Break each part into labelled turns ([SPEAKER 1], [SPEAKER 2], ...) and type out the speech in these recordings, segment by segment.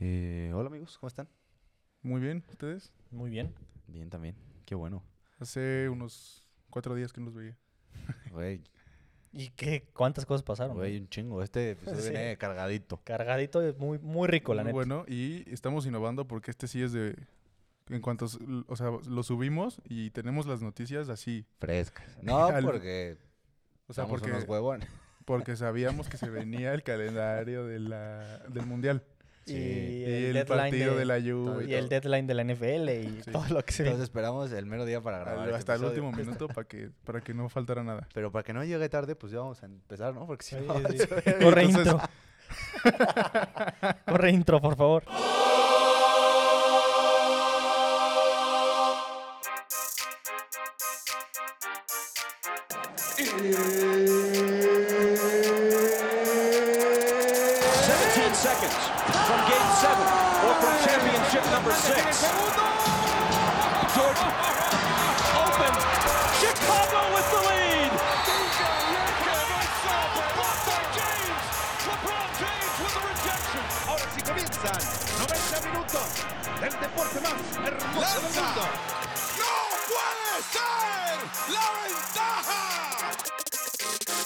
[SPEAKER 1] Eh, hola amigos, ¿cómo están?
[SPEAKER 2] Muy bien, ¿ustedes?
[SPEAKER 3] Muy bien.
[SPEAKER 1] Bien también, qué bueno.
[SPEAKER 2] Hace unos cuatro días que no los veía.
[SPEAKER 1] Güey,
[SPEAKER 3] ¿Y qué? ¿Cuántas cosas pasaron?
[SPEAKER 1] güey, un chingo. Este episodio
[SPEAKER 3] Sí.
[SPEAKER 1] viene cargadito.
[SPEAKER 3] Cargadito, y muy, muy rico, la
[SPEAKER 2] Muy
[SPEAKER 3] neta.
[SPEAKER 2] bueno, y estamos innovando porque este sí es de... En cuanto, s- l- o sea, lo subimos y tenemos las noticias así.
[SPEAKER 1] Frescas. No,
[SPEAKER 2] Al-
[SPEAKER 1] porque
[SPEAKER 2] O sea,
[SPEAKER 1] somos
[SPEAKER 2] porque,
[SPEAKER 1] unos huevones.
[SPEAKER 2] porque sabíamos que se venía el calendario de la, del Mundial.
[SPEAKER 1] Sí.
[SPEAKER 2] Y,
[SPEAKER 3] Y
[SPEAKER 2] el,
[SPEAKER 3] deadline
[SPEAKER 2] partido de, la
[SPEAKER 1] todo
[SPEAKER 2] Juve.
[SPEAKER 1] y
[SPEAKER 3] Y el
[SPEAKER 2] todo.
[SPEAKER 3] deadline de la NFL y
[SPEAKER 2] Sí.
[SPEAKER 3] todo lo que se ve.
[SPEAKER 1] Entonces esperamos el mero día para grabar.
[SPEAKER 2] Al-
[SPEAKER 1] este
[SPEAKER 2] hasta el
[SPEAKER 1] episodio.
[SPEAKER 2] último minuto para que, para que no faltara nada.
[SPEAKER 1] Pero para que no llegue tarde, pues ya vamos a empezar, ¿no? Porque si
[SPEAKER 3] Sí,
[SPEAKER 1] no...
[SPEAKER 3] sí.
[SPEAKER 2] Entonces-
[SPEAKER 3] Corre intro. Corre intro, por favor.
[SPEAKER 4] seconds from game seven or from championship number six. Jordan open. Chicago with the lead.
[SPEAKER 5] Ahora sí comienzan 90 minutos del deporte más hermoso del mundo. ¡No puede ser la ventaja!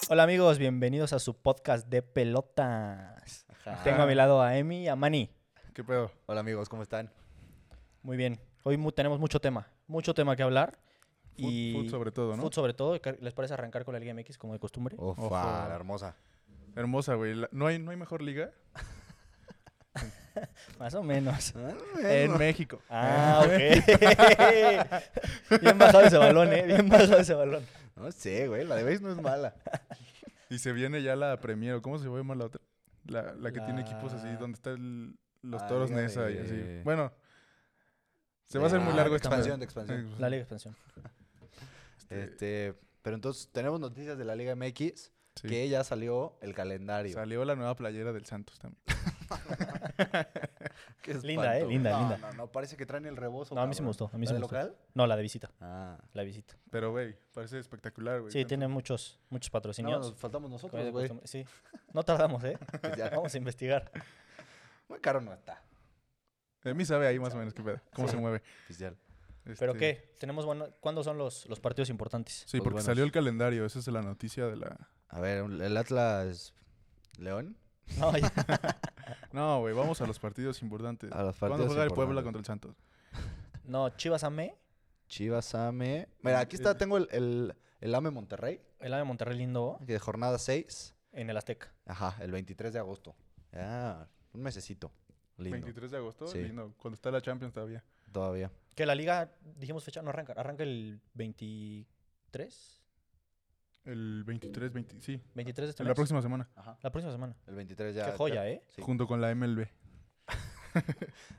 [SPEAKER 3] Hola amigos, bienvenidos a su podcast de pelotas. Tengo a mi lado a Emi y a Mani.
[SPEAKER 2] ¿Qué pedo?
[SPEAKER 1] Hola amigos, ¿cómo están?
[SPEAKER 3] Muy bien. Hoy mu- tenemos mucho tema, mucho tema que hablar.
[SPEAKER 2] Fut- fut sobre todo, ¿no?
[SPEAKER 3] Fut sobre todo. ¿Qué- ¿Les parece arrancar con la Liga MX como de costumbre?
[SPEAKER 1] Ufa,
[SPEAKER 2] Ojo.
[SPEAKER 1] la hermosa.
[SPEAKER 2] Hermosa, güey. La- ¿No hay, ¿No hay mejor liga?
[SPEAKER 3] Más o menos.
[SPEAKER 1] Ah,
[SPEAKER 2] En México.
[SPEAKER 3] Ah, ok. Bien bajado ese balón, eh. Bien bajado ese balón.
[SPEAKER 1] No sé, güey, la de Base no es mala.
[SPEAKER 2] Y se viene ya la Premier, ¿o ¿cómo se llama la otra? La, la que tiene equipos así,
[SPEAKER 3] La-
[SPEAKER 2] donde están los
[SPEAKER 1] Ah,
[SPEAKER 2] toros
[SPEAKER 1] liga
[SPEAKER 2] Nesa y
[SPEAKER 1] de-
[SPEAKER 2] así. Bueno, se va a hacer muy
[SPEAKER 1] Ah,
[SPEAKER 2] largo
[SPEAKER 1] de
[SPEAKER 2] este
[SPEAKER 1] expansión,
[SPEAKER 2] pedo.
[SPEAKER 1] de expansión.
[SPEAKER 3] La Liga de Expansión.
[SPEAKER 2] Este,
[SPEAKER 1] Este, pero entonces tenemos noticias de la Liga MX
[SPEAKER 2] sí.
[SPEAKER 1] que ya salió el calendario.
[SPEAKER 2] Salió la nueva playera del Santos también.
[SPEAKER 1] Qué
[SPEAKER 3] Linda,
[SPEAKER 1] espanto,
[SPEAKER 3] ¿eh? Linda,
[SPEAKER 1] güey. no,
[SPEAKER 3] linda.
[SPEAKER 1] No, no, parece que traen el rebozo.
[SPEAKER 3] No, a mí sí me
[SPEAKER 1] cabrón.
[SPEAKER 3] gustó, a mí
[SPEAKER 1] ¿La
[SPEAKER 3] sí
[SPEAKER 1] de
[SPEAKER 3] me gustó.
[SPEAKER 1] local?
[SPEAKER 3] No, la de visita.
[SPEAKER 1] Ah.
[SPEAKER 3] La visita.
[SPEAKER 2] Pero, güey, parece espectacular, güey.
[SPEAKER 3] Sí,
[SPEAKER 2] Santos.
[SPEAKER 3] tiene muchos, muchos
[SPEAKER 1] No,
[SPEAKER 3] patrocinios.
[SPEAKER 1] nos faltamos
[SPEAKER 3] como es
[SPEAKER 1] nosotros,
[SPEAKER 3] de
[SPEAKER 1] güey.
[SPEAKER 3] costumbre. sí. No tardamos, ¿eh?
[SPEAKER 1] Pues ya,
[SPEAKER 3] Vamos a investigar.
[SPEAKER 1] Muy caro no está.
[SPEAKER 2] A mí sabe ahí más o menos qué pedo, cómo
[SPEAKER 1] Sí.
[SPEAKER 2] se mueve.
[SPEAKER 1] Oficial.
[SPEAKER 3] ¿Pero
[SPEAKER 2] Este,
[SPEAKER 3] qué? Tenemos bueno, ¿Cuándo son los, los partidos importantes?
[SPEAKER 2] Sí,
[SPEAKER 1] Los
[SPEAKER 2] porque salió
[SPEAKER 1] buenos.
[SPEAKER 2] el calendario, esa es la noticia de la...
[SPEAKER 1] A ver, un- el Atlas León.
[SPEAKER 3] No, ya.
[SPEAKER 2] No, güey, vamos a los partidos importantes.
[SPEAKER 1] A los
[SPEAKER 2] ¿Cuándo
[SPEAKER 1] partidos
[SPEAKER 2] juega el Puebla
[SPEAKER 1] importantes.
[SPEAKER 2] contra el Santos?
[SPEAKER 3] no, Chivas AME,
[SPEAKER 1] Chivas Ame. Mira, aquí está,
[SPEAKER 2] El-
[SPEAKER 1] tengo el, el, el Ame Monterrey,
[SPEAKER 3] el AME Monterrey Lindo,
[SPEAKER 1] que de jornada 6.
[SPEAKER 3] en el Azteca.
[SPEAKER 1] Ajá, el 23 de agosto. Ah, un mesecito. Lindo.
[SPEAKER 2] 23 de agosto,
[SPEAKER 1] Sí.
[SPEAKER 2] lindo, cuando está la Champions todavía.
[SPEAKER 1] Todavía.
[SPEAKER 3] Que la liga, dijimos fecha, no arranca. Arranca el 23.
[SPEAKER 2] El 23, 20, sí,
[SPEAKER 3] 23 de este
[SPEAKER 2] la
[SPEAKER 3] mes.
[SPEAKER 2] próxima semana.
[SPEAKER 1] Ajá.
[SPEAKER 3] La próxima semana.
[SPEAKER 1] El 23 ya.
[SPEAKER 3] Qué joya, ¿eh?
[SPEAKER 1] Sí.
[SPEAKER 2] junto con la MLB.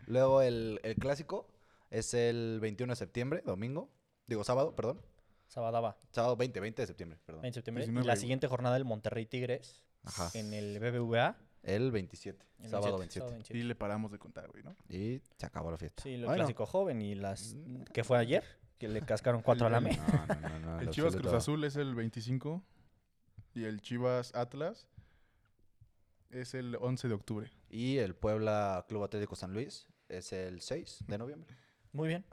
[SPEAKER 1] Luego el, el clásico es el 21 de septiembre, domingo. Digo, sábado, perdón.
[SPEAKER 3] Sabadaba,
[SPEAKER 1] Sábado 20, 20 de septiembre, perdón.
[SPEAKER 3] 20 de septiembre. Y
[SPEAKER 2] 19,
[SPEAKER 3] la
[SPEAKER 2] güey.
[SPEAKER 3] siguiente jornada del Monterrey Tigres
[SPEAKER 1] Ajá.
[SPEAKER 3] en el BBVA.
[SPEAKER 1] El 27.
[SPEAKER 3] el
[SPEAKER 1] sábado 27.
[SPEAKER 3] 27, sábado
[SPEAKER 2] Y le paramos de contar, güey, ¿no?
[SPEAKER 1] Y se acabó la fiesta.
[SPEAKER 3] Sí, lo
[SPEAKER 1] Bueno.
[SPEAKER 3] clásico joven y las
[SPEAKER 1] Mm.
[SPEAKER 3] que fue ayer, que le cascaron cuatro a la
[SPEAKER 2] Literal.
[SPEAKER 3] me.
[SPEAKER 1] No, no, no, no, en
[SPEAKER 2] el
[SPEAKER 1] lo
[SPEAKER 2] Chivas
[SPEAKER 1] absoluto.
[SPEAKER 2] Cruz Azul es el 25 y el Chivas Atlas es el 11 de octubre.
[SPEAKER 1] Y el Puebla Club Atlético San Luis es el 6 de noviembre.
[SPEAKER 3] Muy bien.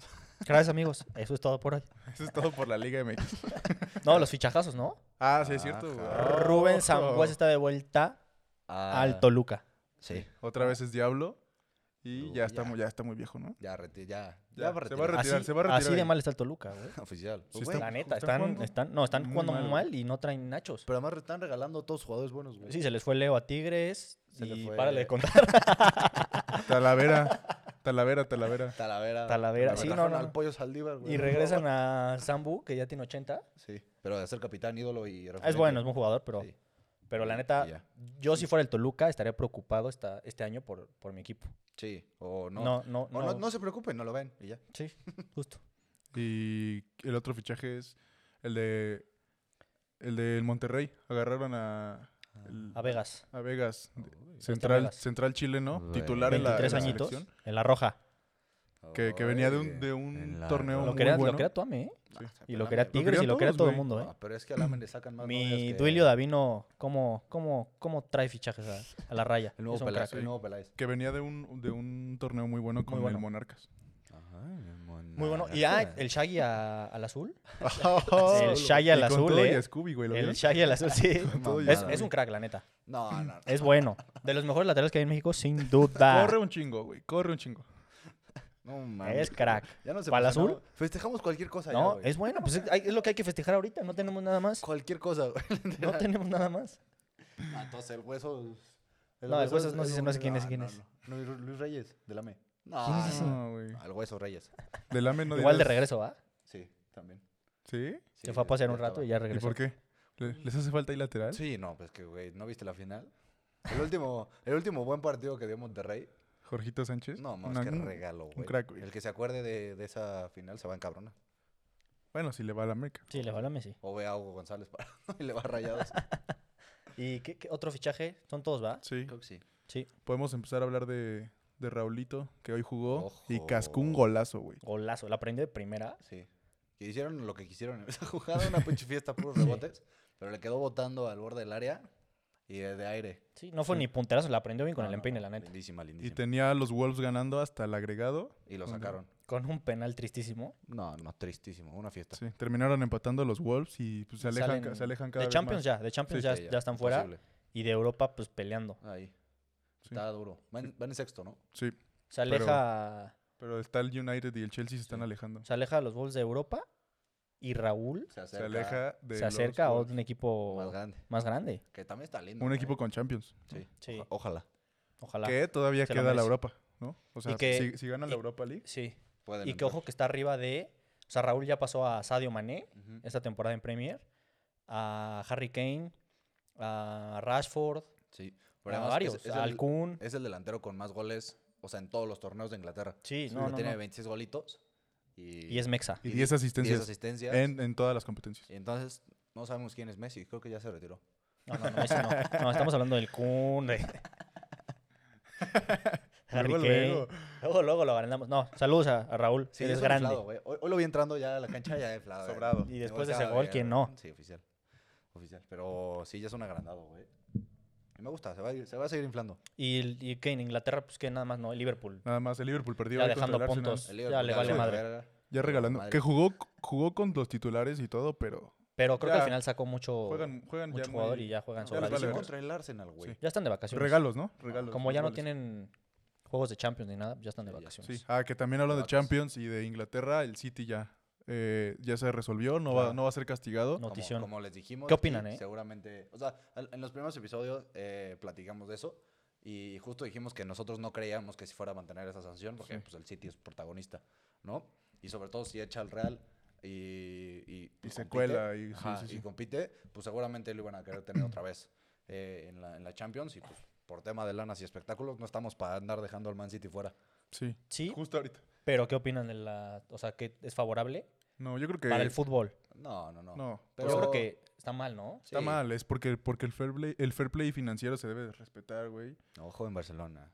[SPEAKER 3] Gracias, amigos. Eso es todo por hoy.
[SPEAKER 2] Eso es todo por la Liga MX.
[SPEAKER 3] No, los fichajazos, ¿no?
[SPEAKER 2] Ah, sí, es cierto. güey.
[SPEAKER 1] Ajá.
[SPEAKER 3] Rubén Sambuez está de vuelta
[SPEAKER 1] Ah,
[SPEAKER 3] al Toluca.
[SPEAKER 1] Sí,
[SPEAKER 2] Otra vez es Diablo y
[SPEAKER 1] Uh,
[SPEAKER 2] ya, está
[SPEAKER 1] ya.
[SPEAKER 2] muy, ya está muy viejo, ¿no?
[SPEAKER 1] ya, reti- ya, ya, va a
[SPEAKER 2] Ya, se va a
[SPEAKER 1] retirar.
[SPEAKER 2] retirar,
[SPEAKER 3] Así,
[SPEAKER 2] se va a retirar
[SPEAKER 3] así de
[SPEAKER 2] ahí.
[SPEAKER 3] mal está el Toluca, güey.
[SPEAKER 1] Oficial.
[SPEAKER 2] Sí,
[SPEAKER 1] Güey,
[SPEAKER 3] La neta,
[SPEAKER 2] ¿Están
[SPEAKER 3] están,
[SPEAKER 2] jugando?
[SPEAKER 3] están, no, están
[SPEAKER 2] Muy
[SPEAKER 3] jugando
[SPEAKER 2] mal,
[SPEAKER 3] muy
[SPEAKER 2] güey.
[SPEAKER 3] mal y no traen nachos.
[SPEAKER 1] Pero además están regalando todos jugadores buenos, güey.
[SPEAKER 3] Sí, se les fue Leo a Tigres
[SPEAKER 1] Se le
[SPEAKER 3] y
[SPEAKER 1] fue-
[SPEAKER 3] párale de contar.
[SPEAKER 2] Talavera, Talavera, Talavera.
[SPEAKER 1] Talavera.
[SPEAKER 3] Talavera, sí, no,
[SPEAKER 1] Trajeron
[SPEAKER 3] no,
[SPEAKER 1] al
[SPEAKER 3] no.
[SPEAKER 1] pollo Saldívar, güey.
[SPEAKER 3] Y regresan a Sambu, que ya tiene 80.
[SPEAKER 1] Sí, pero de ser capitán, ídolo y
[SPEAKER 3] Ah, Es
[SPEAKER 1] referente.
[SPEAKER 3] bueno, es buen jugador, pero,
[SPEAKER 1] Sí.
[SPEAKER 3] pero la
[SPEAKER 1] Y ya.
[SPEAKER 3] neta, yo si fuera el Toluca estaría preocupado esta, este año por, por mi equipo.
[SPEAKER 1] Sí, o no.
[SPEAKER 3] No, no,
[SPEAKER 1] O
[SPEAKER 3] no.
[SPEAKER 1] no, no se preocupen, no lo ven y ya.
[SPEAKER 3] Sí, justo.
[SPEAKER 2] Y el otro fichaje es el de el del Monterrey. Agarraron a el-
[SPEAKER 3] A Vegas.
[SPEAKER 2] a Vegas, central
[SPEAKER 3] Ah. Vegas.
[SPEAKER 2] central chileno,
[SPEAKER 1] Güey.
[SPEAKER 2] titular en la, en
[SPEAKER 3] 23
[SPEAKER 2] la
[SPEAKER 3] añitos.
[SPEAKER 2] selección.
[SPEAKER 3] En la roja.
[SPEAKER 2] que, que venía de
[SPEAKER 1] Oye,
[SPEAKER 2] un, de un
[SPEAKER 1] en la-
[SPEAKER 2] torneo
[SPEAKER 1] Lo
[SPEAKER 3] Lo
[SPEAKER 2] muy
[SPEAKER 3] que era,
[SPEAKER 2] bueno.
[SPEAKER 3] lo que era Tuame, ¿eh?
[SPEAKER 1] Ah,
[SPEAKER 3] Y lo
[SPEAKER 1] espérame,
[SPEAKER 3] que era
[SPEAKER 1] pero-
[SPEAKER 2] querían
[SPEAKER 3] Tigres y lo que era
[SPEAKER 2] todos,
[SPEAKER 3] todo el
[SPEAKER 2] güey.
[SPEAKER 3] mundo, ¿eh?
[SPEAKER 1] Ah, pero es que al Amen le sacan más
[SPEAKER 3] Mi
[SPEAKER 1] novias que-
[SPEAKER 3] Duilio Davino, ¿cómo, cómo, cómo trae fichajes a, a la raya?
[SPEAKER 1] El nuevo
[SPEAKER 3] Es un
[SPEAKER 1] Peláez.
[SPEAKER 3] crack.
[SPEAKER 1] El nuevo Peláez.
[SPEAKER 2] que venía de un, de un torneo muy bueno con
[SPEAKER 3] bueno.
[SPEAKER 2] el Monarcas.
[SPEAKER 3] Muy bueno. Y ah, el Shaggy a- al azul.
[SPEAKER 2] el
[SPEAKER 3] Shaggy al azul,
[SPEAKER 2] todo y
[SPEAKER 3] ¿eh?
[SPEAKER 2] a Scooby, güey. ¿lo
[SPEAKER 3] El
[SPEAKER 2] vieron?
[SPEAKER 3] Shaggy al azul, sí.
[SPEAKER 2] todo y
[SPEAKER 3] Es,
[SPEAKER 2] Scooby.
[SPEAKER 3] es un crack, la neta.
[SPEAKER 1] No, no, no.
[SPEAKER 3] Es bueno. De los mejores laterales que hay en México, sin duda.
[SPEAKER 2] Corre un chingo, güey. Corre un chingo.
[SPEAKER 1] no
[SPEAKER 3] Es
[SPEAKER 1] mames.
[SPEAKER 3] crack.
[SPEAKER 1] Ya no se
[SPEAKER 3] ¿Pa'l
[SPEAKER 1] pasa
[SPEAKER 3] azul?
[SPEAKER 1] nada. Festejamos cualquier cosa ya,
[SPEAKER 3] No,
[SPEAKER 1] güey.
[SPEAKER 3] es bueno. Pues es, hay- es lo que hay que festejar ahorita. No tenemos nada más.
[SPEAKER 1] Cualquier cosa, güey.
[SPEAKER 3] No tenemos nada más.
[SPEAKER 1] Ah, Entonces el hueso.
[SPEAKER 3] No, el hueso
[SPEAKER 1] es- Ah,
[SPEAKER 3] no sé- no sé quién es, quién
[SPEAKER 1] no,
[SPEAKER 3] es.
[SPEAKER 1] no. Luis Luis Reyes, del AME. No,
[SPEAKER 3] ¿Quién es
[SPEAKER 1] no,
[SPEAKER 3] ese?
[SPEAKER 1] no.
[SPEAKER 2] No, güey.
[SPEAKER 1] Al hueso Reyes.
[SPEAKER 2] Del AME no
[SPEAKER 3] Igual de
[SPEAKER 2] dirás-
[SPEAKER 3] regreso, ¿va?
[SPEAKER 1] Sí, también.
[SPEAKER 2] ¿Sí?
[SPEAKER 1] Sí,
[SPEAKER 3] Se fue a
[SPEAKER 1] sí,
[SPEAKER 3] pasear un
[SPEAKER 1] estaba.
[SPEAKER 3] rato y ya
[SPEAKER 2] ¿Y
[SPEAKER 3] regresó.
[SPEAKER 2] por qué? ¿Le- ¿Les hace falta ahí lateral?
[SPEAKER 1] Sí, no, pues que, güey, ¿no viste la final? El último, el último buen partido que dio Monterrey.
[SPEAKER 2] Jorgito Sánchez.
[SPEAKER 1] No,
[SPEAKER 2] Una-
[SPEAKER 1] más que
[SPEAKER 2] un-
[SPEAKER 1] regalo, güey.
[SPEAKER 2] crack, güey.
[SPEAKER 1] El que se acuerde de, de esa final se va en cabrona.
[SPEAKER 2] Bueno, si le va a la América.
[SPEAKER 3] Sí, le va a la Messi.
[SPEAKER 1] O ve a Hugo González para... y le va a rayados.
[SPEAKER 3] ¿Y qué, qué otro fichaje? Son todos, ¿va?
[SPEAKER 2] Sí.
[SPEAKER 1] Creo que sí.
[SPEAKER 3] Sí.
[SPEAKER 2] Podemos empezar a hablar de, de Raulito, que hoy jugó y
[SPEAKER 1] Ojo.
[SPEAKER 2] cascó un golazo, güey.
[SPEAKER 3] Golazo. La aprendió de primera.
[SPEAKER 1] Sí. Que hicieron lo que quisieron en esa jugada, una pinche fiesta, puros rebotes. Pero le quedó botando al borde del área y de, de aire.
[SPEAKER 3] Sí, no fue ni punterazo. La aprendió bien con
[SPEAKER 1] No,
[SPEAKER 3] el
[SPEAKER 1] no,
[SPEAKER 3] empeine, la neta.
[SPEAKER 1] Lindísima,
[SPEAKER 2] Y
[SPEAKER 1] lindísima.
[SPEAKER 2] tenía a los Wolves ganando hasta el agregado.
[SPEAKER 1] Y lo sacaron.
[SPEAKER 3] Con un penal tristísimo.
[SPEAKER 1] No, no, tristísimo. Una fiesta.
[SPEAKER 2] Sí, terminaron empatando los Wolves y pues, se, alejan, ca-
[SPEAKER 3] Salen
[SPEAKER 2] se alejan cada
[SPEAKER 3] de
[SPEAKER 2] vez
[SPEAKER 3] Champions
[SPEAKER 2] más.
[SPEAKER 3] ya, de Champions
[SPEAKER 2] Sí,
[SPEAKER 3] ya,
[SPEAKER 1] Sí,
[SPEAKER 3] ya están fuera
[SPEAKER 1] imposible.
[SPEAKER 3] y de Europa pues peleando.
[SPEAKER 1] Ahí.
[SPEAKER 2] Sí.
[SPEAKER 1] Está duro. Van, van en sexto, ¿no?
[SPEAKER 2] Sí,
[SPEAKER 3] Se
[SPEAKER 2] Pero-
[SPEAKER 3] aleja,
[SPEAKER 2] pero está el United y el Chelsea se están alejando.
[SPEAKER 3] se aleja a los Wolves de Europa y Raúl
[SPEAKER 1] Se
[SPEAKER 2] Se aleja de
[SPEAKER 3] se
[SPEAKER 2] los
[SPEAKER 3] acerca a
[SPEAKER 2] Wolves.
[SPEAKER 3] un equipo
[SPEAKER 1] Más grande.
[SPEAKER 3] más grande.
[SPEAKER 1] Que también está lindo.
[SPEAKER 2] un
[SPEAKER 1] ¿no?
[SPEAKER 2] equipo con Champions.
[SPEAKER 1] Sí.
[SPEAKER 3] Sí.
[SPEAKER 1] oja- Ojalá.
[SPEAKER 3] Ojalá.
[SPEAKER 2] Que todavía
[SPEAKER 3] Se lo
[SPEAKER 2] queda la
[SPEAKER 3] merece.
[SPEAKER 2] Europa, ¿no? O sea,
[SPEAKER 3] que-
[SPEAKER 2] si, si gana la
[SPEAKER 3] y-
[SPEAKER 2] Europa League,
[SPEAKER 3] Sí.
[SPEAKER 1] Pueden
[SPEAKER 3] Y que
[SPEAKER 1] entrar.
[SPEAKER 3] ojo que está arriba de, o sea, Raúl ya pasó a Sadio Mané
[SPEAKER 1] Ujú.
[SPEAKER 3] esta temporada en Premier, a Harry Kane, a Rashford,
[SPEAKER 1] Sí. Pero
[SPEAKER 3] a
[SPEAKER 1] además
[SPEAKER 3] varios,
[SPEAKER 1] Es, es
[SPEAKER 3] a
[SPEAKER 1] el,
[SPEAKER 3] Al Kun.
[SPEAKER 1] es el delantero con más goles, o sea, en todos los torneos de Inglaterra.
[SPEAKER 3] Sí,
[SPEAKER 1] Sí,
[SPEAKER 3] no, no,
[SPEAKER 1] tiene
[SPEAKER 3] no.
[SPEAKER 1] 26 golitos. Y,
[SPEAKER 3] Y es Mexa.
[SPEAKER 2] y
[SPEAKER 1] y
[SPEAKER 2] 10 asistencias,
[SPEAKER 1] 10 asistencias.
[SPEAKER 2] en, en todas las competencias.
[SPEAKER 1] Y entonces, no sabemos quién es Messi. Creo que ya se retiró.
[SPEAKER 3] No, no, no, ese no. No, estamos hablando del Kun, de Harry
[SPEAKER 2] Luego,
[SPEAKER 3] Kane.
[SPEAKER 2] luego.
[SPEAKER 3] Luego, luego lo agrandamos. No, saludos a, a Raúl.
[SPEAKER 1] Sí,
[SPEAKER 3] eres
[SPEAKER 1] es
[SPEAKER 3] grande.
[SPEAKER 1] güey. hoy, hoy lo vi entrando ya a la cancha ya inflado.
[SPEAKER 2] Sobrado.
[SPEAKER 3] Y después de ese gol, ¿quién no?
[SPEAKER 1] Sí, oficial. Oficial. Pero sí, ya es un agrandado, güey. Y Me gusta, se va, a ir- se va a seguir inflando.
[SPEAKER 3] Y, el- y que en Inglaterra, pues que nada más no, el Liverpool.
[SPEAKER 2] Nada más, el Liverpool perdió
[SPEAKER 3] Ya
[SPEAKER 2] hoy contra
[SPEAKER 3] dejando
[SPEAKER 2] el Arsenal,
[SPEAKER 3] puntos.
[SPEAKER 1] El
[SPEAKER 3] Ya
[SPEAKER 1] Liverpool
[SPEAKER 3] le vale
[SPEAKER 1] es una
[SPEAKER 3] madre.
[SPEAKER 1] verga.
[SPEAKER 2] Ya regalando.
[SPEAKER 1] Madre.
[SPEAKER 2] Que jugó, jugó con los titulares y todo, pero
[SPEAKER 3] Pero creo que
[SPEAKER 2] Ya.
[SPEAKER 3] al final sacó mucho,
[SPEAKER 2] juegan, juegan
[SPEAKER 3] mucho
[SPEAKER 2] ya
[SPEAKER 3] jugador
[SPEAKER 2] muy-
[SPEAKER 3] y ya juegan
[SPEAKER 1] No,
[SPEAKER 2] les vale
[SPEAKER 3] sobradísimo.
[SPEAKER 1] pero
[SPEAKER 2] verga.
[SPEAKER 1] contra el Arsenal, güey.
[SPEAKER 3] Ya están de vacaciones.
[SPEAKER 2] Regalos, ¿no? Regalos.
[SPEAKER 3] Como ya no
[SPEAKER 2] regalos.
[SPEAKER 3] tienen juegos de Champions ni nada, ya están de
[SPEAKER 1] Sí, ya.
[SPEAKER 3] vacaciones.
[SPEAKER 2] Sí. Ah, que también hablan de
[SPEAKER 1] Regalos.
[SPEAKER 2] Champions y de Inglaterra, el City ya, eh, ya se resolvió, no va,
[SPEAKER 1] Claro.
[SPEAKER 2] no va a ser castigado.
[SPEAKER 1] Como-
[SPEAKER 3] Notición.
[SPEAKER 1] Como, les dijimos.
[SPEAKER 3] ¿Qué
[SPEAKER 1] y
[SPEAKER 3] opinan, eh?
[SPEAKER 1] Seguramente. O sea, al- en los primeros episodios eh, platicamos de eso. Y justo dijimos que nosotros no creíamos que se fuera a mantener esa sanción porque
[SPEAKER 2] Sí.
[SPEAKER 1] pues, el City es protagonista, ¿no? Y sobre todo si echa al Real y. Y, pues,
[SPEAKER 2] se
[SPEAKER 1] compite,
[SPEAKER 2] cuela, y sí,
[SPEAKER 1] ajá,
[SPEAKER 2] sí,
[SPEAKER 1] y
[SPEAKER 2] sí.
[SPEAKER 1] compite, pues seguramente lo iban a querer tener otra vez eh, en, la, en la Champions. Y pues por tema de lanas y espectáculos, no estamos para andar dejando al Man City fuera.
[SPEAKER 2] Sí.
[SPEAKER 3] Sí,
[SPEAKER 2] Justo ahorita.
[SPEAKER 3] pero ¿qué opinan de la. O sea, que es favorable
[SPEAKER 2] No, yo creo que
[SPEAKER 3] para el fútbol? Pues
[SPEAKER 1] No, no, no.
[SPEAKER 2] No,
[SPEAKER 1] Pero-
[SPEAKER 3] Yo creo que está mal, ¿no?
[SPEAKER 2] está
[SPEAKER 1] Sí.
[SPEAKER 2] mal, es porque, porque el, fair play, el fair play financiero se debe de respetar, güey.
[SPEAKER 1] Ojo en Barcelona.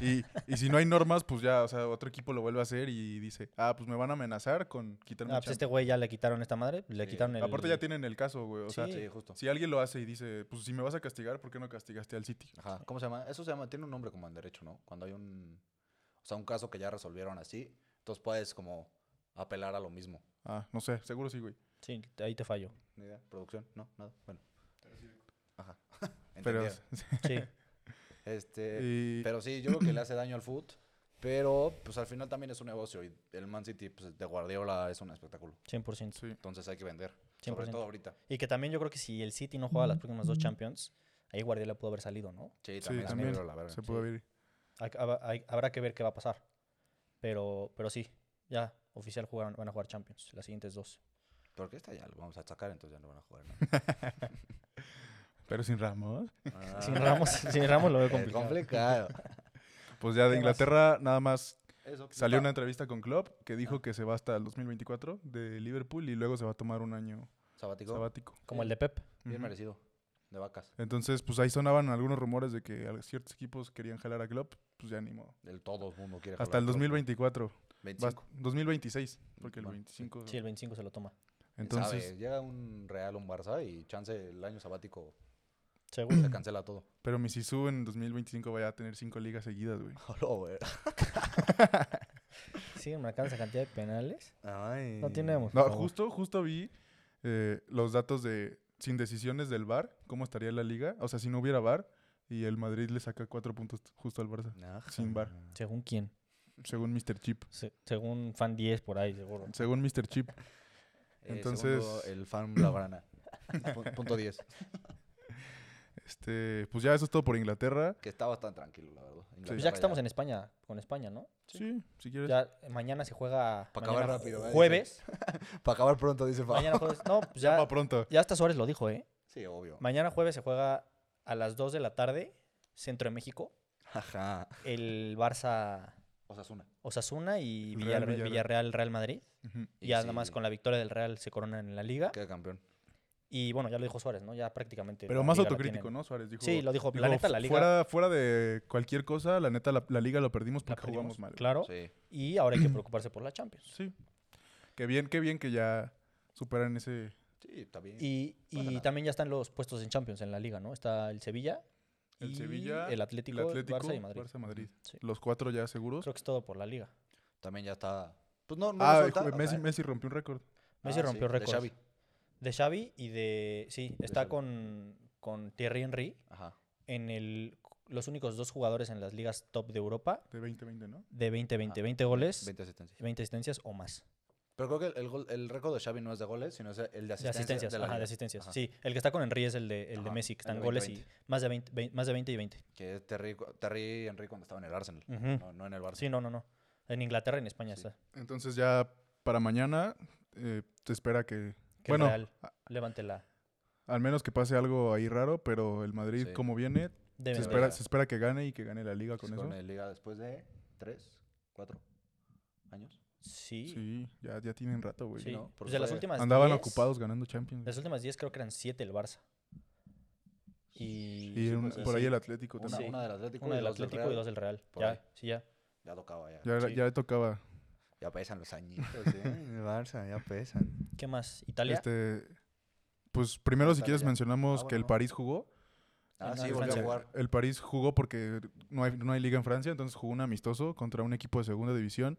[SPEAKER 2] Y, y si no hay normas, pues ya, o sea, otro equipo lo vuelve a hacer y dice, ah, pues me van a amenazar con quitarme
[SPEAKER 3] Ah,
[SPEAKER 2] el
[SPEAKER 3] pues este güey ya le quitaron esta madre, le
[SPEAKER 1] Sí.
[SPEAKER 3] quitaron el.
[SPEAKER 2] Aparte ya tienen el caso, güey. O sea,
[SPEAKER 3] Sí.
[SPEAKER 1] Sí, justo.
[SPEAKER 2] si alguien lo hace y dice, pues si me vas a castigar, ¿por qué no castigaste al City?
[SPEAKER 1] Ajá, ¿cómo se llama? Eso se llama, tiene un nombre como en derecho, ¿no? Cuando hay un, o sea, un caso que ya resolvieron así, entonces puedes como apelar a lo mismo.
[SPEAKER 2] Ah, no sé, seguro sí, güey.
[SPEAKER 3] Sí, ahí te fallo.
[SPEAKER 1] ¿Ni idea? ¿Producción? ¿No? ¿Nada? Bueno. Ajá.
[SPEAKER 2] Pero,
[SPEAKER 1] Entendieron.
[SPEAKER 3] Sí.
[SPEAKER 1] Este,
[SPEAKER 2] y-
[SPEAKER 1] pero sí, yo creo que le hace daño al foot, pero pues al final también es un negocio y el Man City pues, de Guardiola es un espectáculo,
[SPEAKER 3] 100%.
[SPEAKER 2] sí.
[SPEAKER 1] entonces hay que vender, sobre
[SPEAKER 3] 100%.
[SPEAKER 1] todo ahorita.
[SPEAKER 3] Y que también yo creo que si el City no juega las próximas dos Champions, ahí Guardiola pudo haber salido, ¿no?
[SPEAKER 1] Sí,
[SPEAKER 2] Sí,
[SPEAKER 1] también, es
[SPEAKER 2] también
[SPEAKER 1] negro, la verga.
[SPEAKER 2] se puede abrir.
[SPEAKER 3] Hay- hab- hay- habrá que ver qué va a pasar. Pero, pero sí, ya oficial jugaron, van a jugar Champions, las siguientes dos.
[SPEAKER 1] Porque esta ya lo vamos a sacar, entonces ya no van a jugar. ¿no?
[SPEAKER 2] Pero sin Ramos.
[SPEAKER 1] Ah.
[SPEAKER 3] Sin Ramos, sin Ramos lo veo
[SPEAKER 1] Es
[SPEAKER 3] complicado.
[SPEAKER 1] complicado.
[SPEAKER 2] Pues ya de
[SPEAKER 3] ¿Qué más?
[SPEAKER 2] Inglaterra nada más
[SPEAKER 1] Eso, pues,
[SPEAKER 2] salió
[SPEAKER 1] está-
[SPEAKER 2] una entrevista con Klopp que dijo que se va hasta el 2024 de Liverpool y luego se va a tomar un año
[SPEAKER 1] Sabático.
[SPEAKER 2] sabático.
[SPEAKER 3] Como el de Pep.
[SPEAKER 1] Bien
[SPEAKER 2] Ujú.
[SPEAKER 1] merecido. De vacas.
[SPEAKER 2] Entonces, pues ahí sonaban algunos rumores de que a ciertos equipos querían jalar a Klopp pues ya ni modo.
[SPEAKER 1] El todo el mundo quiere
[SPEAKER 2] Hasta el
[SPEAKER 1] jalar Rodman.
[SPEAKER 2] 2024. vas-
[SPEAKER 1] 25.
[SPEAKER 2] 2026, porque el
[SPEAKER 1] Bueno,
[SPEAKER 2] 25.
[SPEAKER 3] Sí, el 25 se lo toma.
[SPEAKER 1] ¿Quién sabe?
[SPEAKER 2] Entonces,
[SPEAKER 1] llega un Real, un Barça y chance el año sabático
[SPEAKER 3] Seguro.
[SPEAKER 1] se cancela todo.
[SPEAKER 2] pero mi Sisu en 2025 vaya a tener cinco ligas seguidas, güey.
[SPEAKER 3] Siguen marcando esa cantidad de penales.
[SPEAKER 1] Ay.
[SPEAKER 3] No tenemos.
[SPEAKER 2] No,
[SPEAKER 3] por favor.
[SPEAKER 2] justo, justo vi eh, los datos de sin decisiones del VAR, cómo estaría la liga. O sea, si no hubiera VAR y el Madrid le saca cuatro puntos justo al Barça, sin VAR,
[SPEAKER 1] Eh,
[SPEAKER 3] Según quién.
[SPEAKER 2] según Mr. Chip.
[SPEAKER 3] Se- según fan 10 por ahí, seguro.
[SPEAKER 2] Según Mr. Chip. Entonces-
[SPEAKER 1] Entonces. el fan Labrana. Pu- Punto 10.
[SPEAKER 2] Este, pues ya eso es todo por Inglaterra.
[SPEAKER 1] Que está bastante tranquilo, la verdad.
[SPEAKER 3] Pues ya que estamos en España, con España, ¿no?
[SPEAKER 2] Sí, si quieres.
[SPEAKER 3] Ya eh, mañana se juega.
[SPEAKER 1] Pa'
[SPEAKER 3] mañana
[SPEAKER 1] acabar rápido, ¿verdad?
[SPEAKER 3] Jueves.
[SPEAKER 1] Para acabar pronto, dice Fab.
[SPEAKER 3] este mañana jueves. No, pues
[SPEAKER 2] Ya
[SPEAKER 3] ya.
[SPEAKER 2] pa' pronto.
[SPEAKER 3] Ya hasta Suárez lo dijo, ¿eh?
[SPEAKER 1] Sí, obvio.
[SPEAKER 3] Mañana jueves se juega a las 2 de la tarde, Centro de México,
[SPEAKER 1] Ajá.
[SPEAKER 3] el Barça
[SPEAKER 1] Osasuna.
[SPEAKER 3] Osasuna y
[SPEAKER 2] Real
[SPEAKER 3] Villarreal,
[SPEAKER 2] Villarreal.
[SPEAKER 3] Villarreal, Real Madrid.
[SPEAKER 2] Ujú.
[SPEAKER 1] Y
[SPEAKER 3] ya
[SPEAKER 1] sí,
[SPEAKER 3] nada más con la victoria del Real se coronan en la liga.
[SPEAKER 1] Queda campeón.
[SPEAKER 3] Y bueno, ya lo dijo Suárez, ¿no? Ya prácticamente.
[SPEAKER 2] Pero
[SPEAKER 3] la
[SPEAKER 2] más
[SPEAKER 3] liga la
[SPEAKER 2] autocrítico,
[SPEAKER 3] tienen.
[SPEAKER 2] ¿no? Suárez dijo.
[SPEAKER 3] Sí, lo dijo. La neta, la liga
[SPEAKER 2] Fuera, fuera de cualquier cosa, la neta, la, la liga lo perdimos
[SPEAKER 3] la
[SPEAKER 2] porque
[SPEAKER 3] perdimos,
[SPEAKER 2] jugamos mal.
[SPEAKER 3] Claro.
[SPEAKER 1] Sí.
[SPEAKER 3] Y ahora hay que preocuparse por la Champions.
[SPEAKER 2] Sí. Qué bien, qué bien que ya superan ese.
[SPEAKER 1] Sí, está bien.
[SPEAKER 3] Y, y
[SPEAKER 1] pasa nada.
[SPEAKER 3] también ya están los puestos en Champions en la liga, ¿no? Está el Sevilla,
[SPEAKER 2] El
[SPEAKER 3] y
[SPEAKER 2] Sevilla,
[SPEAKER 3] el Atlético,
[SPEAKER 2] el Atlético,
[SPEAKER 3] Barça y Madrid.
[SPEAKER 2] Barça, Madrid.
[SPEAKER 3] Sí.
[SPEAKER 2] Los cuatro ya seguros.
[SPEAKER 3] Creo que es todo por la liga.
[SPEAKER 1] También ya está. Pues no, no.
[SPEAKER 2] ah,
[SPEAKER 1] resulta,
[SPEAKER 2] jue-
[SPEAKER 1] o
[SPEAKER 2] Messi,
[SPEAKER 3] eh.
[SPEAKER 1] sea,
[SPEAKER 2] Messi rompió un récord.
[SPEAKER 3] Messi
[SPEAKER 1] ah, sí,
[SPEAKER 3] rompió
[SPEAKER 1] de
[SPEAKER 3] récords.
[SPEAKER 1] Xavi.
[SPEAKER 3] De Xavi y de. Sí, está
[SPEAKER 1] Xavi.
[SPEAKER 3] con, con Thierry Henry
[SPEAKER 1] Ajá.
[SPEAKER 3] en el, los únicos dos jugadores en las ligas top de Europa
[SPEAKER 2] De 2020, ¿no?
[SPEAKER 3] de 20-20.
[SPEAKER 1] Ah,
[SPEAKER 3] 20 goles,
[SPEAKER 1] 20
[SPEAKER 3] 20.
[SPEAKER 1] asistencias.
[SPEAKER 3] asistencias o más.
[SPEAKER 1] Pero creo que el, el gol- el récord de Xavi no es de goles, sino es el de
[SPEAKER 3] De
[SPEAKER 1] asistencias.
[SPEAKER 3] asistencias,
[SPEAKER 1] de la
[SPEAKER 3] ajá, de
[SPEAKER 1] liga.
[SPEAKER 3] asistencias.
[SPEAKER 1] Ajá.
[SPEAKER 3] Sí, el que está con Henry es el de, el de
[SPEAKER 1] Ajá,
[SPEAKER 3] Messi, que
[SPEAKER 1] el
[SPEAKER 3] están
[SPEAKER 1] de
[SPEAKER 3] goles
[SPEAKER 1] 20.
[SPEAKER 3] y más de 20, vein- más de 20 y 20.
[SPEAKER 1] Que es Terry, cu- Terry Henry cuando estaba en el Arsenal.
[SPEAKER 3] Ujú.
[SPEAKER 1] no, no en el Barça.
[SPEAKER 3] Sí, no, no, no. En Inglaterra y en España
[SPEAKER 1] Sí.
[SPEAKER 3] está.
[SPEAKER 2] Entonces ya para mañana eh, se espera que...
[SPEAKER 3] Que el
[SPEAKER 2] bueno,
[SPEAKER 3] Real
[SPEAKER 2] a-
[SPEAKER 3] levante la.
[SPEAKER 2] al menos que pase algo ahí raro, pero el Madrid
[SPEAKER 1] Sí.
[SPEAKER 2] como viene,
[SPEAKER 3] debe
[SPEAKER 2] se
[SPEAKER 3] de-
[SPEAKER 2] espera,
[SPEAKER 1] ganar.
[SPEAKER 2] se espera que gane y que gane la liga
[SPEAKER 1] Pues
[SPEAKER 2] con eso.
[SPEAKER 1] Con el Liga después de 3, 4 años.
[SPEAKER 3] Sí.
[SPEAKER 2] Sí, ya, ya tienen rato, güey.
[SPEAKER 3] sí.
[SPEAKER 1] ¿no? Porque
[SPEAKER 3] Pues de las
[SPEAKER 1] fue-
[SPEAKER 3] últimas
[SPEAKER 2] Andaban
[SPEAKER 3] 10,
[SPEAKER 2] ocupados ganando Champions.
[SPEAKER 3] Las últimas 10 creo que eran 7 el Barça. Y.
[SPEAKER 2] Y
[SPEAKER 1] sí,
[SPEAKER 2] un-
[SPEAKER 1] pues,
[SPEAKER 2] por
[SPEAKER 1] sí.
[SPEAKER 2] ahí el Atlético
[SPEAKER 1] Una,
[SPEAKER 2] también.
[SPEAKER 1] una del Atlético,
[SPEAKER 3] Una
[SPEAKER 1] y,
[SPEAKER 3] del
[SPEAKER 1] dos
[SPEAKER 3] Atlético
[SPEAKER 1] Real.
[SPEAKER 3] y dos del Real.
[SPEAKER 1] Por
[SPEAKER 3] Ya,
[SPEAKER 1] ahí.
[SPEAKER 3] sí, ya.
[SPEAKER 1] Ya tocaba, ya.
[SPEAKER 2] Ya,
[SPEAKER 3] sí.
[SPEAKER 2] ya tocaba
[SPEAKER 1] Ya pesan los añitos, ¿eh? el Barça, ya pesan.
[SPEAKER 3] ¿Qué más? Italia.
[SPEAKER 2] Este, pues primero, si
[SPEAKER 1] Italia
[SPEAKER 2] quieres,
[SPEAKER 1] ya.
[SPEAKER 2] mencionamos
[SPEAKER 1] Ah,
[SPEAKER 2] que el
[SPEAKER 1] bueno.
[SPEAKER 2] París jugó.
[SPEAKER 1] Ah,
[SPEAKER 3] Ah,
[SPEAKER 1] sí,
[SPEAKER 3] de
[SPEAKER 1] volvió a
[SPEAKER 3] Francia.
[SPEAKER 1] jugar.
[SPEAKER 2] El París jugó porque no hay, no hay liga en Francia, entonces jugó un amistoso contra un equipo de segunda división.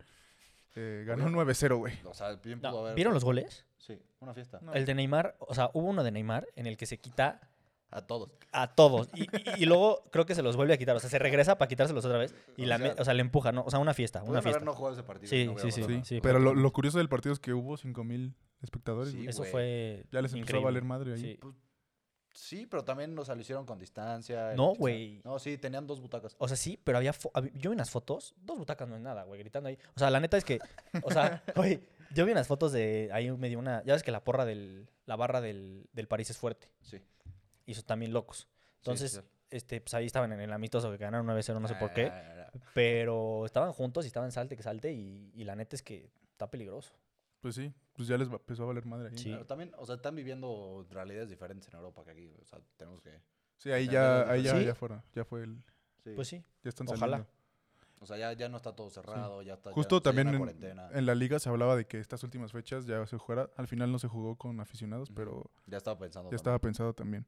[SPEAKER 2] Eh, ganó
[SPEAKER 1] Oye.
[SPEAKER 2] 9-0, güey.
[SPEAKER 1] O sea, bien
[SPEAKER 3] No,
[SPEAKER 1] pudo haber.
[SPEAKER 3] ¿Vieron los goles?
[SPEAKER 1] Sí, una fiesta.
[SPEAKER 2] No.
[SPEAKER 3] El de Neymar, o sea, hubo uno de Neymar en el que se quita
[SPEAKER 1] A todos.
[SPEAKER 3] a todos y, y- y luego creo que se los vuelve a quitar, o sea, se regresa para quitárselos otra vez
[SPEAKER 1] O
[SPEAKER 3] y la,
[SPEAKER 1] sea,
[SPEAKER 3] me- o sea, le empuja, ¿no? O sea, una fiesta, una
[SPEAKER 1] Pudieron haber
[SPEAKER 3] fiesta.
[SPEAKER 1] no jugado ese partido.
[SPEAKER 3] Sí,
[SPEAKER 1] y no hubiera
[SPEAKER 3] sí, sí,
[SPEAKER 1] pasado
[SPEAKER 2] Sí,
[SPEAKER 1] nada.
[SPEAKER 3] sí,
[SPEAKER 2] pero lo,
[SPEAKER 3] completamente.
[SPEAKER 2] lo curioso del partido es que hubo 5.000 espectadores.
[SPEAKER 1] Sí,
[SPEAKER 2] güey.
[SPEAKER 3] Eso
[SPEAKER 1] güey.
[SPEAKER 3] fue
[SPEAKER 2] Ya les empezó a
[SPEAKER 3] increíble.
[SPEAKER 2] valer madre ahí.
[SPEAKER 3] Sí.
[SPEAKER 1] Sí, pero también nos lo hicieron con distancia. el-
[SPEAKER 3] No,
[SPEAKER 1] o sea,
[SPEAKER 3] güey.
[SPEAKER 1] No, sí, tenían dos butacas.
[SPEAKER 3] O sea, sí, pero había, fo- hab- yo vi unas fotos, dos butacas no es nada, güey, gritando ahí. O sea, la neta es que, o sea, güey, yo vi unas fotos de ahí me dio una, ya ves que la porra del la barra del, del París es fuerte
[SPEAKER 1] Sí.
[SPEAKER 3] y son también locos. Entonces,
[SPEAKER 1] sí.
[SPEAKER 3] este pues ahí estaban en el amistoso que ganaron 9-0, no sé por qué,
[SPEAKER 1] Ah,
[SPEAKER 3] pero estaban juntos y estaban salte que salte y, y la neta es que está peligroso.
[SPEAKER 2] Pues sí, pues ya les va- empezó a valer madre ahí.
[SPEAKER 3] Sí.
[SPEAKER 2] Sí,
[SPEAKER 1] Pero también, o sea, están viviendo realidades diferentes en Europa que aquí. O sea, tenemos que.
[SPEAKER 2] ahí
[SPEAKER 1] Ya
[SPEAKER 2] ya,
[SPEAKER 1] les-
[SPEAKER 2] ahí ya,
[SPEAKER 3] Sí.
[SPEAKER 2] ya fuera. Ya fue el.
[SPEAKER 1] Sí.
[SPEAKER 3] Pues sí,
[SPEAKER 2] Ya están
[SPEAKER 3] Ojalá.
[SPEAKER 2] saliendo.
[SPEAKER 1] O sea, ya, ya no está todo cerrado, ya está. ya
[SPEAKER 2] Justo
[SPEAKER 1] está llena
[SPEAKER 2] también
[SPEAKER 1] la
[SPEAKER 2] en,
[SPEAKER 1] cuarentena.
[SPEAKER 2] en la liga se hablaba de que estas últimas fechas ya se jugara. Al final no se jugó con aficionados,
[SPEAKER 1] Ujú.
[SPEAKER 2] pero
[SPEAKER 1] Ya estaba pensando.
[SPEAKER 2] Ya
[SPEAKER 1] también.
[SPEAKER 2] estaba pensado también.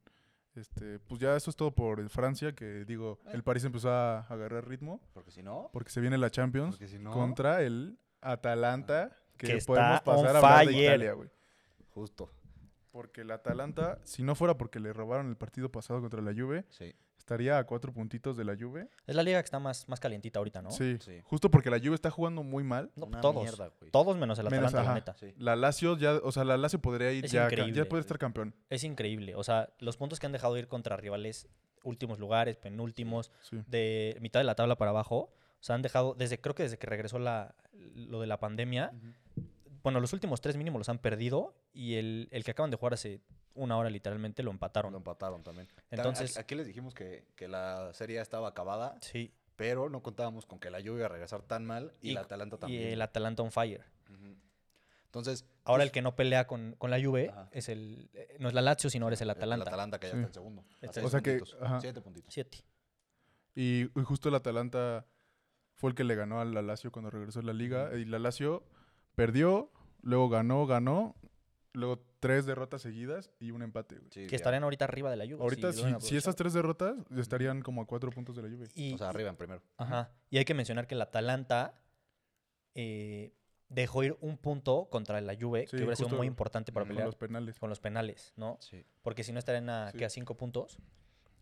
[SPEAKER 2] Este, pues ya eso es todo por Francia, que digo, el París empezó a agarrar ritmo
[SPEAKER 1] Porque si no.
[SPEAKER 2] porque se viene la Champions
[SPEAKER 1] Porque si no.
[SPEAKER 2] contra el Atalanta, que,
[SPEAKER 3] Que
[SPEAKER 2] podemos
[SPEAKER 3] está on
[SPEAKER 2] pasar a hablar de
[SPEAKER 3] fire.
[SPEAKER 2] Italia, güey.
[SPEAKER 1] Justo.
[SPEAKER 2] Porque el Atalanta, si no fuera porque le robaron el partido pasado contra la Juve,
[SPEAKER 1] Sí.
[SPEAKER 2] estaría a cuatro puntitos de la Juve.
[SPEAKER 3] es la liga que está más, más calientita ahorita, ¿no?
[SPEAKER 2] Sí,
[SPEAKER 1] Sí.
[SPEAKER 2] justo porque la Juve está jugando muy mal.
[SPEAKER 3] No,
[SPEAKER 1] Una
[SPEAKER 3] todos.
[SPEAKER 1] mierda, güey.
[SPEAKER 3] todos menos el
[SPEAKER 2] Menos,
[SPEAKER 3] Atalanta, la
[SPEAKER 2] ajá.
[SPEAKER 3] neta.
[SPEAKER 1] Sí.
[SPEAKER 2] La Lazio ya, o sea, la Lazio podría ir
[SPEAKER 3] Es
[SPEAKER 2] ya, ca-
[SPEAKER 3] increíble.
[SPEAKER 2] ya puede estar campeón.
[SPEAKER 3] Es increíble. O sea, los puntos que han dejado de ir contra rivales últimos lugares, penúltimos,
[SPEAKER 2] Sí.
[SPEAKER 3] de mitad de la tabla para abajo. O sea, han dejado, desde, creo que desde que regresó la, lo de la pandemia, bueno, los últimos tres mínimos los han perdido y el, el que acaban de jugar hace una hora literalmente lo empataron.
[SPEAKER 1] Lo empataron también.
[SPEAKER 3] Entonces-
[SPEAKER 1] Entonces. Aquí, les dijimos que, que la serie ya estaba acabada,
[SPEAKER 3] Sí.
[SPEAKER 1] pero no contábamos con que la lluvia iba a regresar tan mal y, la Atalanta también.
[SPEAKER 3] Y el Atalanta on fire.
[SPEAKER 1] Ujú. Entonces.
[SPEAKER 3] Ahora
[SPEAKER 1] pues,
[SPEAKER 3] el que no pelea con, con la Juve
[SPEAKER 1] Ajá.
[SPEAKER 3] es el, eh, no es la Lazio, sino ahora es el Atalanta.
[SPEAKER 1] El Atalanta que ya
[SPEAKER 2] Sí.
[SPEAKER 1] está en segundo. a
[SPEAKER 3] O
[SPEAKER 1] seis
[SPEAKER 2] sea que,
[SPEAKER 1] puntitos,
[SPEAKER 2] ajá.
[SPEAKER 1] Siete puntitos.
[SPEAKER 3] Siete.
[SPEAKER 2] Y, y justo el Atalanta Fue el que le ganó al Lazio cuando regresó a la liga. Y la Lazio perdió, luego ganó, ganó. Luego tres derrotas seguidas y un empate. güey.
[SPEAKER 1] Sí,
[SPEAKER 3] Que
[SPEAKER 1] ya.
[SPEAKER 3] estarían ahorita arriba de la Juve.
[SPEAKER 2] Ahorita,
[SPEAKER 3] lo
[SPEAKER 2] si,
[SPEAKER 3] hubieran
[SPEAKER 2] si esas
[SPEAKER 3] aprovechado.
[SPEAKER 2] tres derrotas, estarían como a cuatro puntos de la lluvia.
[SPEAKER 3] pues, Y,
[SPEAKER 1] O sea, arriba en primero.
[SPEAKER 3] ajá, y hay que mencionar que el Atalanta eh, dejó ir un punto contra la Juve,
[SPEAKER 2] Sí,
[SPEAKER 3] que hubiera sido
[SPEAKER 2] justo
[SPEAKER 3] muy importante para
[SPEAKER 2] Con
[SPEAKER 3] pelear
[SPEAKER 2] los penales.
[SPEAKER 3] con los penales, ¿no?
[SPEAKER 1] Sí.
[SPEAKER 3] Porque si no estarían a,
[SPEAKER 2] Sí.
[SPEAKER 3] que a cinco puntos.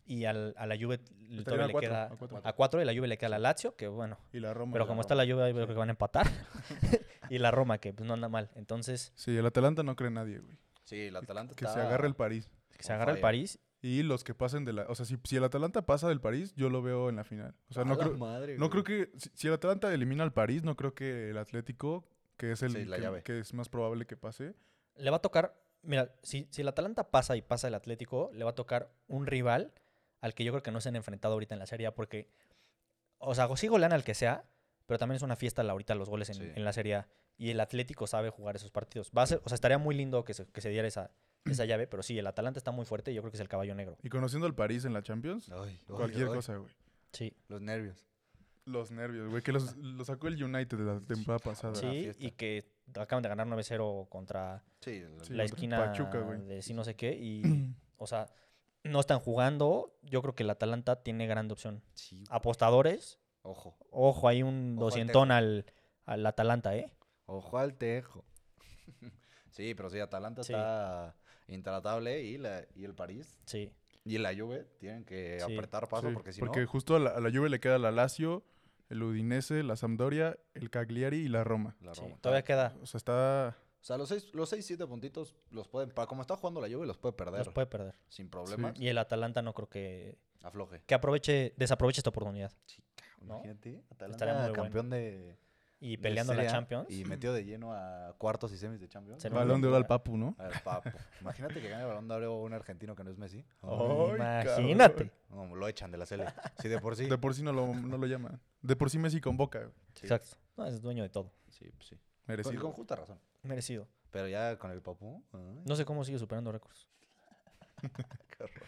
[SPEAKER 3] Y al- a la Juve
[SPEAKER 2] a
[SPEAKER 3] todavía le
[SPEAKER 2] cuatro,
[SPEAKER 3] queda
[SPEAKER 2] a cuatro.
[SPEAKER 3] a cuatro y la Juve le queda a la Lazio, que bueno.
[SPEAKER 2] Y la Roma.
[SPEAKER 3] Pero
[SPEAKER 2] la
[SPEAKER 3] como
[SPEAKER 2] Roma.
[SPEAKER 3] está la Juve, yo creo que van a empatar. y la Roma, que pues no anda mal. Entonces,
[SPEAKER 2] Sí, el Atalanta no cree nadie, güey.
[SPEAKER 1] Sí, el Atalanta
[SPEAKER 2] Que se
[SPEAKER 1] está-
[SPEAKER 2] agarre el París.
[SPEAKER 3] que se
[SPEAKER 1] On
[SPEAKER 3] agarra el
[SPEAKER 1] fire.
[SPEAKER 3] París.
[SPEAKER 2] Y los que pasen de la... O sea, si, si el Atalanta pasa del París, yo lo veo en la final. O sea,
[SPEAKER 1] A
[SPEAKER 2] no
[SPEAKER 1] la
[SPEAKER 2] creo,
[SPEAKER 1] madre,
[SPEAKER 2] no creo
[SPEAKER 1] güey.
[SPEAKER 2] que... Si, si el Atalanta elimina al París, no creo que el Atlético, que es el
[SPEAKER 1] Sí, la
[SPEAKER 2] que,
[SPEAKER 1] llave.
[SPEAKER 2] que es más probable que pase.
[SPEAKER 3] Le va a tocar. Mira, si, si el Atalanta pasa y pasa el Atlético, le va a tocar un rival al que yo creo que no se han enfrentado ahorita en la serie A, porque. O sea, sí golean al que sea, pero también es una fiesta la- ahorita los goles en,
[SPEAKER 1] Sí.
[SPEAKER 3] en la serie A. Y el Atlético sabe jugar esos partidos. Va a ser, o sea, estaría muy lindo que se, que se diera esa, esa llave, pero sí, el Atalanta está muy fuerte y yo creo que es el caballo negro.
[SPEAKER 2] Y conociendo al París en la Champions,
[SPEAKER 1] Ay, ay,
[SPEAKER 2] cualquier
[SPEAKER 1] ay,
[SPEAKER 2] cosa, güey.
[SPEAKER 3] Sí.
[SPEAKER 1] Los nervios.
[SPEAKER 2] Los nervios, güey. Que los, los sacó el United de la temporada pasada.
[SPEAKER 1] Una
[SPEAKER 3] Sí,
[SPEAKER 1] fiesta.
[SPEAKER 3] y que acaban de ganar 9-0 contra
[SPEAKER 1] Sí, el-
[SPEAKER 2] Sí.
[SPEAKER 3] la
[SPEAKER 2] contra
[SPEAKER 3] esquina
[SPEAKER 2] Pachuca, güey.
[SPEAKER 3] de sí no sé qué. Y, o sea, no están jugando. Yo creo que el Atalanta tiene grande opción.
[SPEAKER 1] sí,
[SPEAKER 3] Apostadores,
[SPEAKER 1] Ojo.
[SPEAKER 3] ojo, hay un
[SPEAKER 1] Ojo al
[SPEAKER 3] 200 al, al Atalanta, ¿eh?
[SPEAKER 1] Ojo al tejo. sí, pero sí, Atalanta
[SPEAKER 3] Sí.
[SPEAKER 1] está intratable y, la, y el París
[SPEAKER 3] Sí.
[SPEAKER 1] y la Juve tienen que
[SPEAKER 3] Sí.
[SPEAKER 1] apretar paso
[SPEAKER 2] Sí,
[SPEAKER 1] porque si no...
[SPEAKER 2] justo a la, a la Juve le queda la Lazio, el Udinese, la Sampdoria, el Cagliari y la Roma.
[SPEAKER 1] La
[SPEAKER 3] sí.
[SPEAKER 1] Roma.
[SPEAKER 3] Todavía queda.
[SPEAKER 2] O sea, está...
[SPEAKER 1] O sea, los 6, los 7 puntitos los pueden... Para como está jugando la Juve, los puede perder
[SPEAKER 3] Los puede perder.
[SPEAKER 1] sin problemas.
[SPEAKER 3] Y el Atalanta no creo que.
[SPEAKER 1] Afloje.
[SPEAKER 3] Que aproveche, desaproveche esta oportunidad. ¿No?
[SPEAKER 1] Imagínate,
[SPEAKER 3] Estaría muy
[SPEAKER 1] Atalanta
[SPEAKER 3] bueno.
[SPEAKER 1] campeón de...
[SPEAKER 3] Y
[SPEAKER 1] de
[SPEAKER 3] peleando la
[SPEAKER 1] Serie A
[SPEAKER 3] Champions.
[SPEAKER 1] Y metió de lleno a cuartos y semis de Champions.
[SPEAKER 3] Se Pero
[SPEAKER 2] Balón de
[SPEAKER 3] no-
[SPEAKER 2] oro al Papu, ¿no?
[SPEAKER 1] A ver, papo. Imagínate que gane el balón de oro un argentino que no es Messi.
[SPEAKER 3] Oh,
[SPEAKER 2] Ay,
[SPEAKER 3] imagínate.
[SPEAKER 2] cabrón.
[SPEAKER 1] No, lo echan de la sele. Sí, de por sí.
[SPEAKER 2] De por sí no lo, no lo llaman. De por sí Messi convoca, güey.
[SPEAKER 1] Sí.
[SPEAKER 3] Exacto. No, es dueño de todo.
[SPEAKER 1] Sí, pues sí. Con- Y
[SPEAKER 2] Merecido.
[SPEAKER 1] con justa razón.
[SPEAKER 3] Merecido.
[SPEAKER 1] Pero ya con el papú. ay,
[SPEAKER 3] No sé cómo sigue superando récords.
[SPEAKER 1] qué horror.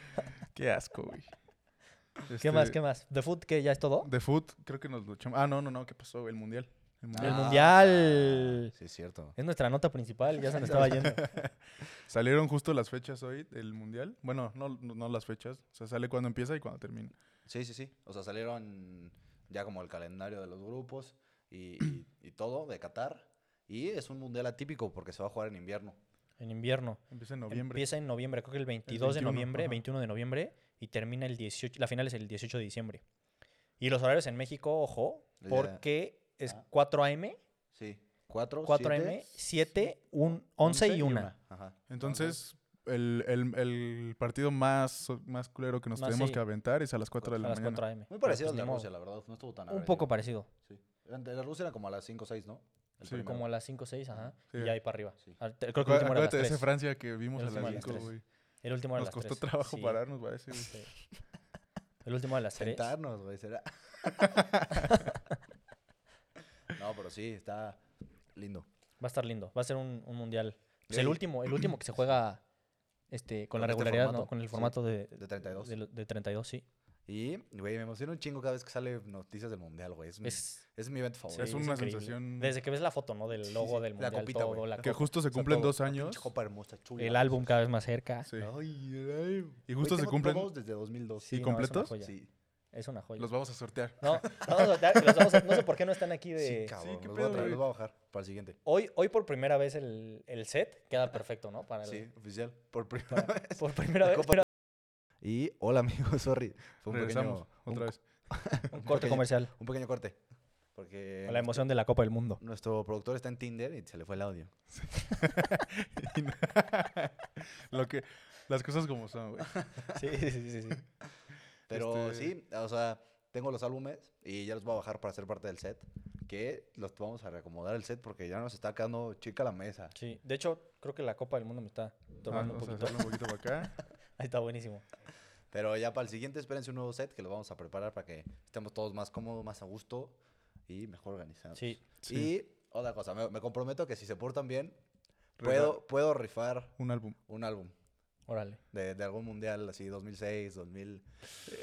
[SPEAKER 2] Qué asco, güey. Este,
[SPEAKER 3] ¿Qué
[SPEAKER 1] Este
[SPEAKER 3] más? ¿Qué más? ¿The Food que ya es todo?
[SPEAKER 2] De foot, creo que nos lo echamos. Ah, no, no, no, ¿qué pasó? El mundial. El mundial.
[SPEAKER 3] El
[SPEAKER 1] Ah,
[SPEAKER 3] Mundial.
[SPEAKER 1] Sí, es cierto.
[SPEAKER 3] Es nuestra nota principal, ya se nos estaba yendo.
[SPEAKER 2] Salieron justo las fechas hoy del mundial. Bueno, no, no, no las fechas. O sea, sale cuando empieza y cuando termina.
[SPEAKER 1] Sí, sí, sí. O sea, salieron ya como el calendario de los grupos y, y- y todo de Qatar. Y es un mundial atípico porque se va a jugar en invierno.
[SPEAKER 3] En invierno.
[SPEAKER 2] Empieza en noviembre.
[SPEAKER 3] Em, Empieza en noviembre, creo que el 22 de
[SPEAKER 2] 21,
[SPEAKER 3] noviembre,
[SPEAKER 2] ajá.
[SPEAKER 3] 21 de noviembre, y termina el 18, la final es el 18 de diciembre. Y los horarios en México, ojo,
[SPEAKER 1] Ya.
[SPEAKER 3] porque es
[SPEAKER 1] Ah.
[SPEAKER 3] 4 a.m.,
[SPEAKER 1] Sí. 4,
[SPEAKER 3] 4 a.m., 7, un- 11 y 1.
[SPEAKER 1] Ajá.
[SPEAKER 2] Entonces, el, el, el partido más, más culero que nos
[SPEAKER 3] Más,
[SPEAKER 2] tenemos
[SPEAKER 3] sí.
[SPEAKER 2] que aventar es a las 4
[SPEAKER 3] A
[SPEAKER 2] de la
[SPEAKER 3] las 4
[SPEAKER 2] mañana.
[SPEAKER 3] a.m.
[SPEAKER 1] Muy
[SPEAKER 3] Pero
[SPEAKER 1] parecido
[SPEAKER 3] pues
[SPEAKER 1] al de
[SPEAKER 3] ni modo.
[SPEAKER 1] Rusia, la verdad. No estuvo tan
[SPEAKER 3] Un
[SPEAKER 1] agresivo.
[SPEAKER 3] poco parecido,
[SPEAKER 1] Sí. El de Rusia era como a las 5 o 6, ¿no? El
[SPEAKER 2] Sí.
[SPEAKER 1] primero.
[SPEAKER 3] como a las 5 o 6, ajá,
[SPEAKER 2] Sí.
[SPEAKER 3] y ahí para arriba.
[SPEAKER 1] Sí.
[SPEAKER 3] Al- te- Creo que el último era a las
[SPEAKER 2] Acuérdate de ese
[SPEAKER 3] 3.
[SPEAKER 2] Francia que vimos a
[SPEAKER 3] El último
[SPEAKER 2] las
[SPEAKER 3] era a las
[SPEAKER 2] 5,
[SPEAKER 3] tres.
[SPEAKER 2] güey.
[SPEAKER 3] El último era a
[SPEAKER 2] Nos
[SPEAKER 3] las 3.
[SPEAKER 2] costó trabajo pararnos, parece. güey.
[SPEAKER 3] El último era a las 3.
[SPEAKER 1] Sentarnos, güey, será. no, pero sí, está lindo.
[SPEAKER 3] Va a estar lindo. Va a ser un, un mundial. Pues el
[SPEAKER 1] Ey.
[SPEAKER 3] último, el último que se juega este, con,
[SPEAKER 1] Con
[SPEAKER 3] la
[SPEAKER 1] este
[SPEAKER 3] regularidad, ¿no?
[SPEAKER 1] formato,
[SPEAKER 3] Con el
[SPEAKER 1] sí,
[SPEAKER 3] formato de,
[SPEAKER 1] de 32.
[SPEAKER 3] De, lo- de 32, sí.
[SPEAKER 1] Y, güey, me emociona un chingo cada vez que sale noticias del mundial, güey. Es, mi-
[SPEAKER 3] Es,
[SPEAKER 1] es mi evento
[SPEAKER 3] sí,
[SPEAKER 1] favorito.
[SPEAKER 2] es una
[SPEAKER 3] increíble.
[SPEAKER 2] sensación-
[SPEAKER 3] Desde que ves la foto, ¿no? Del logo
[SPEAKER 1] sí,
[SPEAKER 3] del
[SPEAKER 1] la
[SPEAKER 3] mundial,
[SPEAKER 1] copita,
[SPEAKER 3] todo,
[SPEAKER 1] güey.
[SPEAKER 3] la
[SPEAKER 2] Que
[SPEAKER 3] copa,
[SPEAKER 2] justo se cumplen
[SPEAKER 1] todo,
[SPEAKER 2] dos
[SPEAKER 1] la
[SPEAKER 2] años.
[SPEAKER 1] pinche copa hermosa, chula.
[SPEAKER 3] el álbum cada vez más cerca.
[SPEAKER 2] Sí.
[SPEAKER 1] Ay, ay.
[SPEAKER 2] Y justo
[SPEAKER 1] Güey,
[SPEAKER 2] se
[SPEAKER 1] tengo
[SPEAKER 2] cumplen.
[SPEAKER 1] todos desde 2002.
[SPEAKER 3] Sí, pues no, es una
[SPEAKER 2] completos?
[SPEAKER 3] joya,
[SPEAKER 1] Sí.
[SPEAKER 3] Es una joya.
[SPEAKER 2] Los vamos a sortear.
[SPEAKER 3] No, vamos a soltar, los vamos a- no sé por qué no están aquí
[SPEAKER 1] Sí,
[SPEAKER 3] de...
[SPEAKER 1] cabrón.
[SPEAKER 2] qué
[SPEAKER 1] los, voy a
[SPEAKER 2] pedo,
[SPEAKER 1] traer,
[SPEAKER 2] güey.
[SPEAKER 1] los voy a bajar para el siguiente.
[SPEAKER 3] hoy, hoy por primera vez el, el set queda perfecto, ¿no? Para el-
[SPEAKER 1] Sí, oficial. Por primera
[SPEAKER 3] para-
[SPEAKER 1] vez.
[SPEAKER 3] por primera
[SPEAKER 1] La
[SPEAKER 3] vez.
[SPEAKER 1] copa- Y hola, amigos, sorry. Fue un
[SPEAKER 2] Regresamos
[SPEAKER 1] pequeño,
[SPEAKER 2] otra vez.
[SPEAKER 3] pero un corte
[SPEAKER 1] pequeño-
[SPEAKER 3] comercial.
[SPEAKER 1] un pequeño corte. Porque
[SPEAKER 3] La emoción de la Copa del Mundo.
[SPEAKER 1] nuestro productor está en Tinder y se le fue el audio.
[SPEAKER 2] Y no- Lo que, las cosas como son, güey.
[SPEAKER 3] Sí, sí, sí. sí.
[SPEAKER 1] Pero
[SPEAKER 2] Este-
[SPEAKER 1] sí, o sea, tengo los álbumes y ya los voy a bajar para ser parte del set. Que los vamos a reacomodar el set porque ya nos está quedando chica la mesa.
[SPEAKER 3] Sí, de hecho, creo que la Copa del Mundo me está
[SPEAKER 2] Ah,
[SPEAKER 3] tomando un
[SPEAKER 2] vamos a
[SPEAKER 3] poquito.
[SPEAKER 2] hacerlo un poquito para acá.
[SPEAKER 3] Ahí está buenísimo.
[SPEAKER 1] Pero ya para el siguiente, espérense un nuevo set que lo vamos a preparar para que estemos todos más cómodos, más a gusto y mejor organizados.
[SPEAKER 3] Sí.
[SPEAKER 2] Sí.
[SPEAKER 1] Y otra cosa, me, me comprometo que si se portan bien,
[SPEAKER 2] Regalo.
[SPEAKER 1] puedo, puedo rifar
[SPEAKER 2] Un álbum.
[SPEAKER 1] un álbum.
[SPEAKER 6] Órale.
[SPEAKER 1] de, de algún mundial así 2006, 2000.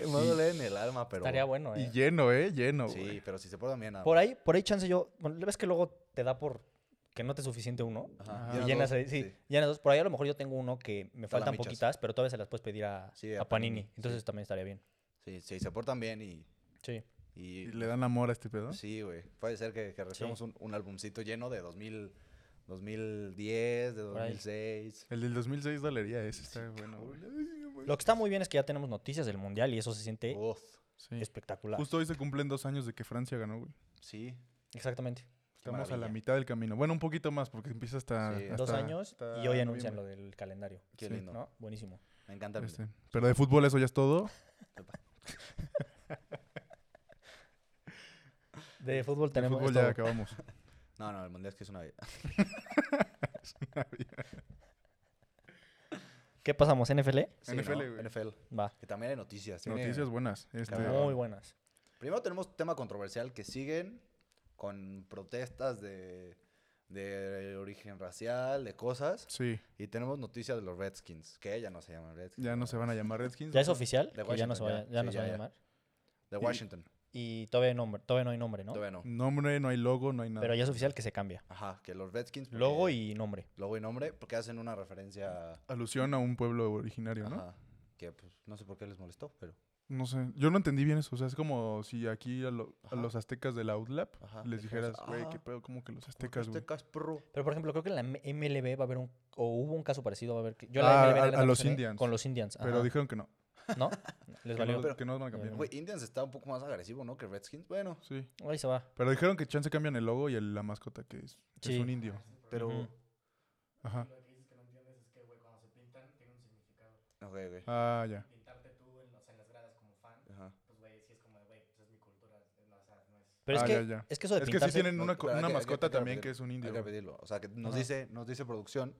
[SPEAKER 1] Eh, me duele en el alma, pero.
[SPEAKER 6] Estaría bueno, ¿eh?
[SPEAKER 2] Y lleno, ¿eh? Lleno,
[SPEAKER 1] Sí,
[SPEAKER 2] güey.
[SPEAKER 1] pero si se portan bien. nada
[SPEAKER 3] Por
[SPEAKER 1] más.
[SPEAKER 3] ahí, por ahí chance yo. Bueno, ves que luego te da por que no te es suficiente uno.
[SPEAKER 1] Ajá.
[SPEAKER 2] Ah,
[SPEAKER 3] y
[SPEAKER 1] Llenas
[SPEAKER 3] llenas
[SPEAKER 1] dos,
[SPEAKER 3] ahí, sí,
[SPEAKER 1] sí.
[SPEAKER 3] llenas dos. Por ahí a lo mejor yo tengo uno que me faltan
[SPEAKER 1] michas.
[SPEAKER 3] poquitas, pero todavía se las puedes pedir a,
[SPEAKER 1] Sí, a
[SPEAKER 3] a Panini.
[SPEAKER 1] Panini,
[SPEAKER 3] Entonces también estaría bien.
[SPEAKER 1] Sí, sí, se portan bien y.
[SPEAKER 3] Sí.
[SPEAKER 1] y-
[SPEAKER 2] Y le dan amor a este pedo.
[SPEAKER 1] Sí, güey. Puede ser que, que recibamos un, un albumcito lleno de 2000, 2010, de
[SPEAKER 3] ahí.
[SPEAKER 1] 2006.
[SPEAKER 2] El del 2006 dolería eh, ese, está bueno, güey.
[SPEAKER 3] Lo que está muy bien es que ya tenemos noticias del mundial y eso se siente
[SPEAKER 1] Uf,
[SPEAKER 2] Sí.
[SPEAKER 3] espectacular.
[SPEAKER 2] Justo hoy se cumplen dos años de que Francia ganó, güey.
[SPEAKER 1] sí.
[SPEAKER 3] Exactamente.
[SPEAKER 2] Estamos a la
[SPEAKER 1] maravilla.
[SPEAKER 2] mitad del camino. Bueno, un poquito más, porque empieza hasta.
[SPEAKER 1] Sí.
[SPEAKER 2] hasta-
[SPEAKER 3] Dos años
[SPEAKER 2] hasta
[SPEAKER 3] y hoy anuncian
[SPEAKER 2] noviembre.
[SPEAKER 3] lo del calendario.
[SPEAKER 1] Qué
[SPEAKER 2] Sí.
[SPEAKER 1] lindo.
[SPEAKER 3] ¿No? Buenísimo.
[SPEAKER 1] Me encanta. el
[SPEAKER 2] Este, Pero de fútbol eso ya es todo.
[SPEAKER 3] De fútbol
[SPEAKER 2] De
[SPEAKER 3] tenemos.
[SPEAKER 2] fútbol
[SPEAKER 3] esto.
[SPEAKER 2] ya acabamos.
[SPEAKER 1] mundial. No, no, el mundial es que es una vida.
[SPEAKER 3] ¿Qué pasamos? ¿NFL?
[SPEAKER 1] Sí,
[SPEAKER 2] NFL,
[SPEAKER 1] ¿no?
[SPEAKER 2] güey.
[SPEAKER 1] NFL.
[SPEAKER 3] Va.
[SPEAKER 1] Que también hay noticias. tiene-
[SPEAKER 2] Noticias buenas. Este,
[SPEAKER 1] Cabrón.
[SPEAKER 3] Muy buenas.
[SPEAKER 1] Primero tenemos tema controversial que siguen con protestas de, de origen racial, de cosas.
[SPEAKER 2] sí,
[SPEAKER 1] Y tenemos noticias de los Redskins, que ya no se llaman Redskins.
[SPEAKER 2] ya no se van a llamar Redskins.
[SPEAKER 3] ¿Ya es oficial?
[SPEAKER 1] De
[SPEAKER 3] que ya no se va,
[SPEAKER 1] Washington,
[SPEAKER 3] ya,
[SPEAKER 1] ya.
[SPEAKER 3] no
[SPEAKER 1] Sí,
[SPEAKER 3] se va a
[SPEAKER 1] ya, ya.
[SPEAKER 3] llamar.
[SPEAKER 1] De Washington.
[SPEAKER 3] Y todavía, hay nombre, todavía no hay nombre, ¿no?
[SPEAKER 1] Todavía no.
[SPEAKER 2] Nombre, no hay logo, no hay nada.
[SPEAKER 3] Pero ya es oficial que se cambia.
[SPEAKER 1] Ajá, que los Redskins. porque-
[SPEAKER 3] Logo y nombre.
[SPEAKER 1] Logo y nombre, porque hacen una referencia.
[SPEAKER 2] Alusión a un pueblo originario, ¿no?
[SPEAKER 1] Ajá. Que pues no sé por qué les molestó, pero.
[SPEAKER 2] No sé. Yo no entendí bien eso. O sea, es como si aquí a, lo- a
[SPEAKER 1] Ajá.
[SPEAKER 2] los aztecas del Outlap
[SPEAKER 1] Ajá,
[SPEAKER 2] les
[SPEAKER 1] dijeras,
[SPEAKER 2] dijeras, güey, qué
[SPEAKER 1] "Ah,
[SPEAKER 2] pedo, como que los
[SPEAKER 1] ¿Por qué este
[SPEAKER 2] aztecas, güey.
[SPEAKER 1] aztecas, perro?
[SPEAKER 3] Pero, por ejemplo, creo que en la M- MLB va a haber un... O hubo un caso parecido, va a haber... que- Yo
[SPEAKER 2] Ah,
[SPEAKER 3] la MLB
[SPEAKER 2] a-
[SPEAKER 3] la neta
[SPEAKER 2] a
[SPEAKER 3] no
[SPEAKER 2] los
[SPEAKER 3] sé,
[SPEAKER 2] Indians.
[SPEAKER 3] Con los Indians.
[SPEAKER 2] Pero
[SPEAKER 3] ajá.
[SPEAKER 2] dijeron que no.
[SPEAKER 3] ¿No? Les
[SPEAKER 2] Que no,
[SPEAKER 3] valió.
[SPEAKER 1] pero-
[SPEAKER 2] que no van a cambiar.
[SPEAKER 1] Güey, Indians está un poco más agresivo, ¿no? Que Redskins. Bueno,
[SPEAKER 2] Sí.
[SPEAKER 3] Ahí se va.
[SPEAKER 2] Pero dijeron que chance cambian el logo y el- la mascota, que es, que es
[SPEAKER 3] Sí.
[SPEAKER 2] un indio.
[SPEAKER 1] pero.
[SPEAKER 3] Ujú.
[SPEAKER 2] Ajá.
[SPEAKER 1] Ok, ok.
[SPEAKER 2] Ah, ya.
[SPEAKER 1] Ajá.
[SPEAKER 2] pues,
[SPEAKER 3] Pero es,
[SPEAKER 2] Ah,
[SPEAKER 3] que,
[SPEAKER 2] ya, ya.
[SPEAKER 3] es que eso de
[SPEAKER 2] es que sí
[SPEAKER 3] pintarse...
[SPEAKER 2] tienen
[SPEAKER 1] No,
[SPEAKER 2] una, co-
[SPEAKER 1] pero hay
[SPEAKER 2] una
[SPEAKER 1] que- hay que-
[SPEAKER 2] mascota
[SPEAKER 1] hay que
[SPEAKER 2] también que
[SPEAKER 1] repetirlo,
[SPEAKER 2] es un
[SPEAKER 1] Hay que
[SPEAKER 2] indio. güey.
[SPEAKER 1] repetirlo. O sea, que nos
[SPEAKER 3] Ajá.
[SPEAKER 1] dice, nos dice producción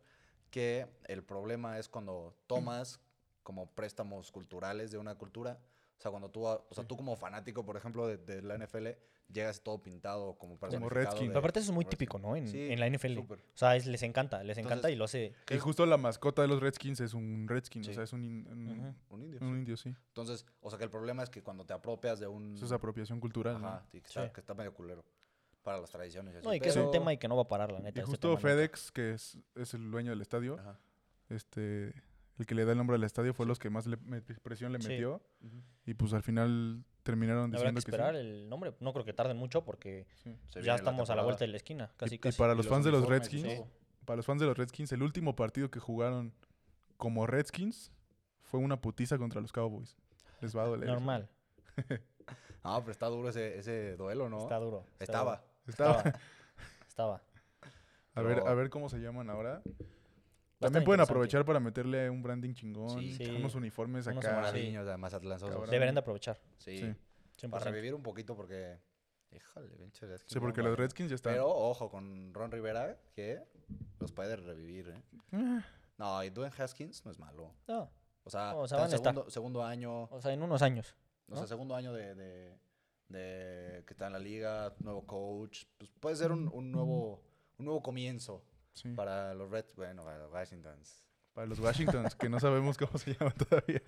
[SPEAKER 1] que el problema es cuando tomas como préstamos culturales de una cultura. O sea, cuando tú, a- o sea, tú como fanático, por ejemplo, de, de la NFL, llegas todo pintado como personificado
[SPEAKER 2] Redskins.
[SPEAKER 1] de-
[SPEAKER 3] Pero aparte eso es muy
[SPEAKER 1] como
[SPEAKER 3] típico, ¿no? En,
[SPEAKER 1] Sí,
[SPEAKER 3] en la NFL.
[SPEAKER 1] súper.
[SPEAKER 3] O sea, es- les encanta, les encanta
[SPEAKER 1] Entonces-
[SPEAKER 3] y lo hace...
[SPEAKER 2] Y justo la mascota de los Redskins es un Redskin, o
[SPEAKER 1] Sí.
[SPEAKER 2] sea, es un, in- un-
[SPEAKER 3] Ujú.
[SPEAKER 1] Un indio.
[SPEAKER 2] un
[SPEAKER 1] sí.
[SPEAKER 2] indio, sí.
[SPEAKER 1] Entonces, o sea, que el problema es que cuando te apropias de un...
[SPEAKER 2] Eso es apropiación cultural. ¿no?
[SPEAKER 1] Mm. Ajá, sí, que, está,
[SPEAKER 3] Sí.
[SPEAKER 1] que está medio culero para las tradiciones. y así,
[SPEAKER 3] No, y que es un
[SPEAKER 1] pues, pero-
[SPEAKER 3] tema y que no va a parar, la neta.
[SPEAKER 2] Y
[SPEAKER 3] ese
[SPEAKER 2] justo
[SPEAKER 3] tema nunca.
[SPEAKER 2] FedEx, que es, es el dueño del estadio,
[SPEAKER 1] Ajá.
[SPEAKER 2] este, el que le da el nombre al estadio fue los que más le- me- presión le
[SPEAKER 3] Sí.
[SPEAKER 2] metió.
[SPEAKER 1] Ujú.
[SPEAKER 2] Y pues al final terminaron
[SPEAKER 3] Habrá
[SPEAKER 2] diciendo
[SPEAKER 3] que
[SPEAKER 2] que sí.
[SPEAKER 3] esperar eh, el nombre. No creo que tarden mucho porque
[SPEAKER 1] Se viene
[SPEAKER 3] ya estamos a
[SPEAKER 1] temporada.
[SPEAKER 3] la vuelta de la esquina.
[SPEAKER 2] Y-
[SPEAKER 3] Casi,
[SPEAKER 2] y,
[SPEAKER 3] casi.
[SPEAKER 2] para los,
[SPEAKER 1] los
[SPEAKER 2] fans de los
[SPEAKER 1] uniformes
[SPEAKER 3] y
[SPEAKER 2] Redskins,
[SPEAKER 3] todo.
[SPEAKER 2] para los fans de los Redskins, el último partido que jugaron como Redskins fue una putiza contra los Cowboys. Les va a doler.
[SPEAKER 3] Normal.
[SPEAKER 1] Ah, pero está duro ese, ese duelo, ¿no?
[SPEAKER 3] Está duro. está
[SPEAKER 1] Estaba.
[SPEAKER 3] duro.
[SPEAKER 2] Estaba-
[SPEAKER 3] Estaba. Estaba.
[SPEAKER 2] A ver,
[SPEAKER 1] Pero-
[SPEAKER 2] a ver cómo se llaman ahora.
[SPEAKER 3] Va a estar
[SPEAKER 2] También pueden
[SPEAKER 3] interesante.
[SPEAKER 2] aprovechar para meterle un branding chingón,
[SPEAKER 1] Sí.
[SPEAKER 3] Sí.
[SPEAKER 2] unos uniformes
[SPEAKER 3] Unos
[SPEAKER 2] acá.
[SPEAKER 3] amarillos.
[SPEAKER 1] Niños de Mazatlán Sosos.
[SPEAKER 2] Cabrón.
[SPEAKER 3] Deberían de aprovechar.
[SPEAKER 1] Sí.
[SPEAKER 2] Sí.
[SPEAKER 1] Para
[SPEAKER 3] 100%.
[SPEAKER 1] revivir un poquito porque... Híjole, pinche Redskins.
[SPEAKER 2] Sí, porque
[SPEAKER 1] no mames.
[SPEAKER 2] los Redskins ya están.
[SPEAKER 1] Pero ojo con Ron Rivera que los puede revivir, ¿eh?
[SPEAKER 2] Eh,
[SPEAKER 1] No, y Dwayne Haskins no es malo.
[SPEAKER 3] No,
[SPEAKER 1] O sea,
[SPEAKER 3] No, o
[SPEAKER 1] está
[SPEAKER 3] sea,
[SPEAKER 1] en
[SPEAKER 3] van a estar.
[SPEAKER 1] segundo, segundo año,
[SPEAKER 3] o sea, en unos años.
[SPEAKER 1] o sea, segundo año de, de- de que está en la liga, nuevo coach. Pues puede ser un, un nuevo, un nuevo comienzo
[SPEAKER 2] sí. para...
[SPEAKER 1] para los Reds. Bueno, para los Washingtons.
[SPEAKER 2] los Washingtons, que no sabemos cómo se llaman todavía.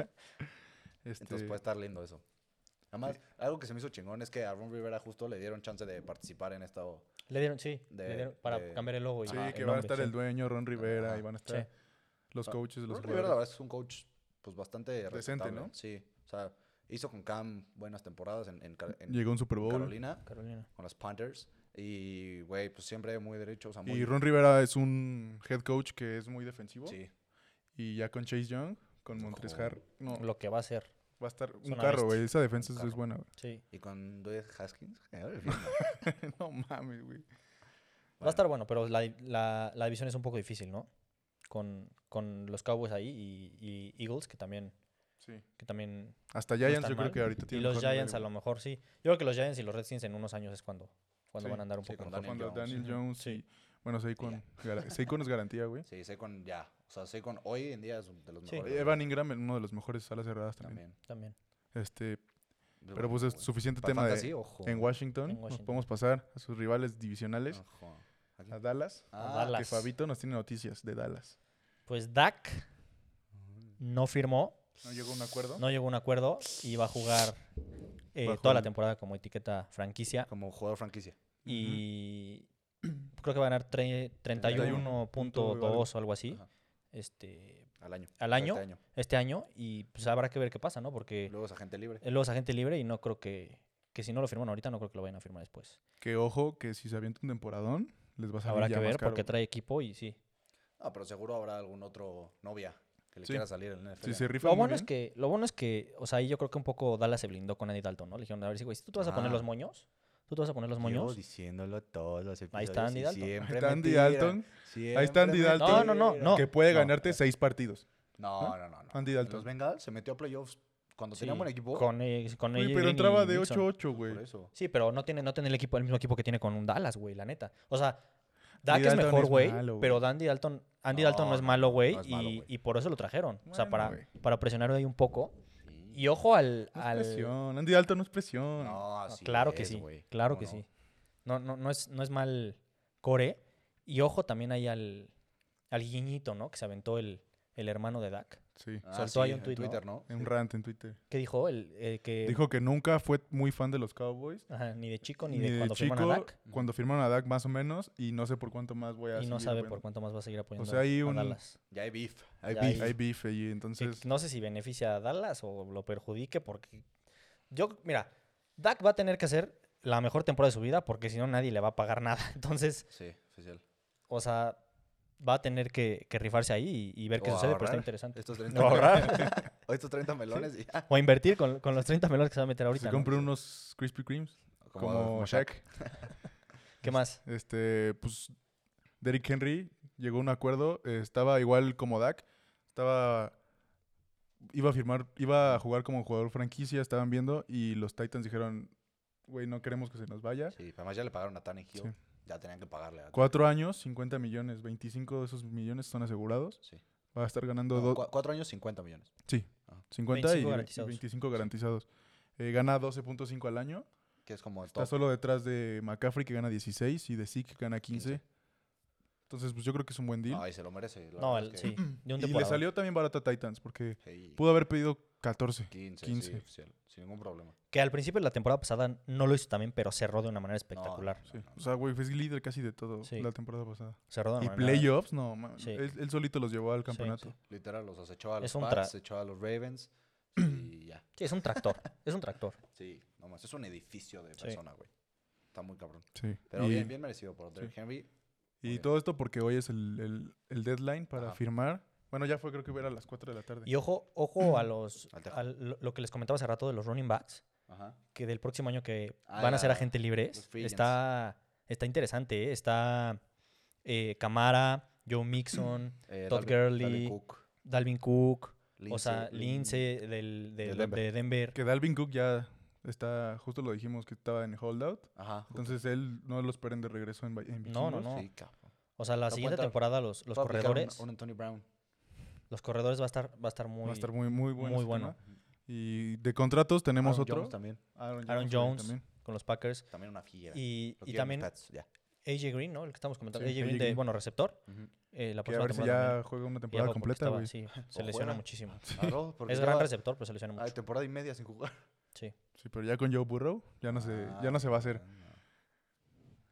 [SPEAKER 2] Este,
[SPEAKER 1] Entonces
[SPEAKER 3] pues,
[SPEAKER 1] puede estar lindo eso. Además, algo que se me hizo chingón es que a Ron Rivera justo le dieron chance de participar en esta.
[SPEAKER 3] Le dieron, sí, le
[SPEAKER 1] De-
[SPEAKER 3] dieron para
[SPEAKER 1] de-
[SPEAKER 3] cambiar el logo. Y
[SPEAKER 2] sí,
[SPEAKER 3] ajá,
[SPEAKER 2] que
[SPEAKER 3] Ah,
[SPEAKER 2] van
[SPEAKER 3] el
[SPEAKER 2] a
[SPEAKER 3] nombre,
[SPEAKER 2] estar
[SPEAKER 3] sí.
[SPEAKER 2] el dueño, Ron Rivera,
[SPEAKER 1] Ajá.
[SPEAKER 2] y van a
[SPEAKER 3] Sí.
[SPEAKER 2] estar los
[SPEAKER 1] Ah,
[SPEAKER 2] coaches, los
[SPEAKER 1] Ron Rivera, la
[SPEAKER 2] jugadores.
[SPEAKER 1] verdad, es un coach pues bastante
[SPEAKER 2] Decente,
[SPEAKER 1] respetable.
[SPEAKER 2] ¿no?
[SPEAKER 1] Sí. O sea, hizo con Cam buenas temporadas en, en Car- en
[SPEAKER 2] Llegó un Super Bowl.
[SPEAKER 1] Carolina,
[SPEAKER 3] Carolina.
[SPEAKER 1] con los Panthers. Y, güey, pues siempre muy derecho. O sea, muy.
[SPEAKER 2] Y Ron Rivera es un head coach que es muy defensivo.
[SPEAKER 1] Sí.
[SPEAKER 2] Y ya con Chase Young, con Montres Har- No,
[SPEAKER 3] Lo que va a ser.
[SPEAKER 2] va a estar un
[SPEAKER 3] una
[SPEAKER 2] carro,
[SPEAKER 3] bestia.
[SPEAKER 2] güey. Esa defensa es
[SPEAKER 1] carro.
[SPEAKER 2] buena, güey.
[SPEAKER 3] Sí.
[SPEAKER 1] Y con Dwayne Haskins. eh, ahora
[SPEAKER 2] no mames, güey.
[SPEAKER 3] Va a estar bueno, pero la, di- la- la división es un poco difícil, ¿no? Con, con los Cowboys ahí y, y Eagles, que también,
[SPEAKER 2] Sí.
[SPEAKER 3] que también
[SPEAKER 2] Hasta
[SPEAKER 3] no
[SPEAKER 2] Giants
[SPEAKER 3] están
[SPEAKER 2] yo
[SPEAKER 3] mal.
[SPEAKER 2] creo que ahorita
[SPEAKER 3] Y
[SPEAKER 2] tiene
[SPEAKER 3] los
[SPEAKER 2] mejor
[SPEAKER 3] Giants a
[SPEAKER 2] nivel,
[SPEAKER 3] lo mejor sí. Yo creo que los Giants y los Redskins en unos años es cuando, cuando
[SPEAKER 2] Sí,
[SPEAKER 3] van a andar un
[SPEAKER 1] sí,
[SPEAKER 3] poco
[SPEAKER 1] con
[SPEAKER 3] mejor.
[SPEAKER 1] Daniel
[SPEAKER 2] cuando
[SPEAKER 1] Jones.
[SPEAKER 2] Daniel Jones
[SPEAKER 3] Sí.
[SPEAKER 2] y bueno, Saquon, gara- Saquon es garantía, güey.
[SPEAKER 1] Sí, Saquon ya. O sea, Saquon hoy en día es un- de los
[SPEAKER 3] Sí.
[SPEAKER 1] mejores.
[SPEAKER 2] Evan Ingram, uno de los mejores alas cerradas también.
[SPEAKER 1] también.
[SPEAKER 3] También.
[SPEAKER 2] Este, pero pues es suficiente
[SPEAKER 1] Para
[SPEAKER 2] tema de-
[SPEAKER 1] fantasy, ojo.
[SPEAKER 2] en Washington.
[SPEAKER 3] En
[SPEAKER 2] Nos
[SPEAKER 3] Washington.
[SPEAKER 2] podemos pasar a sus rivales divisionales,
[SPEAKER 1] Ojo. Aquí.
[SPEAKER 2] a Dallas,
[SPEAKER 1] Ah,
[SPEAKER 3] Dallas.
[SPEAKER 2] que Fabito nos tiene noticias de Dallas.
[SPEAKER 3] Pues Dak Pues no firmó,
[SPEAKER 2] No llegó a un acuerdo.
[SPEAKER 3] no llegó a un acuerdo y va a jugar eh,
[SPEAKER 2] Bajo
[SPEAKER 3] toda
[SPEAKER 2] el-
[SPEAKER 3] la temporada como etiqueta franquicia.
[SPEAKER 1] Como jugador franquicia.
[SPEAKER 3] Y creo que va a ganar tre-
[SPEAKER 2] 31
[SPEAKER 3] 31.2 o algo así
[SPEAKER 1] Ajá.
[SPEAKER 3] este,
[SPEAKER 1] Al año.
[SPEAKER 3] ¿Al
[SPEAKER 1] para
[SPEAKER 3] año?
[SPEAKER 1] Este año.
[SPEAKER 3] este año. Y pues habrá que ver qué pasa, ¿no? Porque
[SPEAKER 1] Luego es agente libre.
[SPEAKER 3] él luego es agente libre y no creo que, que si no lo firman ahorita, no creo que lo vayan a firmar después.
[SPEAKER 2] Que ojo, que si se avienta un temporadón, les va a salir
[SPEAKER 3] Habrá
[SPEAKER 2] ya
[SPEAKER 3] que
[SPEAKER 2] más
[SPEAKER 3] ver
[SPEAKER 2] caro,
[SPEAKER 3] porque
[SPEAKER 2] güey.
[SPEAKER 3] trae equipo y sí.
[SPEAKER 1] No, pero seguro habrá algún otro novia que le
[SPEAKER 2] Sí.
[SPEAKER 1] quiera salir en el NFL.
[SPEAKER 2] Si se rifa
[SPEAKER 3] Lo
[SPEAKER 2] muy
[SPEAKER 3] bueno, es
[SPEAKER 2] bien,
[SPEAKER 3] que, lo bueno es que, o sea, ahí yo creo que un poco Dallas se blindó con Andy Dalton, ¿no? Le dijeron, a ver si, güey, si tú te vas a poner
[SPEAKER 1] Ah.
[SPEAKER 3] los moños, tú te vas a poner los moños.
[SPEAKER 1] diciéndolo todos los
[SPEAKER 3] Ahí está Andy episodios y Dalton.
[SPEAKER 2] Ahí está Andy Dalton. Ahí está Andy
[SPEAKER 3] No,
[SPEAKER 2] Dalton.
[SPEAKER 3] no, no, no.
[SPEAKER 2] Que puede
[SPEAKER 3] No,
[SPEAKER 2] ganarte seis partidos.
[SPEAKER 1] No, no, no. no.
[SPEAKER 2] Andy
[SPEAKER 1] En
[SPEAKER 2] Dalton.
[SPEAKER 1] Los Bengals se metió a playoffs cuando tenía
[SPEAKER 3] Sí,
[SPEAKER 1] buen equipo.
[SPEAKER 3] Con, eh, con
[SPEAKER 2] Güey,
[SPEAKER 3] AJ
[SPEAKER 2] pero
[SPEAKER 3] Green y
[SPEAKER 2] entraba de
[SPEAKER 3] Mixon.
[SPEAKER 2] 8-8, güey.
[SPEAKER 1] Por eso.
[SPEAKER 3] Sí, pero no tiene, no tiene el, equipo, el mismo equipo que tiene con un Dallas, güey, la neta. O sea, Dak es
[SPEAKER 2] Dalton
[SPEAKER 3] mejor,
[SPEAKER 2] es
[SPEAKER 3] güey,
[SPEAKER 2] malo, güey.
[SPEAKER 3] pero Andy Dalton, Andy
[SPEAKER 1] No,
[SPEAKER 3] Dalton no es
[SPEAKER 1] no,
[SPEAKER 3] malo, güey,
[SPEAKER 1] no es malo,
[SPEAKER 3] y,
[SPEAKER 1] güey.
[SPEAKER 3] y por eso lo trajeron. o sea,
[SPEAKER 2] Bueno,
[SPEAKER 3] para,
[SPEAKER 2] güey.
[SPEAKER 3] para presionar ahí un poco. Y ojo al...
[SPEAKER 2] No es
[SPEAKER 3] al-
[SPEAKER 2] presión. Andy Dalton no es
[SPEAKER 1] No,
[SPEAKER 2] presión.
[SPEAKER 3] no,
[SPEAKER 1] así
[SPEAKER 3] claro que
[SPEAKER 1] es,
[SPEAKER 3] sí,
[SPEAKER 1] güey.
[SPEAKER 3] claro
[SPEAKER 1] ¿Cómo
[SPEAKER 3] que
[SPEAKER 1] no?
[SPEAKER 3] sí. No, no, no, es, no es mal core. Y ojo también ahí al, al guiñito, ¿no? Que se aventó el, el hermano de Dak.
[SPEAKER 2] Sí.
[SPEAKER 1] Ah,
[SPEAKER 3] Soltó ahí
[SPEAKER 1] sí,
[SPEAKER 3] un
[SPEAKER 1] en
[SPEAKER 3] tuit, ¿no?
[SPEAKER 1] Twitter, ¿no?
[SPEAKER 2] En un rant en Twitter.
[SPEAKER 3] ¿Qué dijo? El, eh, que
[SPEAKER 2] Dijo que nunca fue muy fan de los Cowboys.
[SPEAKER 3] ajá, ni de chico ni, de, cuando firman a Dak.
[SPEAKER 2] Cuando firmaron a Dak, más o menos. Y no sé por cuánto más voy a
[SPEAKER 3] Y no
[SPEAKER 2] seguir
[SPEAKER 3] sabe
[SPEAKER 2] apoyando.
[SPEAKER 3] por cuánto más va a seguir apoyando
[SPEAKER 2] sea, hay
[SPEAKER 3] a
[SPEAKER 2] un-
[SPEAKER 3] Dallas.
[SPEAKER 1] Ya hay beef. Hay
[SPEAKER 3] Ya
[SPEAKER 1] beef.
[SPEAKER 2] Hay beef ahí,
[SPEAKER 3] que
[SPEAKER 2] entonces.
[SPEAKER 3] no sé si beneficia a Dallas o lo perjudique porque yo mira Dak va a tener que hacer la mejor temporada de su vida porque si no nadie le va a pagar nada entonces
[SPEAKER 1] Sí, oficial.
[SPEAKER 3] o sea va a tener que, que rifarse ahí y, y ver qué
[SPEAKER 1] O
[SPEAKER 3] sucede pero está
[SPEAKER 1] ahorrar
[SPEAKER 3] interesante
[SPEAKER 1] Estos
[SPEAKER 3] O
[SPEAKER 1] 30
[SPEAKER 3] ahorrar.
[SPEAKER 1] o estos 30 melones y ya.
[SPEAKER 3] o invertir con, con los 30 melones que se va a meter ahorita
[SPEAKER 2] se
[SPEAKER 3] ¿no?
[SPEAKER 2] compró unos Krispy Kremes. Como, Shaq.
[SPEAKER 3] qué más
[SPEAKER 2] Este, pues. Derrick Henry llegó a un acuerdo. eh, estaba igual como Dak. Estaba. Iba a firmar. Iba a jugar como jugador franquicia. Estaban viendo. Y los Titans dijeron. Güey, no queremos que se nos vaya.
[SPEAKER 1] Sí, además ya le pagaron a Tannehill.
[SPEAKER 2] Sí.
[SPEAKER 1] Ya tenían que pagarle a
[SPEAKER 2] Cuatro años, 50 millones. 25 de esos millones son asegurados.
[SPEAKER 1] Sí.
[SPEAKER 2] Va a estar ganando
[SPEAKER 1] No,
[SPEAKER 2] do-
[SPEAKER 1] cua- cuatro años, 50 millones.
[SPEAKER 2] Sí,
[SPEAKER 1] Ajá.
[SPEAKER 2] 50 y-
[SPEAKER 3] 25
[SPEAKER 2] y,
[SPEAKER 3] garantizados.
[SPEAKER 2] 25 garantizados. Eh, gana 12.5 al año.
[SPEAKER 1] Que es como el
[SPEAKER 2] Está
[SPEAKER 1] top.
[SPEAKER 2] solo detrás de McCaffrey, que gana 16, y de Zeke, que gana 15.
[SPEAKER 1] 15.
[SPEAKER 2] Entonces, pues yo creo que es un buen deal.
[SPEAKER 1] Ay, se lo merece. la
[SPEAKER 3] no
[SPEAKER 1] verdad
[SPEAKER 3] el-
[SPEAKER 1] es que-
[SPEAKER 3] sí de un
[SPEAKER 2] y le
[SPEAKER 3] temporada.
[SPEAKER 2] salió también barato a Titans, porque
[SPEAKER 1] Sí,
[SPEAKER 2] pudo haber pedido 14.
[SPEAKER 1] 15,
[SPEAKER 2] 15.
[SPEAKER 1] sí, oficial. Sin ningún problema.
[SPEAKER 3] que al principio de la temporada pasada no lo hizo también pero cerró de una manera
[SPEAKER 1] No,
[SPEAKER 3] espectacular
[SPEAKER 1] no,
[SPEAKER 2] Sí.
[SPEAKER 1] no,
[SPEAKER 2] O sea, güey, fue líder casi de todo
[SPEAKER 3] Sí.
[SPEAKER 2] la temporada pasada.
[SPEAKER 3] cerró de una
[SPEAKER 2] y
[SPEAKER 3] manera
[SPEAKER 2] playoffs, no, mames.
[SPEAKER 3] Sí.
[SPEAKER 2] Él, él solito los llevó al campeonato.
[SPEAKER 1] Literal, los acechó a
[SPEAKER 3] Es
[SPEAKER 1] los
[SPEAKER 3] un
[SPEAKER 1] Pats,
[SPEAKER 3] tra-
[SPEAKER 1] se echó a los Ravens. Y ya.
[SPEAKER 3] sí es un tractor es un tractor
[SPEAKER 1] Sí, nomás. Es un edificio de
[SPEAKER 3] Sí.
[SPEAKER 1] persona, güey. Está muy cabrón.
[SPEAKER 2] Sí.
[SPEAKER 1] Pero
[SPEAKER 2] y
[SPEAKER 1] bien, bien merecido por Derrick Henry.
[SPEAKER 2] y
[SPEAKER 1] Muy bien.
[SPEAKER 2] todo esto porque hoy es el, el- el deadline para
[SPEAKER 1] Ajá.
[SPEAKER 2] firmar. Bueno, ya fue, creo que era a las 4 de la tarde.
[SPEAKER 3] y ojo ojo a los
[SPEAKER 1] Al tejo.
[SPEAKER 3] al- lo- lo que les comentaba hace rato de los running backs
[SPEAKER 1] Ajá.
[SPEAKER 3] que del próximo año que
[SPEAKER 1] Ah,
[SPEAKER 3] van a ser
[SPEAKER 1] la-
[SPEAKER 3] agentes
[SPEAKER 1] los
[SPEAKER 3] libres.
[SPEAKER 1] free agents.
[SPEAKER 3] Está, está interesante, ¿eh? Está eh, Camara, Joe Mixon,
[SPEAKER 1] Eh,
[SPEAKER 3] Todd
[SPEAKER 1] Dalvin-
[SPEAKER 3] Gurley,
[SPEAKER 1] Dalvin Cook,
[SPEAKER 3] Dalvin Cook, o
[SPEAKER 1] Lindsey-
[SPEAKER 3] sea, Lince del, de,
[SPEAKER 1] de
[SPEAKER 3] de
[SPEAKER 1] Denver.
[SPEAKER 3] Denver.
[SPEAKER 2] Que Dalvin Cook ya está, justo lo dijimos que estaba en holdout.
[SPEAKER 1] Ajá.
[SPEAKER 2] Entonces él no lo esperen de regreso en, Vi- en
[SPEAKER 3] No, no,
[SPEAKER 2] Vikingos.
[SPEAKER 3] no.
[SPEAKER 1] Sí, cabrón.
[SPEAKER 3] O sea, la
[SPEAKER 1] No
[SPEAKER 3] siguiente
[SPEAKER 1] cuenta-
[SPEAKER 3] temporada los, los
[SPEAKER 1] Puedo aplicar un-
[SPEAKER 3] corredores,
[SPEAKER 1] Un, Antonio Brown.
[SPEAKER 3] los corredores va a estar, va a estar muy...
[SPEAKER 2] Va a estar muy, muy bueno.
[SPEAKER 3] muy
[SPEAKER 2] ese
[SPEAKER 3] bueno.
[SPEAKER 2] tema. Y de contratos tenemos
[SPEAKER 1] Aaron
[SPEAKER 2] otro.
[SPEAKER 1] Jones también.
[SPEAKER 2] Aaron
[SPEAKER 3] Aaron
[SPEAKER 2] güey,
[SPEAKER 3] Jones
[SPEAKER 2] también.
[SPEAKER 3] con los Packers.
[SPEAKER 1] También una fiera.
[SPEAKER 3] Y,
[SPEAKER 1] Lo quiero
[SPEAKER 3] y
[SPEAKER 1] en
[SPEAKER 3] también
[SPEAKER 1] mis Pats, ya.
[SPEAKER 3] AJ Green, ¿no? El que estamos comentando.
[SPEAKER 2] Sí,
[SPEAKER 3] AJ
[SPEAKER 2] AJ
[SPEAKER 3] Green de,
[SPEAKER 2] Green.
[SPEAKER 3] bueno, receptor.
[SPEAKER 1] Ujú.
[SPEAKER 3] eh, la
[SPEAKER 2] Que a
[SPEAKER 3] próxima
[SPEAKER 2] ver si
[SPEAKER 3] temporada
[SPEAKER 2] ya
[SPEAKER 3] también.
[SPEAKER 2] juega una
[SPEAKER 3] Ya
[SPEAKER 2] temporada
[SPEAKER 3] porque
[SPEAKER 2] completa,
[SPEAKER 3] estaba-
[SPEAKER 2] güey.
[SPEAKER 3] sí, se
[SPEAKER 1] juega.
[SPEAKER 3] lesiona muchísimo.
[SPEAKER 1] Claro, porque
[SPEAKER 3] Es gran
[SPEAKER 1] lleva-
[SPEAKER 3] receptor, pero se lesiona
[SPEAKER 1] Ah,
[SPEAKER 3] mucho.
[SPEAKER 1] temporada y media sin jugar.
[SPEAKER 3] Sí.
[SPEAKER 2] Sí, pero ya con Joe Burrow ya no se, ya no se va a
[SPEAKER 1] Ah.
[SPEAKER 2] hacer.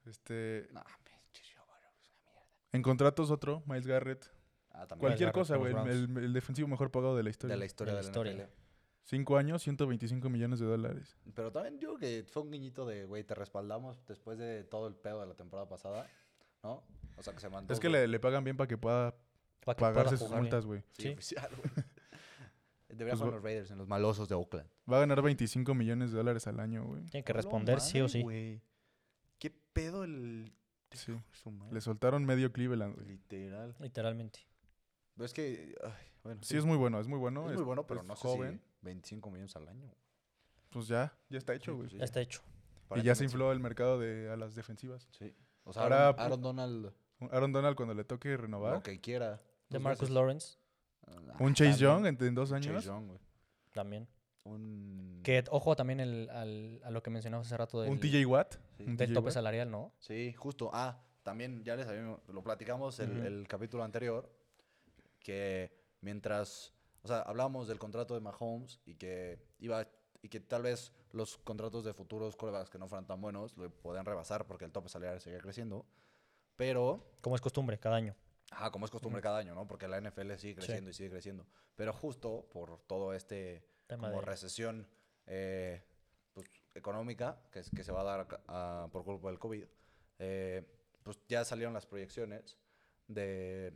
[SPEAKER 2] Este,
[SPEAKER 1] No, pinche Joe Burrow, es una mierda.
[SPEAKER 2] en contratos otro, Miles Garrett.
[SPEAKER 1] Ah, también.
[SPEAKER 2] Cualquier
[SPEAKER 3] Garrett
[SPEAKER 2] cosa,
[SPEAKER 3] con
[SPEAKER 2] güey.
[SPEAKER 3] los
[SPEAKER 2] El, el- el defensivo mejor pagado de la historia.
[SPEAKER 1] De la historia de la,
[SPEAKER 3] De la
[SPEAKER 1] NFL.
[SPEAKER 2] Cinco años, 125 millones de dólares.
[SPEAKER 1] Pero también yo creo que fue un guiñito de, güey, te respaldamos después de todo el pedo de la temporada pasada, ¿no? O sea, que se mandó.
[SPEAKER 2] Es que
[SPEAKER 1] güey.
[SPEAKER 2] le, le pagan bien para que pueda
[SPEAKER 3] Para que pueda
[SPEAKER 2] pagarse sus
[SPEAKER 3] jugar bien.
[SPEAKER 2] multas, güey.
[SPEAKER 1] Sí,
[SPEAKER 3] Sí.
[SPEAKER 1] oficial, güey. Debería jugar en
[SPEAKER 2] Pues va-
[SPEAKER 1] los Raiders, en los malosos de Oakland.
[SPEAKER 2] Va a ganar 25 millones de dólares al año, güey.
[SPEAKER 3] Tienen que
[SPEAKER 1] No
[SPEAKER 3] responder sí o
[SPEAKER 1] mames,
[SPEAKER 3] sí.
[SPEAKER 1] güey. ¿Qué pedo el.
[SPEAKER 2] Sí.
[SPEAKER 1] Hijo de su madre.
[SPEAKER 2] Le soltaron medio Cleveland, güey.
[SPEAKER 1] Literal.
[SPEAKER 3] Literalmente.
[SPEAKER 1] Pero es que. ay, bueno,
[SPEAKER 2] Sí, es muy bueno, es muy bueno.
[SPEAKER 1] es muy bueno, pero
[SPEAKER 2] es
[SPEAKER 1] no sé
[SPEAKER 2] joven.
[SPEAKER 1] si 25 millones al año. güey.
[SPEAKER 2] Pues ya, ya está hecho,
[SPEAKER 1] Sí,
[SPEAKER 2] güey.
[SPEAKER 1] pues sí.
[SPEAKER 3] Ya está hecho.
[SPEAKER 1] ¿Para
[SPEAKER 2] y ya
[SPEAKER 1] qué
[SPEAKER 2] se
[SPEAKER 1] menso?
[SPEAKER 2] infló el mercado de, a las defensivas.
[SPEAKER 1] Sí. O sea,
[SPEAKER 2] Ahora,
[SPEAKER 1] Aaron, Aaron Donald,
[SPEAKER 2] Aaron Donald, cuando le toque renovar.
[SPEAKER 1] lo que quiera.
[SPEAKER 3] De
[SPEAKER 1] dos
[SPEAKER 3] Marcus
[SPEAKER 1] veces.
[SPEAKER 3] Lawrence
[SPEAKER 1] Ah,
[SPEAKER 2] Un Chase
[SPEAKER 3] también.
[SPEAKER 2] Young en, en dos
[SPEAKER 1] un
[SPEAKER 2] años.
[SPEAKER 1] Chase Young, güey.
[SPEAKER 3] también.
[SPEAKER 1] Un.
[SPEAKER 3] Que ojo también el- al- a lo que mencionamos hace rato del,
[SPEAKER 2] Un TJ Watt.
[SPEAKER 1] Sí.
[SPEAKER 2] Un
[SPEAKER 3] del
[SPEAKER 2] TJ
[SPEAKER 3] tope
[SPEAKER 2] Watt.
[SPEAKER 3] salarial, ¿no?
[SPEAKER 1] Sí, justo. Ah, también ya les habíamos, lo platicamos el,
[SPEAKER 3] Ujú.
[SPEAKER 1] el capítulo anterior, que mientras, o O sea, hablábamos del contrato de Mahomes y que iba y que tal vez los contratos de futuros corebacks que no fueran tan buenos lo podían rebasar porque el tope salarial seguía creciendo. Pero
[SPEAKER 3] Como es costumbre, cada año.
[SPEAKER 1] Ajá, como es costumbre cada año, ¿no? Porque la NFL sigue creciendo y sigue creciendo. Pero justo por todo este
[SPEAKER 3] Tema
[SPEAKER 1] como
[SPEAKER 3] de-
[SPEAKER 1] recesión eh, pues, económica que, es- que se va a dar a ca- a- por culpa del COVID, eh, pues ya salieron las proyecciones de,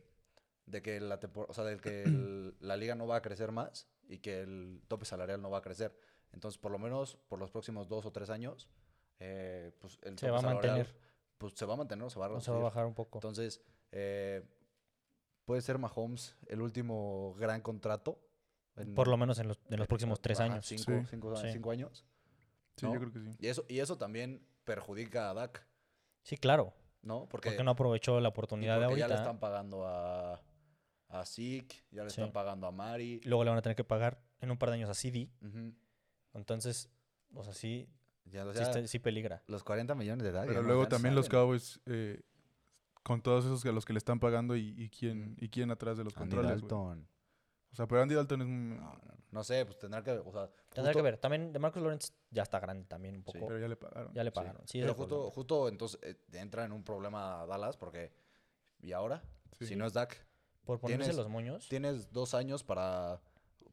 [SPEAKER 1] de que, la, tempor- o sea, de que el- la liga no va a crecer más y que el tope salarial no va a crecer. Entonces, por lo menos por los próximos dos o tres años, eh, pues el
[SPEAKER 3] Se
[SPEAKER 1] tope
[SPEAKER 3] va a
[SPEAKER 1] salarial,
[SPEAKER 3] mantener.
[SPEAKER 1] Pues se va a mantener, o se va a
[SPEAKER 3] No se va a
[SPEAKER 1] reducir.
[SPEAKER 3] bajar un poco.
[SPEAKER 1] Entonces, eh, puede ser Mahomes el último gran contrato. en-
[SPEAKER 3] Por lo menos en los, en los próximos tres
[SPEAKER 1] Ajá,
[SPEAKER 3] años.
[SPEAKER 1] Cinco,
[SPEAKER 2] Sí.
[SPEAKER 1] cinco-
[SPEAKER 3] Sí.
[SPEAKER 1] cinco años.
[SPEAKER 2] Sí,
[SPEAKER 1] ¿no?
[SPEAKER 2] yo creo que sí.
[SPEAKER 1] Y eso, y eso también perjudica a Dak,
[SPEAKER 3] Sí, claro.
[SPEAKER 1] ¿no? Porque,
[SPEAKER 3] Porque no aprovechó la
[SPEAKER 1] y
[SPEAKER 3] oportunidad de
[SPEAKER 1] porque ya
[SPEAKER 3] ahorita.
[SPEAKER 1] le están pagando a, a Zeke, ya le
[SPEAKER 3] Sí.
[SPEAKER 1] están pagando a Mari.
[SPEAKER 3] Luego le van a tener que pagar en un par de años a CD.
[SPEAKER 1] Ujú.
[SPEAKER 3] Entonces, o sea, sí,
[SPEAKER 1] Ya, o
[SPEAKER 3] sí
[SPEAKER 1] sea,
[SPEAKER 3] está- sí peligra.
[SPEAKER 1] Los 40 millones de Dak. ya
[SPEAKER 2] Pero
[SPEAKER 1] no
[SPEAKER 2] luego
[SPEAKER 1] alcanzan.
[SPEAKER 2] también los Cowboys, eh, con todos esos que los que le están pagando y, y quién, y quién atrás de los
[SPEAKER 1] Andy
[SPEAKER 2] controles. güey.
[SPEAKER 1] Dalton.
[SPEAKER 2] O sea, pero Andy Dalton es un...
[SPEAKER 1] No sé, pues tendrá que ver. O sea,
[SPEAKER 3] Tendrá que
[SPEAKER 1] justo-
[SPEAKER 3] ver. También de Marcus Lawrence ya está grande también un
[SPEAKER 1] Sí.
[SPEAKER 3] poco.
[SPEAKER 2] Pero ya le pagaron.
[SPEAKER 3] ya le
[SPEAKER 1] sí.
[SPEAKER 3] pagaron. Sí, es
[SPEAKER 1] Pero
[SPEAKER 3] el problema.
[SPEAKER 1] justo, justo entonces eh, entra en un problema Dallas porque. ¿Y ahora?
[SPEAKER 2] Sí.
[SPEAKER 1] Si no es Dak.
[SPEAKER 3] Por ponerse
[SPEAKER 1] tienes-
[SPEAKER 3] los moños.
[SPEAKER 1] tienes dos años para.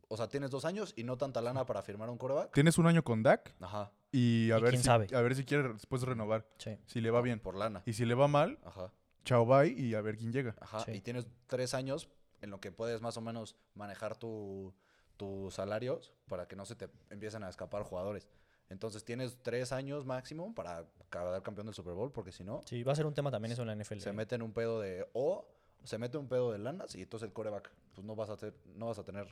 [SPEAKER 1] O sea, tienes dos años y no tanta lana para firmar un coreback.
[SPEAKER 2] Tienes un año con Dak
[SPEAKER 1] Ajá.
[SPEAKER 2] y a,
[SPEAKER 3] ¿Y
[SPEAKER 2] ver,
[SPEAKER 3] quién
[SPEAKER 2] si,
[SPEAKER 3] sabe?
[SPEAKER 2] a ver si quiere después renovar.
[SPEAKER 3] Sí.
[SPEAKER 2] Si le va bien.
[SPEAKER 1] Por lana.
[SPEAKER 2] Y si le va mal,
[SPEAKER 1] Ajá.
[SPEAKER 2] chao bye y a ver quién llega.
[SPEAKER 1] Ajá.
[SPEAKER 3] Sí.
[SPEAKER 1] Y tienes tres años en lo que puedes más o menos manejar tu, tus salarios para que no se te empiecen a escapar jugadores. Entonces tienes tres años máximo para acabar campeón del Super Bowl, porque si no,
[SPEAKER 3] Sí, va a ser un tema también eso en la NFL.
[SPEAKER 1] se
[SPEAKER 3] ¿eh?
[SPEAKER 1] mete en un pedo de. O se mete un pedo de lanas y entonces el coreback, pues no vas a, hacer, no vas a tener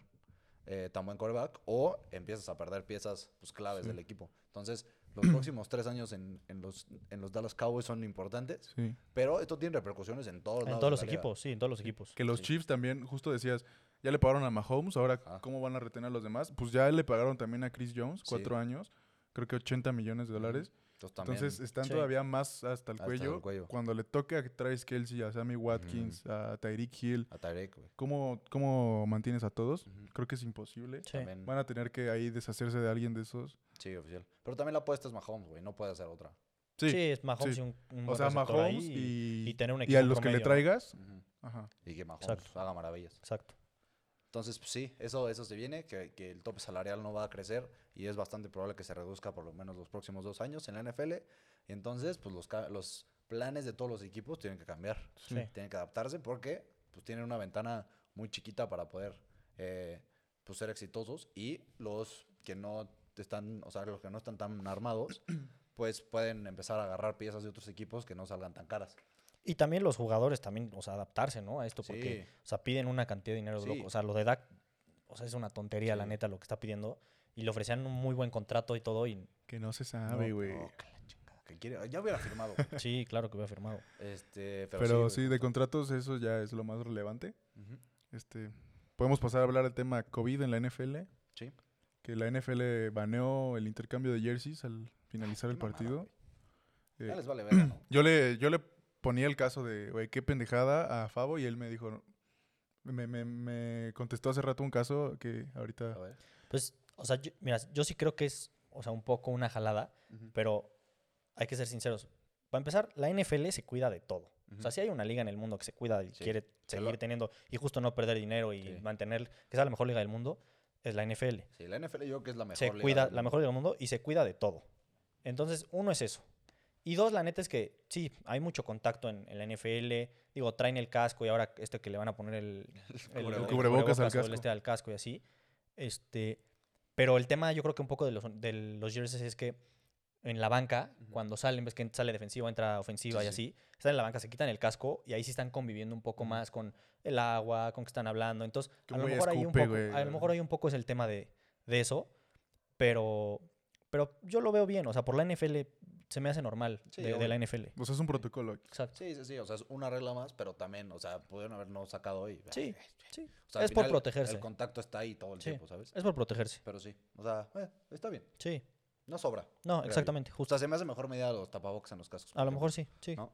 [SPEAKER 1] eh, tan buen coreback. O empiezas a perder piezas pues, claves del equipo. Entonces, los próximos tres años en, en los, en los Dallas Cowboys son importantes.
[SPEAKER 2] Sí.
[SPEAKER 1] Pero esto tiene repercusiones en todos,
[SPEAKER 3] en
[SPEAKER 1] lados
[SPEAKER 3] todos
[SPEAKER 1] de
[SPEAKER 3] los
[SPEAKER 1] la liga.
[SPEAKER 3] equipos, sí, en todos los equipos.
[SPEAKER 2] Que los Chiefs también, justo decías, ya le pagaron a Mahomes, ahora
[SPEAKER 1] Ajá.
[SPEAKER 2] ¿cómo van a retener a los demás? Pues ya le pagaron también a Chris Jones,
[SPEAKER 1] Sí.
[SPEAKER 2] cuatro años, creo que 80 millones de dólares.
[SPEAKER 1] Entonces, también,
[SPEAKER 2] Entonces están
[SPEAKER 3] Sí.
[SPEAKER 2] todavía más hasta el,
[SPEAKER 1] Hasta el
[SPEAKER 2] cuello.
[SPEAKER 1] cuello.
[SPEAKER 2] Cuando le toque a Travis Kelsey, a Sammy Watkins, a Tyreek Hill,
[SPEAKER 1] a Tarek, güey.
[SPEAKER 2] ¿cómo, ¿cómo mantienes a todos? Creo que es imposible.
[SPEAKER 3] Sí.
[SPEAKER 1] También,
[SPEAKER 2] Van a tener que ahí deshacerse de alguien de esos.
[SPEAKER 1] sí, oficial. Pero también la apuesta es Mahomes, güey. No puede hacer otra.
[SPEAKER 2] Sí.
[SPEAKER 3] Sí, es Mahomes
[SPEAKER 2] sí.
[SPEAKER 3] y un, un
[SPEAKER 2] o
[SPEAKER 3] buen
[SPEAKER 2] sea,
[SPEAKER 3] receptor
[SPEAKER 2] Mahomes
[SPEAKER 3] ahí
[SPEAKER 2] y,
[SPEAKER 3] y tener un
[SPEAKER 2] a
[SPEAKER 3] equipo
[SPEAKER 2] los que le
[SPEAKER 3] promedio, ¿no?
[SPEAKER 2] traigas.
[SPEAKER 1] Ujú.
[SPEAKER 2] Ajá.
[SPEAKER 1] Y que Mahomes
[SPEAKER 3] Exacto.
[SPEAKER 1] haga maravillas.
[SPEAKER 3] Exacto.
[SPEAKER 1] Entonces, pues, sí, eso, eso se viene, que, que el tope salarial no va a crecer y es bastante probable que se reduzca por lo menos los próximos dos años en la NFL. Y entonces, pues los, ca- los planes de todos los equipos tienen que cambiar,
[SPEAKER 3] Sí.
[SPEAKER 1] tienen que adaptarse porque pues, tienen una ventana muy chiquita para poder eh, pues, ser exitosos y los que no están, o sea, los que no están tan armados, pues pueden empezar a agarrar piezas de otros equipos que no salgan tan caras.
[SPEAKER 3] Y también los jugadores también, o sea, adaptarse, ¿no? A esto, porque,
[SPEAKER 1] Sí.
[SPEAKER 3] o sea, piden una cantidad de dinero de loco.
[SPEAKER 1] Sí.
[SPEAKER 3] O sea, lo de Dak, o sea, es una tontería, la neta, lo que está pidiendo. Y le ofrecían un muy buen contrato y todo, y
[SPEAKER 2] Que no se sabe, güey.
[SPEAKER 1] No, Oh, que la chingada, que quiere- ya hubiera firmado. güey.
[SPEAKER 3] sí, claro que hubiera firmado.
[SPEAKER 1] este, pero,
[SPEAKER 2] Pero, sí,
[SPEAKER 1] sí. güey.
[SPEAKER 2] de contratos eso ya es lo más relevante.
[SPEAKER 1] Ujú.
[SPEAKER 2] Este, podemos pasar a hablar del tema COVID en la NFL,
[SPEAKER 1] Sí.
[SPEAKER 2] que la NFL baneó el intercambio de jerseys al finalizar
[SPEAKER 1] qué
[SPEAKER 2] el partido. Eh,
[SPEAKER 1] Ya les vale verga, ¿no?
[SPEAKER 2] yo le yo le ponía el caso de, güey, qué pendejada a Favo y él me dijo me, me- me contestó hace rato un caso que ahorita
[SPEAKER 1] A ver.
[SPEAKER 3] Pues, o sea, yo, mira, yo sí creo que es, o sea, un poco una jalada, pero hay que ser sinceros. Para empezar, la NFL se cuida de todo. O sea, si hay una liga en el mundo que se cuida y
[SPEAKER 1] Sí.
[SPEAKER 3] quiere
[SPEAKER 1] Se lo-
[SPEAKER 3] seguir teniendo y justo no perder dinero y
[SPEAKER 1] Sí.
[SPEAKER 3] mantener que sea la mejor liga del mundo, es la NFL.
[SPEAKER 1] Sí, la NFL yo creo que es la mejor.
[SPEAKER 3] se
[SPEAKER 1] liga
[SPEAKER 3] cuida,
[SPEAKER 1] del
[SPEAKER 3] la
[SPEAKER 1] mundo.
[SPEAKER 3] mejor liga del mundo y se cuida de todo. Entonces, uno es eso. Y dos, la neta es que sí, hay mucho contacto en, en la NFL. Digo, traen el casco y ahora esto que le van a poner el, el- el
[SPEAKER 1] cubrebocas. El
[SPEAKER 2] cubrebocas al
[SPEAKER 3] o el
[SPEAKER 2] casco.
[SPEAKER 3] este al casco y así. Este, pero el tema, yo creo que un poco de los, de los jerseys es que en la banca, cuando salen, ves que sale defensiva, entra ofensiva
[SPEAKER 1] Sí,
[SPEAKER 3] y
[SPEAKER 1] sí.
[SPEAKER 3] así, están en la banca, se quitan el casco y ahí sí están conviviendo un poco más con el agua, con que están hablando. Entonces,
[SPEAKER 2] Que
[SPEAKER 3] a lo,
[SPEAKER 2] muy
[SPEAKER 3] mejor ahí un
[SPEAKER 2] escupe,
[SPEAKER 3] poco,
[SPEAKER 2] güey,
[SPEAKER 3] a
[SPEAKER 2] la
[SPEAKER 3] lo mejor
[SPEAKER 2] verdad.
[SPEAKER 3] ahí un poco es el tema de, de eso, pero, pero yo lo veo bien. O sea, por la NFL se me hace normal
[SPEAKER 1] Sí,
[SPEAKER 3] de, de
[SPEAKER 1] obvio.
[SPEAKER 3] la NFL.
[SPEAKER 2] o sea, es un protocolo.
[SPEAKER 3] Exacto.
[SPEAKER 1] Sí, sí, sí. O sea, es una regla más, pero también, o sea, pudieron habernos sacado hoy.
[SPEAKER 3] Sí,
[SPEAKER 1] O
[SPEAKER 3] sí.
[SPEAKER 1] sea, al
[SPEAKER 3] es por
[SPEAKER 1] final,
[SPEAKER 3] protegerse.
[SPEAKER 1] El contacto está ahí todo el
[SPEAKER 3] Sí.
[SPEAKER 1] tiempo, ¿sabes?
[SPEAKER 3] Es por protegerse.
[SPEAKER 1] Pero sí. O sea, eh, está bien.
[SPEAKER 3] Sí.
[SPEAKER 1] No sobra.
[SPEAKER 3] No,
[SPEAKER 1] creo
[SPEAKER 3] exactamente,
[SPEAKER 1] yo. O
[SPEAKER 3] justo.
[SPEAKER 1] sea, se me hace mejor medida los tapabocas en los cascos.
[SPEAKER 3] A lo mejor sí, sí.
[SPEAKER 1] ¿No?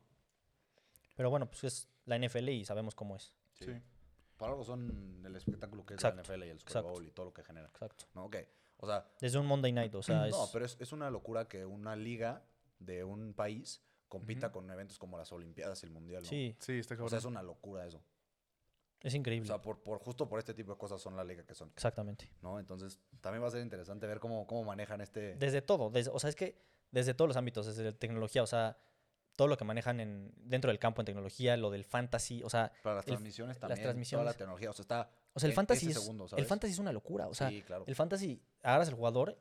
[SPEAKER 3] Pero bueno, pues es la NFL y sabemos cómo es.
[SPEAKER 1] Sí.
[SPEAKER 2] Sí.
[SPEAKER 1] Por algo son el espectáculo que es
[SPEAKER 3] Exacto,
[SPEAKER 1] la NFL y el Super
[SPEAKER 3] exacto.
[SPEAKER 1] Bowl y todo lo que genera.
[SPEAKER 3] Exacto.
[SPEAKER 1] ¿No? Que, o sea,
[SPEAKER 3] Desde un Monday night, o sea, es.
[SPEAKER 1] no, pero es, es una locura que una liga de un país compita con eventos como las Olimpiadas y el Mundial. ¿no?
[SPEAKER 3] Sí,
[SPEAKER 2] Sí, está
[SPEAKER 1] O
[SPEAKER 2] cabrón.
[SPEAKER 1] sea, es una locura eso.
[SPEAKER 3] es
[SPEAKER 1] O
[SPEAKER 3] increíble.
[SPEAKER 1] sea, por, por, justo por este tipo de cosas son la liga que son.
[SPEAKER 3] Exactamente.
[SPEAKER 1] ¿no? Entonces, también va a ser interesante ver cómo, cómo manejan este.
[SPEAKER 3] Desde todo, desde- o sea, es que desde todos los ámbitos, desde la tecnología, o sea, todo lo que manejan en, dentro del campo en tecnología, lo del fantasy, o sea,
[SPEAKER 1] para las
[SPEAKER 3] el-
[SPEAKER 1] transmisiones
[SPEAKER 3] las
[SPEAKER 1] también. Toda
[SPEAKER 3] transmisiones.
[SPEAKER 1] la tecnología. O sea, está.
[SPEAKER 3] o sea, el
[SPEAKER 1] en
[SPEAKER 3] fantasy
[SPEAKER 1] ese
[SPEAKER 3] es
[SPEAKER 1] segundo,
[SPEAKER 3] el
[SPEAKER 1] ¿sabes?
[SPEAKER 3] fantasy es una locura, o sea,
[SPEAKER 1] sí, claro.
[SPEAKER 3] el fantasy agarras el jugador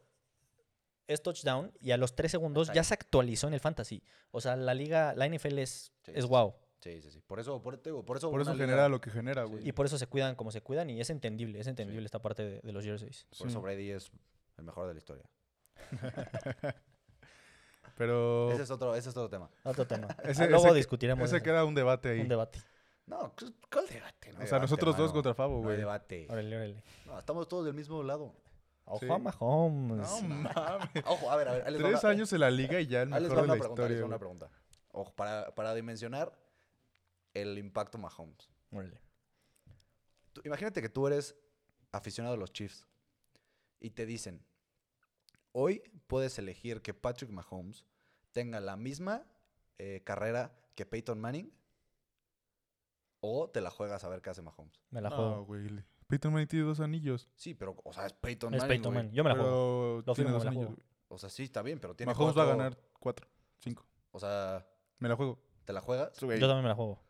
[SPEAKER 3] es touchdown y a los tres segundos ya
[SPEAKER 1] Exacto.
[SPEAKER 3] se actualizó en el fantasy. O sea, la liga, la NFL es,
[SPEAKER 1] Sí,
[SPEAKER 3] es
[SPEAKER 1] sí,
[SPEAKER 3] wow.
[SPEAKER 1] Sí, sí, sí. Por eso, por, te digo, por eso.
[SPEAKER 2] Por eso
[SPEAKER 1] una liga-
[SPEAKER 2] genera lo que genera, güey.
[SPEAKER 3] Y por eso se cuidan como se cuidan y es entendible, es entendible esta parte de, de los jerseys.
[SPEAKER 1] Por eso Brady es el mejor de la historia.
[SPEAKER 2] Pero
[SPEAKER 1] Ese es otro, ese es otro tema.
[SPEAKER 3] Otro tema. Ah,
[SPEAKER 2] Ese-
[SPEAKER 3] Luego
[SPEAKER 2] ese que-
[SPEAKER 3] discutiremos
[SPEAKER 2] ese
[SPEAKER 3] eso.
[SPEAKER 2] queda un debate ahí.
[SPEAKER 3] un debate.
[SPEAKER 1] No, ¿cu- ¿cuál debate? No
[SPEAKER 2] O
[SPEAKER 1] hay
[SPEAKER 2] sea,
[SPEAKER 1] debate,
[SPEAKER 2] nosotros dos
[SPEAKER 1] hermano.
[SPEAKER 2] contra Fabo,
[SPEAKER 1] No hay
[SPEAKER 2] güey.
[SPEAKER 1] debate.
[SPEAKER 3] Órale, órale.
[SPEAKER 1] No, estamos todos del mismo lado.
[SPEAKER 3] Ojo
[SPEAKER 2] Sí.
[SPEAKER 3] a Mahomes.
[SPEAKER 2] No mames.
[SPEAKER 1] Ojo, a ver, a ver. ahí les va
[SPEAKER 2] Tres
[SPEAKER 1] una- eh,
[SPEAKER 2] años en la liga y ya el
[SPEAKER 1] ahí les
[SPEAKER 2] mejor
[SPEAKER 1] va
[SPEAKER 2] de
[SPEAKER 1] una
[SPEAKER 2] la
[SPEAKER 1] pregunta. ahí les
[SPEAKER 2] historia.
[SPEAKER 1] va una
[SPEAKER 2] güey.
[SPEAKER 1] pregunta. Ojo, para, para dimensionar el impacto Mahomes.
[SPEAKER 3] Órale.
[SPEAKER 1] Tú- imagínate que tú eres aficionado a los Chiefs y te dicen, hoy puedes elegir que Patrick Mahomes tenga la misma eh, carrera que Peyton Manning o te la juegas a ver qué hace Mahomes.
[SPEAKER 3] Me la
[SPEAKER 2] No,
[SPEAKER 3] juego.
[SPEAKER 2] güey. Peyton Manning tiene dos anillos.
[SPEAKER 1] Sí, pero, o sea, es Peyton
[SPEAKER 3] es
[SPEAKER 1] Manning.
[SPEAKER 3] Peyton
[SPEAKER 1] güey.
[SPEAKER 3] Manning. Yo me la juego.
[SPEAKER 2] Pero tiene
[SPEAKER 3] Lo firmo,
[SPEAKER 2] dos
[SPEAKER 3] me la
[SPEAKER 2] anillos.
[SPEAKER 3] juego.
[SPEAKER 2] güey.
[SPEAKER 1] O sea, sí, está bien, pero tiene
[SPEAKER 2] Mahomes va a
[SPEAKER 1] cuatro-
[SPEAKER 2] ganar cuatro, cinco.
[SPEAKER 1] O sea,
[SPEAKER 2] Me la juego.
[SPEAKER 1] ¿te la juegas?
[SPEAKER 3] Yo también me la juego.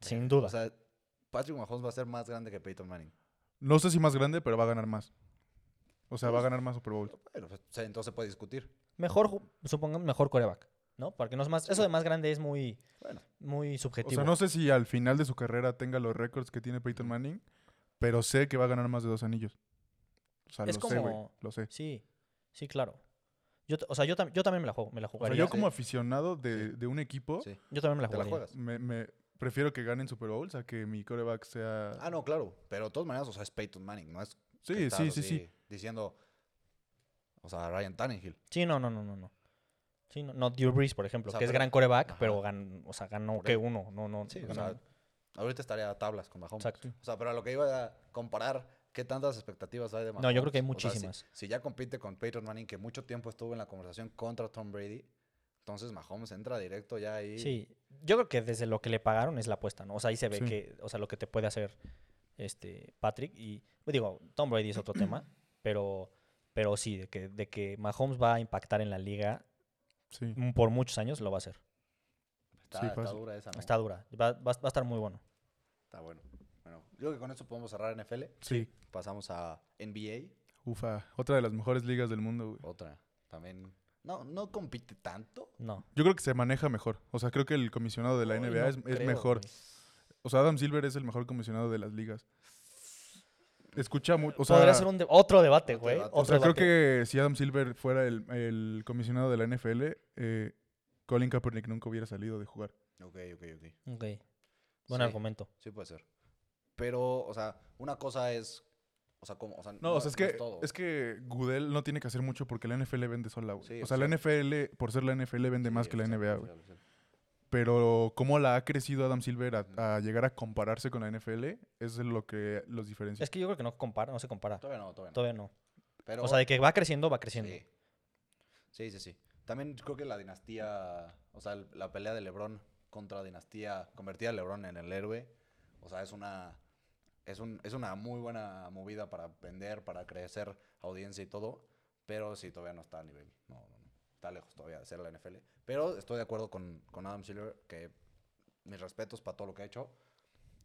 [SPEAKER 3] Sin duda.
[SPEAKER 1] O sea, Patrick Mahomes va a ser más grande que Peyton Manning.
[SPEAKER 2] No sé si más grande, pero va a ganar más. O sea, va a ganar más Super Bowl.
[SPEAKER 1] Bueno, pues, o sea, entonces se puede discutir.
[SPEAKER 3] mejor, ju- supongamos, mejor coreback. ¿No? Porque no es más. Eso de más grande es muy,
[SPEAKER 1] Bueno.
[SPEAKER 3] muy
[SPEAKER 2] O
[SPEAKER 3] subjetivo.
[SPEAKER 2] sea, no sé si al final de su carrera tenga los récords que tiene Peyton Manning, pero sé que va a ganar más de dos anillos. O sea,
[SPEAKER 3] Es
[SPEAKER 2] lo sé, güey.
[SPEAKER 3] como-
[SPEAKER 2] Lo sé.
[SPEAKER 3] Sí, sí, claro. Yo, t- o sea, yo, tam- yo también me la juego. Me la
[SPEAKER 2] O sea,
[SPEAKER 3] jugaría.
[SPEAKER 2] yo
[SPEAKER 1] sí.
[SPEAKER 2] como aficionado de, de un equipo,
[SPEAKER 1] Sí.
[SPEAKER 3] Yo también me la
[SPEAKER 1] ¿Te la
[SPEAKER 3] jugaría.
[SPEAKER 1] juegas?
[SPEAKER 2] me, me prefiero que ganen Super Bowls a que mi coreback sea...
[SPEAKER 1] Ah, no, claro. Pero de todas maneras, o sea, es Peyton Manning, no es que
[SPEAKER 2] sí,
[SPEAKER 1] estás
[SPEAKER 2] sí, sí,
[SPEAKER 1] así
[SPEAKER 2] sí.
[SPEAKER 1] Diciendo, o sea, Ryan Tannehill.
[SPEAKER 3] Sí, no, no, no, no, no. Sí, no, no, Drew Brees, por ejemplo,
[SPEAKER 1] O sea,
[SPEAKER 3] que es
[SPEAKER 1] pero-
[SPEAKER 3] gran coreback,
[SPEAKER 1] Ajá.
[SPEAKER 3] pero gan- o sea, ganó
[SPEAKER 1] Por
[SPEAKER 3] que
[SPEAKER 1] eso.
[SPEAKER 3] uno, no, no,
[SPEAKER 1] Sí, o
[SPEAKER 3] ganó-
[SPEAKER 1] sea, ahorita estaría a tablas con Mahomes.
[SPEAKER 3] exacto.
[SPEAKER 1] O sea, pero a lo que iba a comparar, ¿qué tantas expectativas hay de Mahomes?
[SPEAKER 3] No, yo creo que hay
[SPEAKER 1] O sea, si-
[SPEAKER 3] muchísimas.
[SPEAKER 1] si, ya compite con Peyton Manning, que mucho tiempo estuvo en la conversación contra Tom Brady, entonces Mahomes entra directo ya ahí.
[SPEAKER 3] Sí, yo creo que desde lo que le pagaron es la apuesta, ¿no? O sea, ahí se ve
[SPEAKER 2] Sí.
[SPEAKER 3] que, o sea, lo que te puede hacer este Patrick y pues, digo, Tom Brady es otro tema, pero pero sí de que de que Mahomes va a impactar en la liga
[SPEAKER 2] Sí.
[SPEAKER 3] mm, por muchos años lo va a hacer.
[SPEAKER 1] Está,
[SPEAKER 2] sí,
[SPEAKER 1] está
[SPEAKER 2] fácil.
[SPEAKER 1] dura esa, ¿no?
[SPEAKER 3] Está dura, va, va- va a estar muy bueno.
[SPEAKER 1] Está bueno. Bueno, yo creo que con esto podemos cerrar NFL.
[SPEAKER 2] Sí.
[SPEAKER 1] Pasamos a NBA,
[SPEAKER 2] Ufa, otra de las mejores ligas del mundo, güey.
[SPEAKER 1] otra también. No, no compite tanto.
[SPEAKER 3] No.
[SPEAKER 2] Yo creo que se maneja mejor. O sea, creo que el comisionado de la
[SPEAKER 1] Ay,
[SPEAKER 2] NBA
[SPEAKER 1] no
[SPEAKER 2] es, es
[SPEAKER 1] creo,
[SPEAKER 2] mejor.
[SPEAKER 1] güey.
[SPEAKER 2] O sea, Adam Silver es el mejor comisionado de las ligas. Escucha mucho. O sea,
[SPEAKER 3] Podría ser un de- otro debate,
[SPEAKER 1] otro
[SPEAKER 3] güey.
[SPEAKER 1] debate.
[SPEAKER 3] Otro
[SPEAKER 2] o sea, creo
[SPEAKER 3] debate.
[SPEAKER 2] que si Adam Silver fuera el, el comisionado de la NFL, eh, Colin Kaepernick nunca hubiera salido de jugar.
[SPEAKER 1] Ok, ok, ok.
[SPEAKER 3] Ok. Buen
[SPEAKER 1] Sí.
[SPEAKER 3] argumento.
[SPEAKER 1] Sí puede ser. Pero, o sea, una cosa es... O sea, como... O sea,
[SPEAKER 2] No, o sea, es que,
[SPEAKER 1] todo.
[SPEAKER 2] es que Goodell no tiene que hacer mucho porque la NFL vende sola, güey.
[SPEAKER 1] Sí,
[SPEAKER 2] o sea, la
[SPEAKER 1] exacto.
[SPEAKER 2] NFL, por ser la NFL, vende
[SPEAKER 1] Sí,
[SPEAKER 2] más que la
[SPEAKER 1] oficial,
[SPEAKER 2] NBA, güey.
[SPEAKER 1] oficial, oficial.
[SPEAKER 2] Pero cómo la ha crecido Adam Silver a, a llegar a compararse con la NFL, es lo que los diferencia.
[SPEAKER 3] Es que yo creo que no compara, no se compara.
[SPEAKER 1] Todavía no, todavía no.
[SPEAKER 3] Todavía no.
[SPEAKER 1] Pero,
[SPEAKER 3] o sea, de que va creciendo, va creciendo.
[SPEAKER 1] sí. sí, sí, sí. También creo que la dinastía... O sea, el- la pelea de LeBron contra la dinastía... Convertida a LeBron en el héroe. O sea, es una... Es, un, es una muy buena movida para vender, para crecer audiencia y todo. Pero sí, todavía no está a nivel. No, no, no. Está lejos todavía de ser la NFL. Pero estoy de acuerdo con, con Adam Silver que mis respetos para todo lo que ha hecho.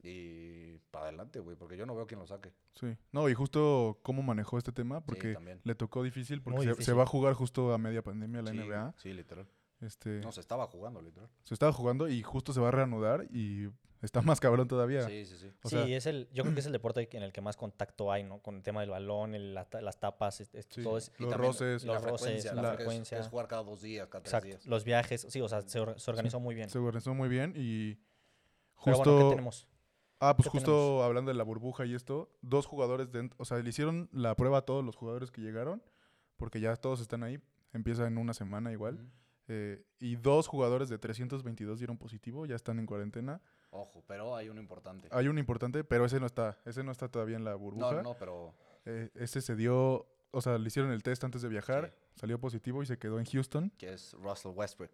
[SPEAKER 1] Y para adelante, güey, porque yo no veo quién lo saque.
[SPEAKER 2] Sí. No, y justo cómo manejó este tema, porque
[SPEAKER 1] también.
[SPEAKER 2] le tocó difícil, porque
[SPEAKER 3] Muy
[SPEAKER 2] se- Se,
[SPEAKER 3] difícil.
[SPEAKER 2] va a jugar justo a media pandemia la
[SPEAKER 1] sí,
[SPEAKER 2] NBA.
[SPEAKER 1] Sí, literal.
[SPEAKER 2] Este,
[SPEAKER 1] No, se estaba jugando, literal.
[SPEAKER 2] Se estaba jugando y justo se va a reanudar y está más cabrón todavía.
[SPEAKER 1] Sí, sí, sí.
[SPEAKER 2] O
[SPEAKER 3] sí,
[SPEAKER 2] sea,
[SPEAKER 3] es el, yo creo que es el deporte en el que más contacto hay, ¿no? Con el tema del balón, el- la ta- las tapas, es- es-
[SPEAKER 2] Sí.
[SPEAKER 3] todo es,
[SPEAKER 1] Y
[SPEAKER 2] Los
[SPEAKER 1] también
[SPEAKER 2] roces,
[SPEAKER 1] la
[SPEAKER 3] los roces,
[SPEAKER 1] frecuencia,
[SPEAKER 3] la
[SPEAKER 1] ¿no? Que es-
[SPEAKER 3] frecuencia.
[SPEAKER 1] Es, jugar cada dos días, cada tres
[SPEAKER 3] exacto,
[SPEAKER 1] días.
[SPEAKER 3] los viajes, sí, o sea, se, or- se organizó muy bien.
[SPEAKER 2] se organizó muy bien y
[SPEAKER 3] Pero
[SPEAKER 2] justo...
[SPEAKER 3] bueno, ¿qué tenemos?
[SPEAKER 2] Ah, pues
[SPEAKER 3] ¿Qué
[SPEAKER 2] justo
[SPEAKER 3] tenemos?
[SPEAKER 2] hablando de la burbuja y esto, dos jugadores, dent- o sea, le hicieron la prueba a todos los jugadores que llegaron, porque ya todos están ahí, empieza en una semana igual.
[SPEAKER 1] Ujú.
[SPEAKER 2] eh, y dos jugadores de 322 dieron positivo, ya están en cuarentena.
[SPEAKER 1] Ojo, pero hay uno importante.
[SPEAKER 2] Hay un importante, pero ese no está, ese no está todavía en la burbuja.
[SPEAKER 1] No, no, pero
[SPEAKER 2] Eh, ese se dio, o sea, le hicieron el test antes de viajar, salió positivo y se quedó en Houston.
[SPEAKER 1] que es Russell Westbrook.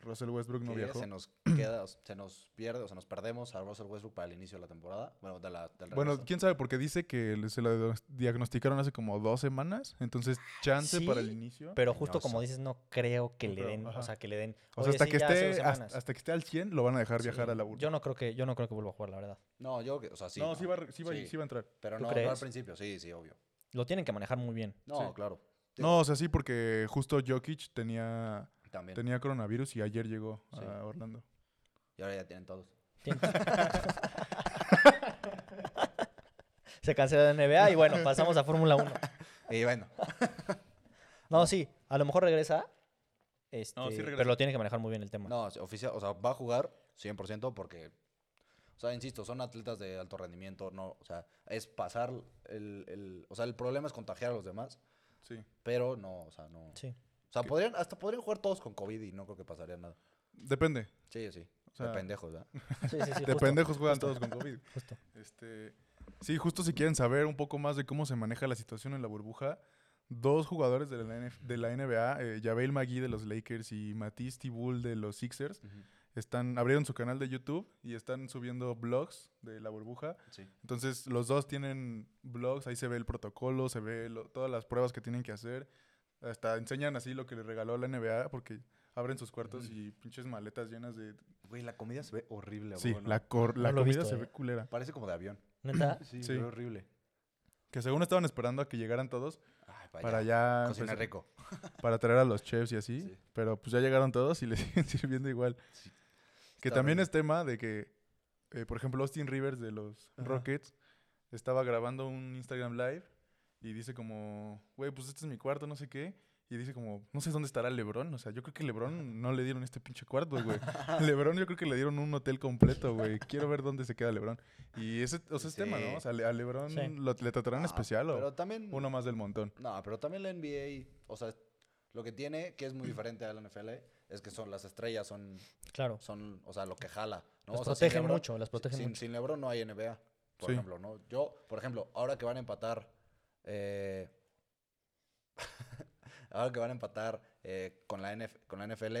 [SPEAKER 2] Russell Westbrook no
[SPEAKER 1] que
[SPEAKER 2] viajó.
[SPEAKER 1] se nos queda, se nos pierde, o sea, nos perdemos a Russell Westbrook para el inicio de la temporada. Bueno, de la, del
[SPEAKER 2] Bueno,
[SPEAKER 1] regreso.
[SPEAKER 2] quién sabe, porque dice que le- se lo diagnosticaron hace como dos semanas, entonces chance para el
[SPEAKER 3] Sí,
[SPEAKER 2] inicio.
[SPEAKER 3] Pero justo
[SPEAKER 1] Leñoso.
[SPEAKER 3] como dices, no creo que
[SPEAKER 2] No
[SPEAKER 3] le
[SPEAKER 2] creo,
[SPEAKER 3] den,
[SPEAKER 2] ajá.
[SPEAKER 3] o sea, que le den.
[SPEAKER 2] o sea,
[SPEAKER 3] "Oye,
[SPEAKER 2] hasta,
[SPEAKER 3] sí,
[SPEAKER 2] que
[SPEAKER 3] ya hace
[SPEAKER 2] esté,
[SPEAKER 3] dos
[SPEAKER 2] hasta,
[SPEAKER 3] semanas".
[SPEAKER 2] hasta que esté al 100 lo van a dejar
[SPEAKER 3] Sí,
[SPEAKER 2] viajar a la burbuja.
[SPEAKER 3] Yo no creo que, yo no creo que vuelva a jugar, la verdad.
[SPEAKER 1] No, yo, creo que- o sea, sí.
[SPEAKER 2] no, sí va, a- sí va-
[SPEAKER 1] Sí.
[SPEAKER 2] sí va a entrar.
[SPEAKER 1] Pero
[SPEAKER 3] ¿Tú
[SPEAKER 1] no, no al
[SPEAKER 3] crees?
[SPEAKER 1] principio, sí, sí, obvio.
[SPEAKER 3] Lo tienen que manejar muy bien.
[SPEAKER 1] No,
[SPEAKER 2] Sí.
[SPEAKER 1] claro,
[SPEAKER 2] No, o sea, sí, porque justo Jokic tenía,
[SPEAKER 1] también.
[SPEAKER 2] tenía coronavirus y ayer llegó
[SPEAKER 1] Sí.
[SPEAKER 2] a Orlando.
[SPEAKER 1] Y ahora ya tienen todos.
[SPEAKER 3] Tienen- Se cancela la NBA y bueno, pasamos a Fórmula 1.
[SPEAKER 1] Y bueno,
[SPEAKER 3] No, sí, a lo mejor regresa. este,
[SPEAKER 2] regresa.
[SPEAKER 3] Pero lo tiene que manejar muy bien el tema.
[SPEAKER 1] no, sí, oficial, o sea, va a jugar 100% porque, o sea, insisto, son atletas de alto rendimiento, no, o sea, es pasar el, el- o sea, el problema es contagiar a los demás,
[SPEAKER 2] Sí.
[SPEAKER 1] pero no, o sea, no.
[SPEAKER 3] Sí.
[SPEAKER 1] O sea, podrían, hasta podrían jugar todos con COVID y no creo que pasaría nada.
[SPEAKER 2] Depende.
[SPEAKER 1] Sí, sí.
[SPEAKER 2] sea,
[SPEAKER 1] de pendejos, ¿verdad?
[SPEAKER 3] Sí, sí, sí.
[SPEAKER 2] de
[SPEAKER 3] justo,
[SPEAKER 2] pendejos juegan todos con COVID.
[SPEAKER 3] justo.
[SPEAKER 2] Este, sí, justo si quieren saber un poco más de cómo se maneja la situación en la burbuja, dos jugadores de la, NF de la NBA, eh, Javel McGee de los Lakers y Matisse Tibull de los Sixers,
[SPEAKER 1] Ujú.
[SPEAKER 2] están, abrieron su canal de YouTube y están subiendo blogs de la burbuja.
[SPEAKER 1] Sí.
[SPEAKER 2] Entonces, los dos tienen blogs, ahí se ve el protocolo, se ve lo- todas las pruebas que tienen que hacer. Hasta enseñan así lo que les regaló la NBA porque abren sus cuartos y pinches maletas llenas de...
[SPEAKER 1] Güey, la comida se ve horrible,
[SPEAKER 2] Sí,
[SPEAKER 1] abuelo.
[SPEAKER 2] la, cor- la
[SPEAKER 3] lo he
[SPEAKER 2] comida
[SPEAKER 3] visto,
[SPEAKER 2] se
[SPEAKER 3] eh.
[SPEAKER 2] ve culera.
[SPEAKER 1] Parece como de avión.
[SPEAKER 3] ¿Neta?
[SPEAKER 1] Sí,
[SPEAKER 2] se ve
[SPEAKER 1] horrible.
[SPEAKER 2] Que según estaban esperando a que llegaran todos
[SPEAKER 1] Ay,
[SPEAKER 2] para pues, ya
[SPEAKER 1] Cocina
[SPEAKER 2] empezar-
[SPEAKER 1] rico.
[SPEAKER 2] para traer a los chefs y así,
[SPEAKER 1] Sí.
[SPEAKER 2] pero pues ya llegaron todos y les siguen sirviendo igual.
[SPEAKER 1] Sí.
[SPEAKER 2] Que
[SPEAKER 1] Está
[SPEAKER 2] también
[SPEAKER 1] horrible.
[SPEAKER 2] es tema de que, eh, por ejemplo, Austin Rivers de los Rockets estaba grabando un Instagram Live y dice como, güey, pues este es mi cuarto, no sé qué. Y dice como, no sé dónde estará Lebron. O sea, yo creo que Lebron no le dieron este pinche cuarto, güey. Lebron yo creo que le dieron un hotel completo, güey. Quiero ver dónde se queda Lebron. Y ese, o sea, es tema,
[SPEAKER 1] Sí.
[SPEAKER 2] ¿no? O sea, le- a Lebron
[SPEAKER 3] Sí.
[SPEAKER 2] lo- le tratarán
[SPEAKER 1] Ah,
[SPEAKER 2] especial o
[SPEAKER 1] Pero también.
[SPEAKER 2] uno más del montón.
[SPEAKER 1] No, pero también la NBA, o sea, lo que tiene, que es muy diferente a la NFL, es que son las estrellas, son,
[SPEAKER 3] Claro.
[SPEAKER 1] son o sea, lo que jala. ¿no?
[SPEAKER 3] Las
[SPEAKER 1] O sea, sin
[SPEAKER 3] protegen
[SPEAKER 1] LeBron-
[SPEAKER 3] mucho, las protegen
[SPEAKER 1] sin,
[SPEAKER 3] mucho.
[SPEAKER 1] sin LeBron no hay NBA, por
[SPEAKER 2] Sí.
[SPEAKER 1] ejemplo, ¿no? Yo, por ejemplo, ahora que van a empatar. eh, ahora que van a empatar eh, con, la NF con la NFL,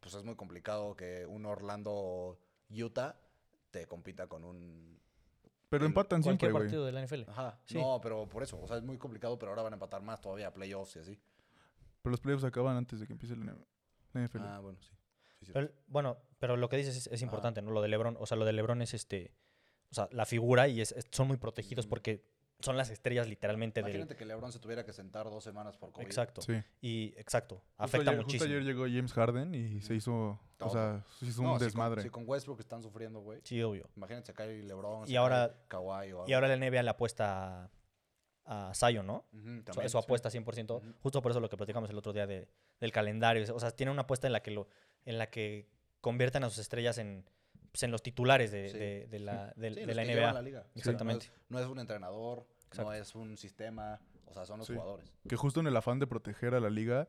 [SPEAKER 1] pues es muy complicado que un Orlando o Utah te compita con un.
[SPEAKER 2] Pero
[SPEAKER 1] El-
[SPEAKER 2] empatan siempre,
[SPEAKER 3] Cualquier
[SPEAKER 2] güey.
[SPEAKER 3] partido de la NFL.
[SPEAKER 1] Ajá,
[SPEAKER 3] Sí.
[SPEAKER 1] no, pero por eso, o sea, es muy complicado, pero ahora van a empatar más todavía, playoffs y así.
[SPEAKER 2] Pero los playoffs acaban antes de que empiece la N- la NFL.
[SPEAKER 1] Ah, bueno, sí. Sí, sí.
[SPEAKER 3] Pero el- bueno, pero lo que dices es, es
[SPEAKER 1] Ajá.
[SPEAKER 3] importante, ¿no? Lo de Lebron, o sea, lo de Lebron es este, o sea, la figura y es- es- son muy protegidos
[SPEAKER 1] Mm.
[SPEAKER 3] porque son las estrellas literalmente del...
[SPEAKER 1] Imagínate que LeBron se tuviera que sentar dos semanas por COVID.
[SPEAKER 3] Exacto.
[SPEAKER 2] sí.
[SPEAKER 3] Y exacto,
[SPEAKER 2] Justo
[SPEAKER 3] afecta
[SPEAKER 2] ayer, justo
[SPEAKER 3] muchísimo.
[SPEAKER 2] ayer llegó James Harden y se hizo, o
[SPEAKER 1] Todo.
[SPEAKER 2] sea, se hizo
[SPEAKER 1] No,
[SPEAKER 2] un
[SPEAKER 1] si con-
[SPEAKER 2] desmadre.
[SPEAKER 1] Si con, Westbrook están sufriendo, güey.
[SPEAKER 3] Sí, obvio.
[SPEAKER 1] Imagínate a y LeBron.
[SPEAKER 3] Y ahora-
[SPEAKER 1] Sakai, Kawhi o
[SPEAKER 3] Y ahora la NBA le apuesta a, a Zion, ¿no?
[SPEAKER 1] Ujú,
[SPEAKER 3] Su-
[SPEAKER 1] también,
[SPEAKER 3] su apuesta 100%, justo por eso lo que platicamos el otro día de, del calendario. O sea, tiene una apuesta en la que, lo, en la que convierten a sus estrellas en, pues, en los titulares de,
[SPEAKER 1] Sí.
[SPEAKER 3] de- de la, de-
[SPEAKER 1] Sí,
[SPEAKER 3] de
[SPEAKER 1] los
[SPEAKER 3] la
[SPEAKER 1] que
[SPEAKER 3] NBA.
[SPEAKER 1] llevan la liga. Sí,
[SPEAKER 3] Exactamente.
[SPEAKER 1] no, es, no es un entrenador,
[SPEAKER 3] Exacto.
[SPEAKER 1] no es un sistema, o sea, son los
[SPEAKER 2] Sí.
[SPEAKER 1] jugadores.
[SPEAKER 2] Que justo en el afán de proteger a la liga,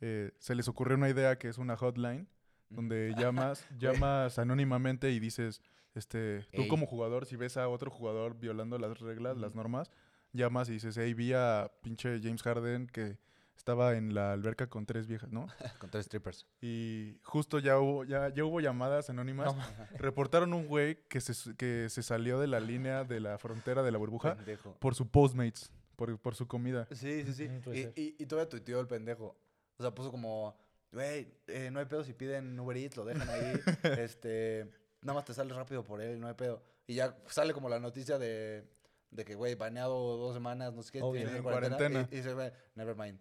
[SPEAKER 2] eh, se les ocurrió una idea que es una hotline, donde llamas, llamas anónimamente y dices, este, tú
[SPEAKER 1] Ey.
[SPEAKER 2] como jugador, si ves a otro jugador violando las reglas, las normas, llamas y dices, hey, vi a pinche James Harden que estaba en la alberca con tres viejas, ¿no?
[SPEAKER 1] Con tres strippers.
[SPEAKER 2] Y justo ya hubo, ya, ya hubo llamadas anónimas. Reportaron un güey que se, su- que se salió de la línea de la frontera de la burbuja
[SPEAKER 1] Pendejo.
[SPEAKER 2] por su Postmates, por, por su comida.
[SPEAKER 1] Sí, sí, sí.
[SPEAKER 3] Ujú, pues puede
[SPEAKER 1] Y,
[SPEAKER 3] ser.
[SPEAKER 1] y, y todavía tuiteó el pendejo. O sea, puso como, güey, eh, no hay pedo si piden Uber Eats, lo dejan ahí. este, nada más te sales rápido por él, no hay pedo. Y ya sale como la noticia de, de que, güey, baneado dos semanas, no sé qué,
[SPEAKER 3] Obvio.
[SPEAKER 1] tiene
[SPEAKER 2] En
[SPEAKER 1] cuarentena.
[SPEAKER 2] cuarentena.
[SPEAKER 1] Y, y se ve, never mind.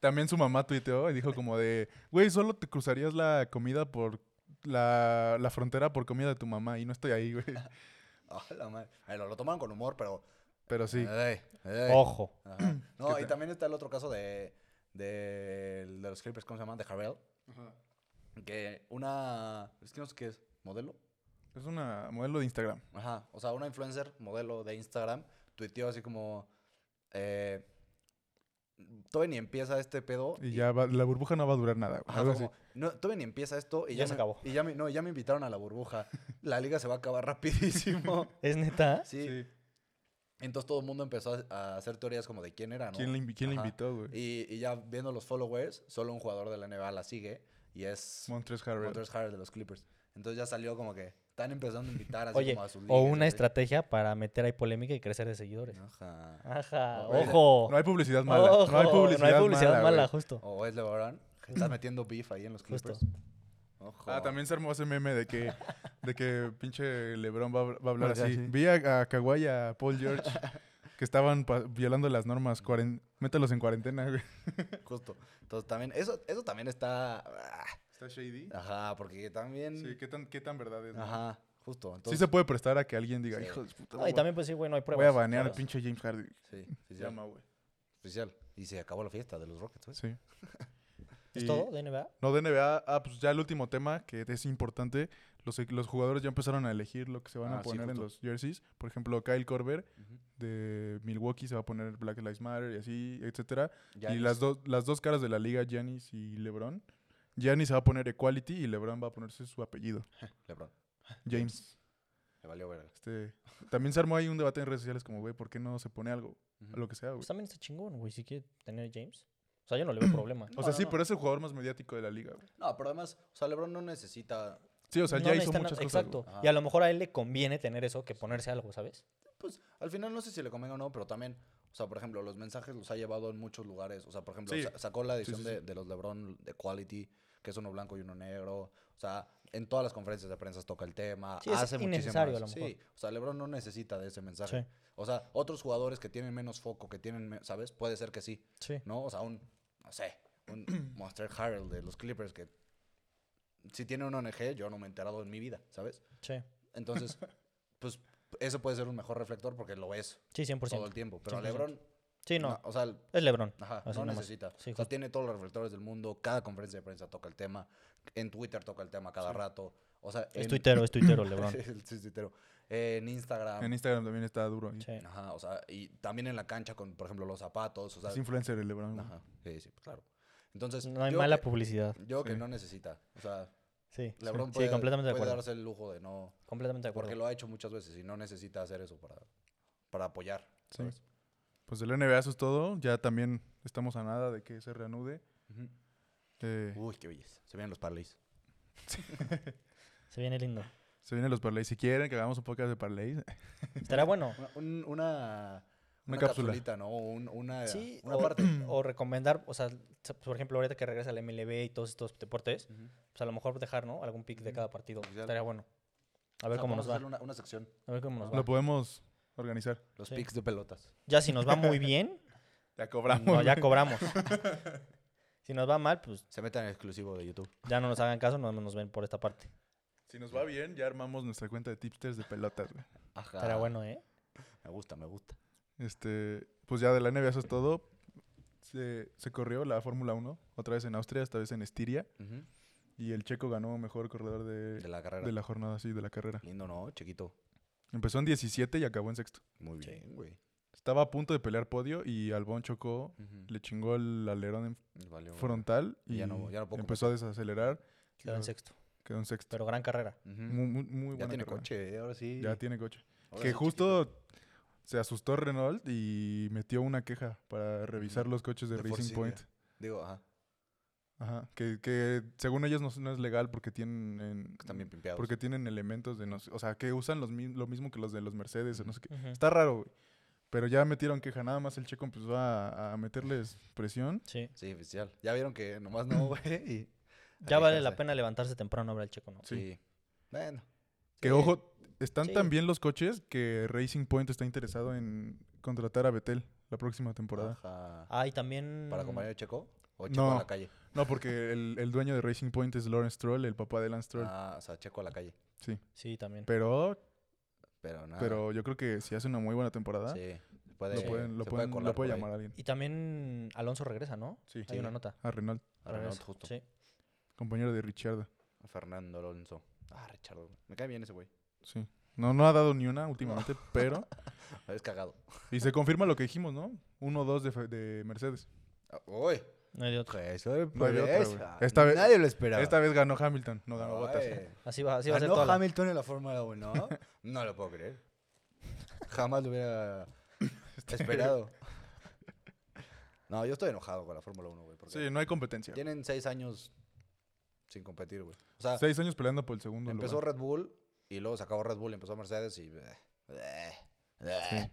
[SPEAKER 2] También su mamá tuiteó y dijo como de, güey, solo te cruzarías la comida por la, la frontera por comida de tu mamá y no estoy ahí, güey.
[SPEAKER 1] Ah, la madre. Ay, lo, lo tomaron con humor, pero...
[SPEAKER 2] Pero sí,
[SPEAKER 1] Ey, ey.
[SPEAKER 3] Ojo.
[SPEAKER 1] Ajá. No,
[SPEAKER 2] que
[SPEAKER 1] y
[SPEAKER 2] ta-
[SPEAKER 1] también está el otro caso de, de, el de los Clippers, ¿cómo se llama? De Harrell. Que una... Es que no sé qué es. ¿Modelo?
[SPEAKER 2] es una modelo de Instagram.
[SPEAKER 1] Ajá, o sea, una influencer, modelo de Instagram, tuiteó así como, eh, todavía ni empieza este pedo.
[SPEAKER 2] Y ya va- la burbuja no va a durar nada. güey,
[SPEAKER 1] Ajá,
[SPEAKER 2] algo
[SPEAKER 1] fue
[SPEAKER 2] así.
[SPEAKER 1] como, no, todavía ni empieza esto y
[SPEAKER 3] Ya
[SPEAKER 1] ya,
[SPEAKER 3] se
[SPEAKER 1] me-
[SPEAKER 3] acabó.
[SPEAKER 1] Y ya me, no, ya me invitaron a la burbuja. La liga se va a acabar rapidísimo.
[SPEAKER 3] ¿Es neta?
[SPEAKER 1] Sí.
[SPEAKER 2] Sí.
[SPEAKER 1] Entonces todo el mundo empezó a- a hacer teorías como de quién era, Ah, ¿no?
[SPEAKER 2] ¿Quién le invi- quién le
[SPEAKER 1] Ajá.
[SPEAKER 2] invitó, güey?
[SPEAKER 1] Y, y ya viendo los followers, solo un jugador de la NBA la sigue y es
[SPEAKER 2] Montres Harrell.
[SPEAKER 1] Montrezl Harrell de los Clippers. Entonces ya salió como que están empezando a invitar así
[SPEAKER 3] Oye,
[SPEAKER 1] como a sus
[SPEAKER 3] o
[SPEAKER 1] ligas y
[SPEAKER 3] una
[SPEAKER 1] así.
[SPEAKER 3] estrategia para meter ahí polémica y crecer de seguidores.
[SPEAKER 1] Ajá.
[SPEAKER 3] Ajá,
[SPEAKER 1] Oye,
[SPEAKER 3] ojo.
[SPEAKER 2] No hay publicidad mala. no hay
[SPEAKER 3] ojo,
[SPEAKER 2] publicidad,
[SPEAKER 3] Oh, no hay publicidad mala,
[SPEAKER 2] mala. güey.
[SPEAKER 3] justo.
[SPEAKER 1] O es LeBron. que Está metiendo beef ahí en los
[SPEAKER 3] Justo.
[SPEAKER 1] Clippers. Ojo.
[SPEAKER 2] Ah, también se armó ese meme de que, de que pinche LeBron va, a habl- va a hablar
[SPEAKER 1] Oiga,
[SPEAKER 2] así.
[SPEAKER 1] sí.
[SPEAKER 2] Vi a, a Kawhi y a Paul George que estaban pa- violando las normas. cuaren- Mételos en cuarentena, güey.
[SPEAKER 1] Justo. Entonces también, eso, eso también está... ah,
[SPEAKER 2] Está shady.
[SPEAKER 1] Ajá, porque también...
[SPEAKER 2] Sí, ¿qué tan, qué tan verdad es? no?
[SPEAKER 1] Ajá, justo.
[SPEAKER 2] Sí
[SPEAKER 1] Entonces,
[SPEAKER 2] se puede prestar a que alguien diga,
[SPEAKER 1] Sí.
[SPEAKER 2] hijo de su puta.
[SPEAKER 3] No, y
[SPEAKER 2] güey,
[SPEAKER 3] también pues sí, güey, no hay
[SPEAKER 2] voy
[SPEAKER 3] pruebas.
[SPEAKER 2] a banear al
[SPEAKER 3] claro.
[SPEAKER 2] pinche James Harden.
[SPEAKER 1] sí, oficial,
[SPEAKER 2] Llama, güey.
[SPEAKER 1] oficial. Y se acabó la fiesta de los Rockets. pues. güey.
[SPEAKER 2] Sí.
[SPEAKER 3] ¿Eh? ¿Es
[SPEAKER 2] Y-
[SPEAKER 3] todo de NBA?
[SPEAKER 2] No, de NBA. Ah, pues ya el último tema que es importante. Los, e- los jugadores ya empezaron a elegir lo que se van
[SPEAKER 1] Ah,
[SPEAKER 2] a
[SPEAKER 1] sí,
[SPEAKER 2] poner en
[SPEAKER 1] justo.
[SPEAKER 2] los jerseys. Por ejemplo, Kyle Korver
[SPEAKER 1] Ujú.
[SPEAKER 2] de Milwaukee se va a poner Black Lives Matter y así, etcétera. Y
[SPEAKER 1] Giannis.
[SPEAKER 2] las, dos las dos caras de la liga, Giannis y LeBron. Giannis se va a poner Equality y LeBron va a ponerse su apellido,
[SPEAKER 1] LeBron.
[SPEAKER 2] James.
[SPEAKER 1] Le valió verga.
[SPEAKER 2] Este, también se armó ahí un debate en redes sociales como, güey, ¿por qué no se pone algo?
[SPEAKER 1] Ujú.
[SPEAKER 2] Lo que sea, güey.
[SPEAKER 3] Pues también está chingón, güey, si quiere tener a James. O sea, yo no le veo problema.
[SPEAKER 2] O sea, sí, pero es el jugador más mediático de la liga, güey.
[SPEAKER 1] No, pero además, o sea, LeBron no necesita.
[SPEAKER 2] Sí, o sea,
[SPEAKER 3] No
[SPEAKER 2] ya hizo
[SPEAKER 3] necesita
[SPEAKER 2] muchas
[SPEAKER 3] nada-
[SPEAKER 2] cosas.
[SPEAKER 3] Exacto.
[SPEAKER 1] güey.
[SPEAKER 3] Y a lo mejor a él le conviene tener eso que ponerse algo, ¿sabes?
[SPEAKER 1] Pues al final no sé si le convenga o no, pero también, o sea, por ejemplo, los mensajes los ha llevado en muchos lugares. O sea, por ejemplo,
[SPEAKER 2] Sí.
[SPEAKER 1] sa- sacó la edición
[SPEAKER 2] sí,
[SPEAKER 1] De, de los LeBron de Quality, que es uno blanco y uno negro. O sea, en todas las conferencias de prensa toca el tema.
[SPEAKER 3] Sí, es
[SPEAKER 1] hace
[SPEAKER 3] innecesario,
[SPEAKER 1] muchísimas.
[SPEAKER 3] a lo mejor.
[SPEAKER 1] Sí, o sea, LeBron no necesita de ese mensaje.
[SPEAKER 3] Sí.
[SPEAKER 1] O sea, otros jugadores que tienen menos foco, que tienen, me- ¿sabes? Puede ser que sí.
[SPEAKER 3] Sí.
[SPEAKER 1] ¿no? O sea, un, no sé, un Monster Harrell de los Clippers que si tiene un ONG, yo no me he enterado en mi vida, ¿sabes?
[SPEAKER 3] Sí.
[SPEAKER 1] Entonces, pues eso puede ser un mejor reflector porque lo es
[SPEAKER 3] Sí, 100%.
[SPEAKER 1] todo el tiempo. Pero
[SPEAKER 3] 100%.
[SPEAKER 1] LeBron,
[SPEAKER 3] Sí, no.
[SPEAKER 1] no, o sea, el-
[SPEAKER 3] Es LeBron.
[SPEAKER 1] ajá,
[SPEAKER 3] así
[SPEAKER 1] no
[SPEAKER 3] nomás.
[SPEAKER 1] necesita.
[SPEAKER 3] Sí,
[SPEAKER 1] o sea,
[SPEAKER 3] justo.
[SPEAKER 1] tiene todos los reflectores del mundo, cada conferencia de prensa toca el tema, en Twitter toca el tema cada rato. O sea,
[SPEAKER 3] Es
[SPEAKER 1] en-
[SPEAKER 3] tuitero, es tuitero, LeBron.
[SPEAKER 1] Sí, es tuitero. En Instagram.
[SPEAKER 2] En Instagram también está duro. ahí.
[SPEAKER 3] Sí.
[SPEAKER 1] Ajá, o sea, y también en la cancha con, por ejemplo, los zapatos. O sea,
[SPEAKER 2] Es influencer el LeBron. güey.
[SPEAKER 1] ajá, sí, sí, claro. Entonces,
[SPEAKER 3] No hay
[SPEAKER 1] yo
[SPEAKER 3] mala
[SPEAKER 1] que-
[SPEAKER 3] publicidad.
[SPEAKER 1] Yo que
[SPEAKER 2] Sí.
[SPEAKER 1] no necesita. O sea,
[SPEAKER 3] Sí.
[SPEAKER 1] LeBron
[SPEAKER 3] sí,
[SPEAKER 1] puede,
[SPEAKER 3] completamente de
[SPEAKER 1] puede
[SPEAKER 3] acuerdo.
[SPEAKER 1] darse el lujo de no.
[SPEAKER 3] Completamente de acuerdo.
[SPEAKER 1] Porque lo ha hecho muchas veces y no necesita hacer eso para, para apoyar.
[SPEAKER 2] Sí.
[SPEAKER 1] ¿sabes?
[SPEAKER 2] Pues del NBA eso es todo. Ya también estamos a nada de que se reanude.
[SPEAKER 1] Ujú.
[SPEAKER 2] Eh,
[SPEAKER 1] Uy, qué belleza. Se vienen los parlays.
[SPEAKER 3] Se viene lindo.
[SPEAKER 2] se vienen los parlays. Si quieren que hagamos un podcast de parlays,
[SPEAKER 3] Estará bueno.
[SPEAKER 1] Una, un- una, una
[SPEAKER 2] cápsula.
[SPEAKER 1] capsulita, ¿no? Un- una
[SPEAKER 3] Sí,
[SPEAKER 1] una
[SPEAKER 3] o,
[SPEAKER 1] parte.
[SPEAKER 3] o recomendar, o sea, se- por ejemplo, ahorita que regresa la MLB y todos estos deportes, pues a lo mejor dejar, ¿no? Algún pick de cada partido.
[SPEAKER 1] Oficial.
[SPEAKER 3] Estaría bueno. A ver
[SPEAKER 1] O sea, podemos
[SPEAKER 3] cómo nos va.
[SPEAKER 1] hacer Una, una sección.
[SPEAKER 3] A ver cómo nos va.
[SPEAKER 2] lo podemos organizar.
[SPEAKER 1] Los
[SPEAKER 3] Sí.
[SPEAKER 1] picks de pelotas.
[SPEAKER 3] Ya si nos va muy bien,
[SPEAKER 2] La cobramos.
[SPEAKER 3] no, ya cobramos. si nos va mal, pues
[SPEAKER 1] Se meten en exclusivo de YouTube.
[SPEAKER 3] ya no nos hagan caso, no nos ven por esta parte.
[SPEAKER 2] Si nos va bien, ya armamos nuestra cuenta de tipsters de pelotas. güey.
[SPEAKER 1] Ajá.
[SPEAKER 2] Ah,
[SPEAKER 3] Estaría bueno, ¿eh?
[SPEAKER 1] Me gusta, me gusta.
[SPEAKER 2] Este, pues ya de la NBA eso es todo. Se, se corrió la Fórmula 1, otra vez en Austria, esta vez en Estiria.
[SPEAKER 1] Ujú.
[SPEAKER 2] Y el checo ganó mejor corredor de,
[SPEAKER 1] De la carrera.
[SPEAKER 2] de la jornada, sí, de la carrera.
[SPEAKER 1] Lindo, ¿no? Chiquito.
[SPEAKER 2] Empezó en 17 y acabó en sexto.
[SPEAKER 1] Muy
[SPEAKER 3] Sí.
[SPEAKER 1] bien, güey.
[SPEAKER 2] Estaba a punto de pelear podio y Albón chocó,
[SPEAKER 1] Ujú.
[SPEAKER 2] le chingó el alerón en
[SPEAKER 1] Valió, güey.
[SPEAKER 2] frontal y
[SPEAKER 1] Y ya no- ya no puedo
[SPEAKER 2] empezó a desacelerar,
[SPEAKER 3] Quedó
[SPEAKER 2] Claro.
[SPEAKER 3] en sexto.
[SPEAKER 2] quedó en sexto.
[SPEAKER 3] Pero gran carrera.
[SPEAKER 1] Ujú.
[SPEAKER 2] Muy, muy,
[SPEAKER 1] mm,
[SPEAKER 2] muy
[SPEAKER 1] ya
[SPEAKER 2] buena
[SPEAKER 1] tiene
[SPEAKER 2] carrera.
[SPEAKER 1] coche, ¿eh? ahora sí.
[SPEAKER 2] Ya tiene coche.
[SPEAKER 1] Ahora
[SPEAKER 2] que
[SPEAKER 1] sí,
[SPEAKER 2] justo se asustó Renault y metió una queja para revisar los coches de,
[SPEAKER 1] De Force
[SPEAKER 2] Racing
[SPEAKER 1] India.
[SPEAKER 2] Point.
[SPEAKER 1] chiquito. Digo, ajá.
[SPEAKER 2] Ajá, que, que según ellos no, es- no es legal porque tienen en-
[SPEAKER 1] Están bien pimpeados.
[SPEAKER 2] porque tienen elementos de no sé- o sea, que usan los mi- lo mismo que los de los Mercedes, o no sé qué.
[SPEAKER 3] Ujú.
[SPEAKER 2] Está raro, güey. Pero ya metieron queja, nada más el checo empezó a, a meterles presión.
[SPEAKER 3] Sí.
[SPEAKER 1] Sí, oficial. Ya vieron que nomás no, güey. y-
[SPEAKER 3] Ya vale la
[SPEAKER 1] Alejarse.
[SPEAKER 3] pena levantarse temprano a ver al checo, ¿no?
[SPEAKER 2] Sí.
[SPEAKER 1] Sí. Bueno.
[SPEAKER 2] Que
[SPEAKER 1] Sí.
[SPEAKER 2] ojo, están tan
[SPEAKER 3] Sí.
[SPEAKER 2] bien los coches que Racing Point está interesado en contratar a Betel la próxima temporada.
[SPEAKER 1] Ajá.
[SPEAKER 3] Ah, y también.
[SPEAKER 1] ¿Para acompañar a Checo? ¿O Checo a
[SPEAKER 2] mm. No.
[SPEAKER 1] la calle?
[SPEAKER 2] No, porque el, el dueño de Racing Point es Lawrence Troll, el papá de Lance Troll.
[SPEAKER 1] Ah, o sea, Checo a la calle.
[SPEAKER 2] Sí.
[SPEAKER 3] Sí, también.
[SPEAKER 2] Pero,
[SPEAKER 1] Pero nada.
[SPEAKER 2] pero yo creo que si hace una muy buena temporada,
[SPEAKER 1] Sí. se Puede,
[SPEAKER 2] lo pueden, lo pueden, lo puede llamar alguien.
[SPEAKER 3] Y también Alonso regresa, ¿no?
[SPEAKER 2] Sí. Ah,
[SPEAKER 3] Hay una nota.
[SPEAKER 2] A Renault,
[SPEAKER 1] A Renault,
[SPEAKER 3] Regresa.
[SPEAKER 1] justo.
[SPEAKER 3] Sí.
[SPEAKER 2] compañero de Richardo.
[SPEAKER 1] A Fernando Alonso. Ah, Richardo. Me cae bien ese güey.
[SPEAKER 2] Sí. No, no ha dado ni una últimamente, pero.
[SPEAKER 1] Es cagado.
[SPEAKER 2] Y se confirma lo que dijimos, ¿no? 1-2 de, fe- de Mercedes.
[SPEAKER 1] Ah, Uy.
[SPEAKER 3] No hay de otra.
[SPEAKER 1] Eso es
[SPEAKER 2] No hay de otra,
[SPEAKER 1] pues,
[SPEAKER 2] güey.
[SPEAKER 1] ah,
[SPEAKER 2] Esta vez-
[SPEAKER 1] Nadie lo esperaba.
[SPEAKER 2] Esta vez ganó Hamilton, no ganó ¿eh? Bottas.
[SPEAKER 1] Ay.
[SPEAKER 3] Así va,
[SPEAKER 2] Ah,
[SPEAKER 3] así va a ser
[SPEAKER 1] ¿Ganó
[SPEAKER 3] toda la-
[SPEAKER 1] Hamilton en la Fórmula 1? No lo puedo creer. Jamás lo hubiera esperado. No, yo estoy enojado con la Fórmula 1, güey. Porque
[SPEAKER 2] Sí, no hay competencia.
[SPEAKER 1] tienen seis años sin competir, güey. O sea,
[SPEAKER 2] Seis años peleando por el segundo
[SPEAKER 1] empezó
[SPEAKER 2] lugar.
[SPEAKER 1] Red Bull y luego se acabó Red Bull y empezó Mercedes y... eh, bleh, bleh, bleh.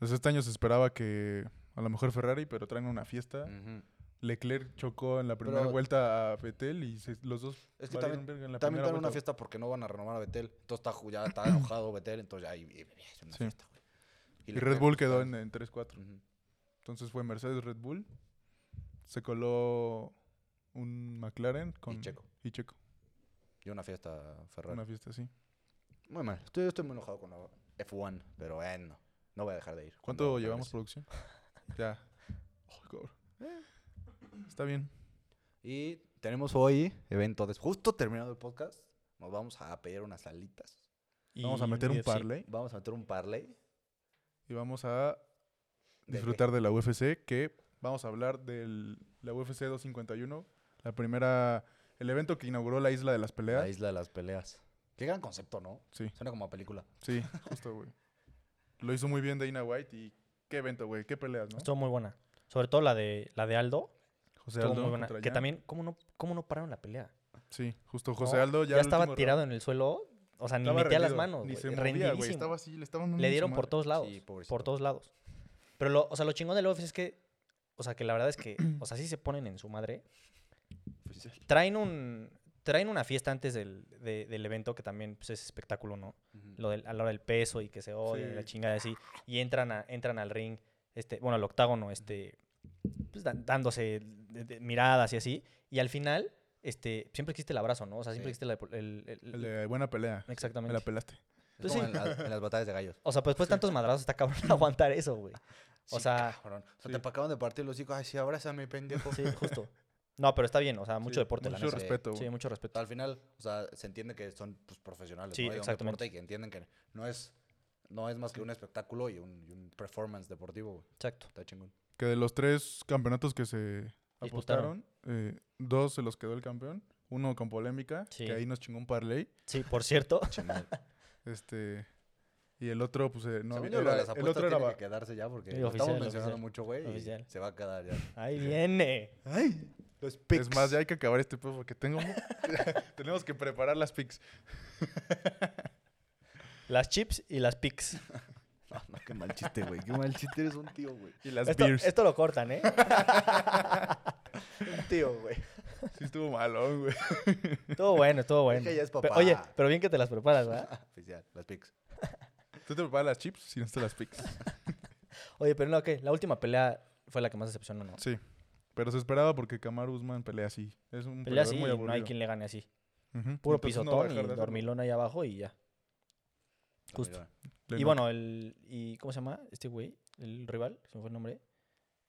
[SPEAKER 2] Desde este año se esperaba que a lo mejor Ferrari, pero traen una fiesta.
[SPEAKER 1] Ujú.
[SPEAKER 2] Leclerc chocó en la primera
[SPEAKER 1] Pero-
[SPEAKER 2] vuelta a Vettel y se- los dos
[SPEAKER 1] Es que
[SPEAKER 2] valieron
[SPEAKER 1] también,
[SPEAKER 2] verga en la
[SPEAKER 1] también
[SPEAKER 2] primera
[SPEAKER 1] están en una
[SPEAKER 2] vuelta.
[SPEAKER 1] fiesta porque no van a renovar a Betel. Entonces está, ju- ya está enojado Betel, entonces ya ahí- y- y- es una
[SPEAKER 2] Sí.
[SPEAKER 1] fiesta, güey.
[SPEAKER 2] Y
[SPEAKER 1] le-
[SPEAKER 2] Red Bull quedó en, en 3-4.
[SPEAKER 1] Ujú.
[SPEAKER 2] Entonces fue Mercedes Red Bull. Se coló un McLaren con
[SPEAKER 1] Checo.
[SPEAKER 2] Y Checo.
[SPEAKER 1] Y una fiesta Ferrari.
[SPEAKER 2] Una fiesta así.
[SPEAKER 1] Muy mal. Estoy, estoy muy enojado con la F1, pero eh, no. No voy a dejar de ir.
[SPEAKER 2] ¿Cuánto
[SPEAKER 1] cuando
[SPEAKER 2] llevamos
[SPEAKER 1] regrese.
[SPEAKER 2] producción? ya. Ay, cabrón. Está bien.
[SPEAKER 1] Y tenemos hoy evento. de- Justo terminado el podcast, nos vamos a pedir unas salitas.
[SPEAKER 3] y
[SPEAKER 2] Vamos a meter un ¿eh?
[SPEAKER 3] UFC.
[SPEAKER 2] parlay
[SPEAKER 1] Vamos a meter un parlay.
[SPEAKER 2] y vamos a
[SPEAKER 1] qué?
[SPEAKER 2] disfrutar de la UFC que vamos a hablar de la UFC 251, la primera el evento que inauguró la Isla de las Peleas.
[SPEAKER 1] La isla de las peleas. Qué gran concepto, ¿no?
[SPEAKER 2] Sí.
[SPEAKER 1] Suena como a película.
[SPEAKER 2] Sí, justo, güey. Lo hizo muy bien Dana White y qué evento, güey, qué peleas, ¿no?
[SPEAKER 3] Estuvo muy buena. Sobre todo la de, la de Aldo.
[SPEAKER 2] José
[SPEAKER 3] estuvo muy buena.
[SPEAKER 2] contra
[SPEAKER 3] Que
[SPEAKER 2] Jan.
[SPEAKER 3] también, ¿cómo no, ¿cómo no pararon la pelea?
[SPEAKER 2] Sí, justo José
[SPEAKER 3] No,
[SPEAKER 2] Aldo ya,
[SPEAKER 3] ya
[SPEAKER 2] el
[SPEAKER 3] estaba
[SPEAKER 2] último
[SPEAKER 3] tirado
[SPEAKER 2] round
[SPEAKER 3] en el suelo. O sea, ni
[SPEAKER 2] estaba
[SPEAKER 3] metía las
[SPEAKER 2] rendido,
[SPEAKER 3] manos.
[SPEAKER 2] Ni
[SPEAKER 3] güey,
[SPEAKER 2] se movía, güey,
[SPEAKER 3] rendidísimo.
[SPEAKER 2] estaba así, le estaban dando
[SPEAKER 3] Le
[SPEAKER 2] en su
[SPEAKER 3] dieron por
[SPEAKER 2] madre.
[SPEAKER 3] todos lados.
[SPEAKER 1] Mm, Sí, pobrecito.
[SPEAKER 3] por todos lados. Pero lo, o sea, lo chingón del UFC es que. O sea, que la verdad es que. O sea, sí se ponen en su madre.
[SPEAKER 2] Pues
[SPEAKER 3] Traen un. Traen una fiesta antes del, de- del evento que también pues, es espectáculo, ¿no? Lo del, a la hora del peso y que se odia y la
[SPEAKER 2] Sí.
[SPEAKER 3] chingada y así. Y entran, a- entran al ring, este, bueno, al octágono, este, pues, da- dándose de- de- miradas y así. Y al final, este, siempre existe el abrazo, ¿no? O sea, siempre
[SPEAKER 1] Sí.
[SPEAKER 3] existe la- el- el- el-
[SPEAKER 2] El de buena pelea. Me
[SPEAKER 3] Exactamente.
[SPEAKER 2] la pelaste.
[SPEAKER 1] Es
[SPEAKER 3] Pues
[SPEAKER 1] como
[SPEAKER 3] sí.
[SPEAKER 1] en, la- en las batallas de gallos.
[SPEAKER 3] O sea, pues después de tantos madrazos está cabrón aguantar eso, güey. O
[SPEAKER 1] Sí,
[SPEAKER 3] sea,
[SPEAKER 1] cabrón. O sea,
[SPEAKER 2] sí.
[SPEAKER 1] te acaban de partir los hijos. Ay, sí, abrázame, pendejo.
[SPEAKER 3] Sí, justo. No, pero está bien, o sea, mucho
[SPEAKER 2] Sí,
[SPEAKER 3] deporte, la
[SPEAKER 2] Mucho
[SPEAKER 3] neta.
[SPEAKER 1] Sí.
[SPEAKER 2] respeto, güey.
[SPEAKER 3] Sí, mucho respeto.
[SPEAKER 1] Al final, o sea, se entiende que son pues, profesionales
[SPEAKER 3] Sí,
[SPEAKER 1] ¿no? de un
[SPEAKER 3] exactamente.
[SPEAKER 1] deporte y que entienden que no es, no es más que un espectáculo y un, y un performance deportivo. güey.
[SPEAKER 3] Exacto.
[SPEAKER 1] Está chingón.
[SPEAKER 2] Que de los tres campeonatos que se apostaron,
[SPEAKER 3] Disputaron.
[SPEAKER 2] eh, dos se los quedó el campeón. Uno con polémica,
[SPEAKER 3] Sí.
[SPEAKER 2] que ahí nos chingó un parlay.
[SPEAKER 3] Sí, por cierto.
[SPEAKER 1] Chingón.
[SPEAKER 2] Este, y el otro, pues, eh, no.
[SPEAKER 1] Según yo, lo de
[SPEAKER 2] era-
[SPEAKER 1] las
[SPEAKER 2] el
[SPEAKER 1] apuestas
[SPEAKER 2] otro era.
[SPEAKER 1] tiene
[SPEAKER 2] ba-
[SPEAKER 1] que quedarse ya porque
[SPEAKER 3] Sí,
[SPEAKER 1] lo estamos
[SPEAKER 3] oficial,
[SPEAKER 1] mencionando
[SPEAKER 3] oficial,
[SPEAKER 1] mucho, güey, y
[SPEAKER 3] oficial.
[SPEAKER 1] se va a quedar ya.
[SPEAKER 3] Ahí viene.
[SPEAKER 1] Los pics.
[SPEAKER 2] Es más, ya hay que acabar este pedo porque tengo. mu- tenemos que preparar las picks.
[SPEAKER 3] Las chips y las pics.
[SPEAKER 1] No, no, qué mal chiste, güey. Qué mal chiste eres un tío, güey.
[SPEAKER 2] Y las
[SPEAKER 3] Esto,
[SPEAKER 2] beers.
[SPEAKER 3] esto lo cortan, ¿eh?
[SPEAKER 1] Un tío, güey.
[SPEAKER 2] Sí estuvo malo, güey.
[SPEAKER 3] Estuvo bueno, estuvo bueno.
[SPEAKER 1] que ya es
[SPEAKER 3] Pe-
[SPEAKER 1] papá.
[SPEAKER 3] oye, pero bien que te las preparas, ¿verdad?
[SPEAKER 1] Oficial, las pics.
[SPEAKER 2] ¿Tú te preparas las chips? Si no te las picks.
[SPEAKER 3] Oye, pero no, ¿qué? La última pelea fue la que más decepcionó, ¿no?
[SPEAKER 2] Sí. Pero se esperaba porque Kamaru Usman pelea así. Es un peleador
[SPEAKER 3] Pelea así
[SPEAKER 2] muy
[SPEAKER 3] y
[SPEAKER 2] aburrido.
[SPEAKER 3] Pues no hay quien le gane así.
[SPEAKER 2] Ujú. Entonces
[SPEAKER 3] Puro
[SPEAKER 2] no va a
[SPEAKER 3] pisotón
[SPEAKER 2] dejar de
[SPEAKER 3] y
[SPEAKER 2] hacerlo.
[SPEAKER 3] dormilón ahí abajo y ya. Justo.
[SPEAKER 2] Le
[SPEAKER 3] y
[SPEAKER 2] no-
[SPEAKER 3] bueno, el. Y, ¿Cómo se llama este güey? El rival, se me fue el nombre.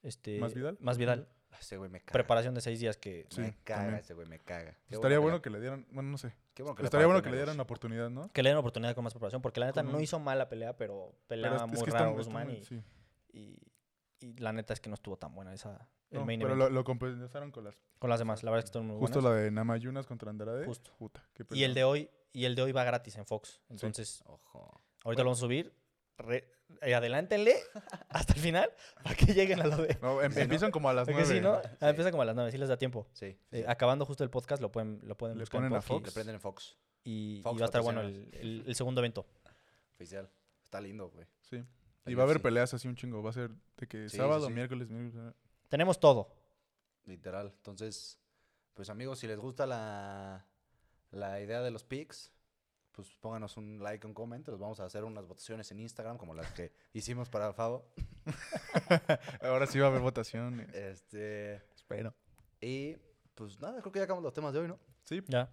[SPEAKER 3] Este,
[SPEAKER 2] ¿Masvidal?
[SPEAKER 3] Más Vidal.
[SPEAKER 1] Ese güey me caga.
[SPEAKER 3] Preparación de seis días que
[SPEAKER 2] Sí,
[SPEAKER 1] me caga
[SPEAKER 2] también.
[SPEAKER 1] ese güey, me caga. Qué
[SPEAKER 2] Estaría
[SPEAKER 1] buena
[SPEAKER 2] bueno que le dieran. Bueno, no sé.
[SPEAKER 1] pelea. Qué bueno que le
[SPEAKER 2] Estaría bueno que
[SPEAKER 1] parten
[SPEAKER 2] le
[SPEAKER 1] a los-
[SPEAKER 2] dieran la oportunidad, ¿no?
[SPEAKER 3] Que le den oportunidad con más preparación, porque la neta
[SPEAKER 2] Con
[SPEAKER 3] no
[SPEAKER 2] un-
[SPEAKER 3] hizo mal la pelea, pero
[SPEAKER 2] Pero
[SPEAKER 3] peleaba
[SPEAKER 2] es- es
[SPEAKER 3] muy
[SPEAKER 2] que está
[SPEAKER 3] raro
[SPEAKER 2] muy- está
[SPEAKER 3] Guzmán
[SPEAKER 2] muy-
[SPEAKER 3] y,
[SPEAKER 2] sí.
[SPEAKER 3] y- y la neta es que no estuvo tan buena esa el
[SPEAKER 2] No,
[SPEAKER 3] main
[SPEAKER 2] pero lo,
[SPEAKER 3] event
[SPEAKER 2] lo compensaron con las.
[SPEAKER 3] con las demás, la verdad es que estuvieron muy
[SPEAKER 2] Justo
[SPEAKER 3] buenas.
[SPEAKER 2] la de Namayunas contra Andrade.
[SPEAKER 3] Justo.
[SPEAKER 2] Puta, qué
[SPEAKER 3] Y
[SPEAKER 2] peleón.
[SPEAKER 3] el de hoy, y el de hoy va gratis en Fox. Entonces,
[SPEAKER 1] Ojo.
[SPEAKER 3] ahorita lo vamos a subir. Re- eh, adelántenle hasta el final para que lleguen a lo de.
[SPEAKER 2] No, em- empiezan como a las
[SPEAKER 3] Porque
[SPEAKER 2] nueve.
[SPEAKER 3] si no,
[SPEAKER 1] Sí.
[SPEAKER 3] ah, empieza como a las 9, sí les da tiempo.
[SPEAKER 1] Sí. sí,
[SPEAKER 3] Eh,
[SPEAKER 1] sí.
[SPEAKER 3] acabando justo el podcast, lo pueden, lo pueden
[SPEAKER 2] Le
[SPEAKER 3] buscar en
[SPEAKER 2] ponen a
[SPEAKER 3] Fox y-
[SPEAKER 1] Le prenden en Fox.
[SPEAKER 3] Y, y
[SPEAKER 1] Fox
[SPEAKER 3] va a estar bueno el,
[SPEAKER 1] patrocínanos.
[SPEAKER 3] el- el segundo evento.
[SPEAKER 1] Oficial. Está lindo, güey.
[SPEAKER 2] Sí.
[SPEAKER 1] El
[SPEAKER 2] Y va a haber
[SPEAKER 1] UFC.
[SPEAKER 2] peleas así un chingo. Va a ser de que
[SPEAKER 1] Sí, sí,
[SPEAKER 2] sábado,
[SPEAKER 1] sí.
[SPEAKER 2] miércoles, miércoles.
[SPEAKER 3] Tenemos todo.
[SPEAKER 1] Literal. Entonces, pues amigos, si les gusta la, la idea de los picks, pues pónganos un like, un comment. Les vamos a hacer unas votaciones en Instagram, como las que hicimos para Favo.
[SPEAKER 2] Ahora sí va a haber votación. eh,
[SPEAKER 1] Este.
[SPEAKER 2] Espero.
[SPEAKER 1] Y pues nada, creo que ya acabamos los temas de hoy, ¿no?
[SPEAKER 2] Sí,
[SPEAKER 3] Ya.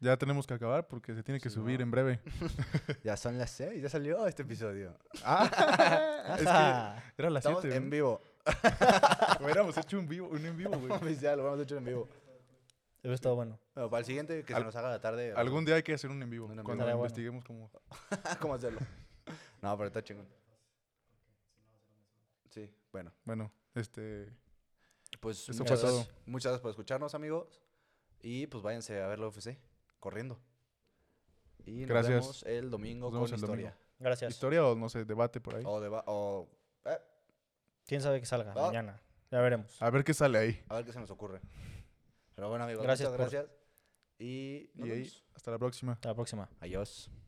[SPEAKER 2] ya tenemos que acabar porque se tiene que
[SPEAKER 1] Sí,
[SPEAKER 2] subir
[SPEAKER 1] no.
[SPEAKER 2] en breve.
[SPEAKER 1] Ya son las seis, ya salió este episodio.
[SPEAKER 2] Ah, es que
[SPEAKER 3] Ajá.
[SPEAKER 2] era las
[SPEAKER 1] Estamos
[SPEAKER 2] 7.
[SPEAKER 1] en vivo.
[SPEAKER 2] Hubiéramos hecho un, vivo, un en vivo, güey.
[SPEAKER 1] Oficial, lo hemos hecho en vivo.
[SPEAKER 3] Hubiera estado bueno.
[SPEAKER 1] Bueno, para el siguiente, que se
[SPEAKER 2] Al-
[SPEAKER 1] nos haga la tarde.
[SPEAKER 2] Algún día hay que hacer un en vivo.
[SPEAKER 1] Un en vivo.
[SPEAKER 2] cuando
[SPEAKER 3] Estaría bueno.
[SPEAKER 2] investiguemos cómo.
[SPEAKER 1] ¿Cómo hacerlo? No, pero está chingón. Sí, bueno.
[SPEAKER 2] Bueno, este.
[SPEAKER 1] Pues
[SPEAKER 2] Eso fue
[SPEAKER 1] muchas,
[SPEAKER 2] todo.
[SPEAKER 1] muchas gracias por escucharnos, amigos. Y pues váyanse a ver la UFC corriendo. Y nos
[SPEAKER 2] Gracias.
[SPEAKER 1] vemos el domingo
[SPEAKER 2] Nos vemos
[SPEAKER 1] con
[SPEAKER 2] el
[SPEAKER 1] historia.
[SPEAKER 3] Gracias.
[SPEAKER 2] Historia o no sé, debate por ahí.
[SPEAKER 1] O deba- o- eh,
[SPEAKER 3] ¿Quién sabe que salga
[SPEAKER 1] Ah.
[SPEAKER 3] mañana? Ya veremos.
[SPEAKER 2] A ver qué sale ahí.
[SPEAKER 1] a ver qué se nos ocurre. Pero bueno, amigos,
[SPEAKER 3] Gracias
[SPEAKER 1] muchas
[SPEAKER 3] por-
[SPEAKER 1] gracias. Y nos
[SPEAKER 2] Y ahí,
[SPEAKER 1] vemos.
[SPEAKER 2] hasta la próxima.
[SPEAKER 3] Hasta la próxima.
[SPEAKER 1] Adiós.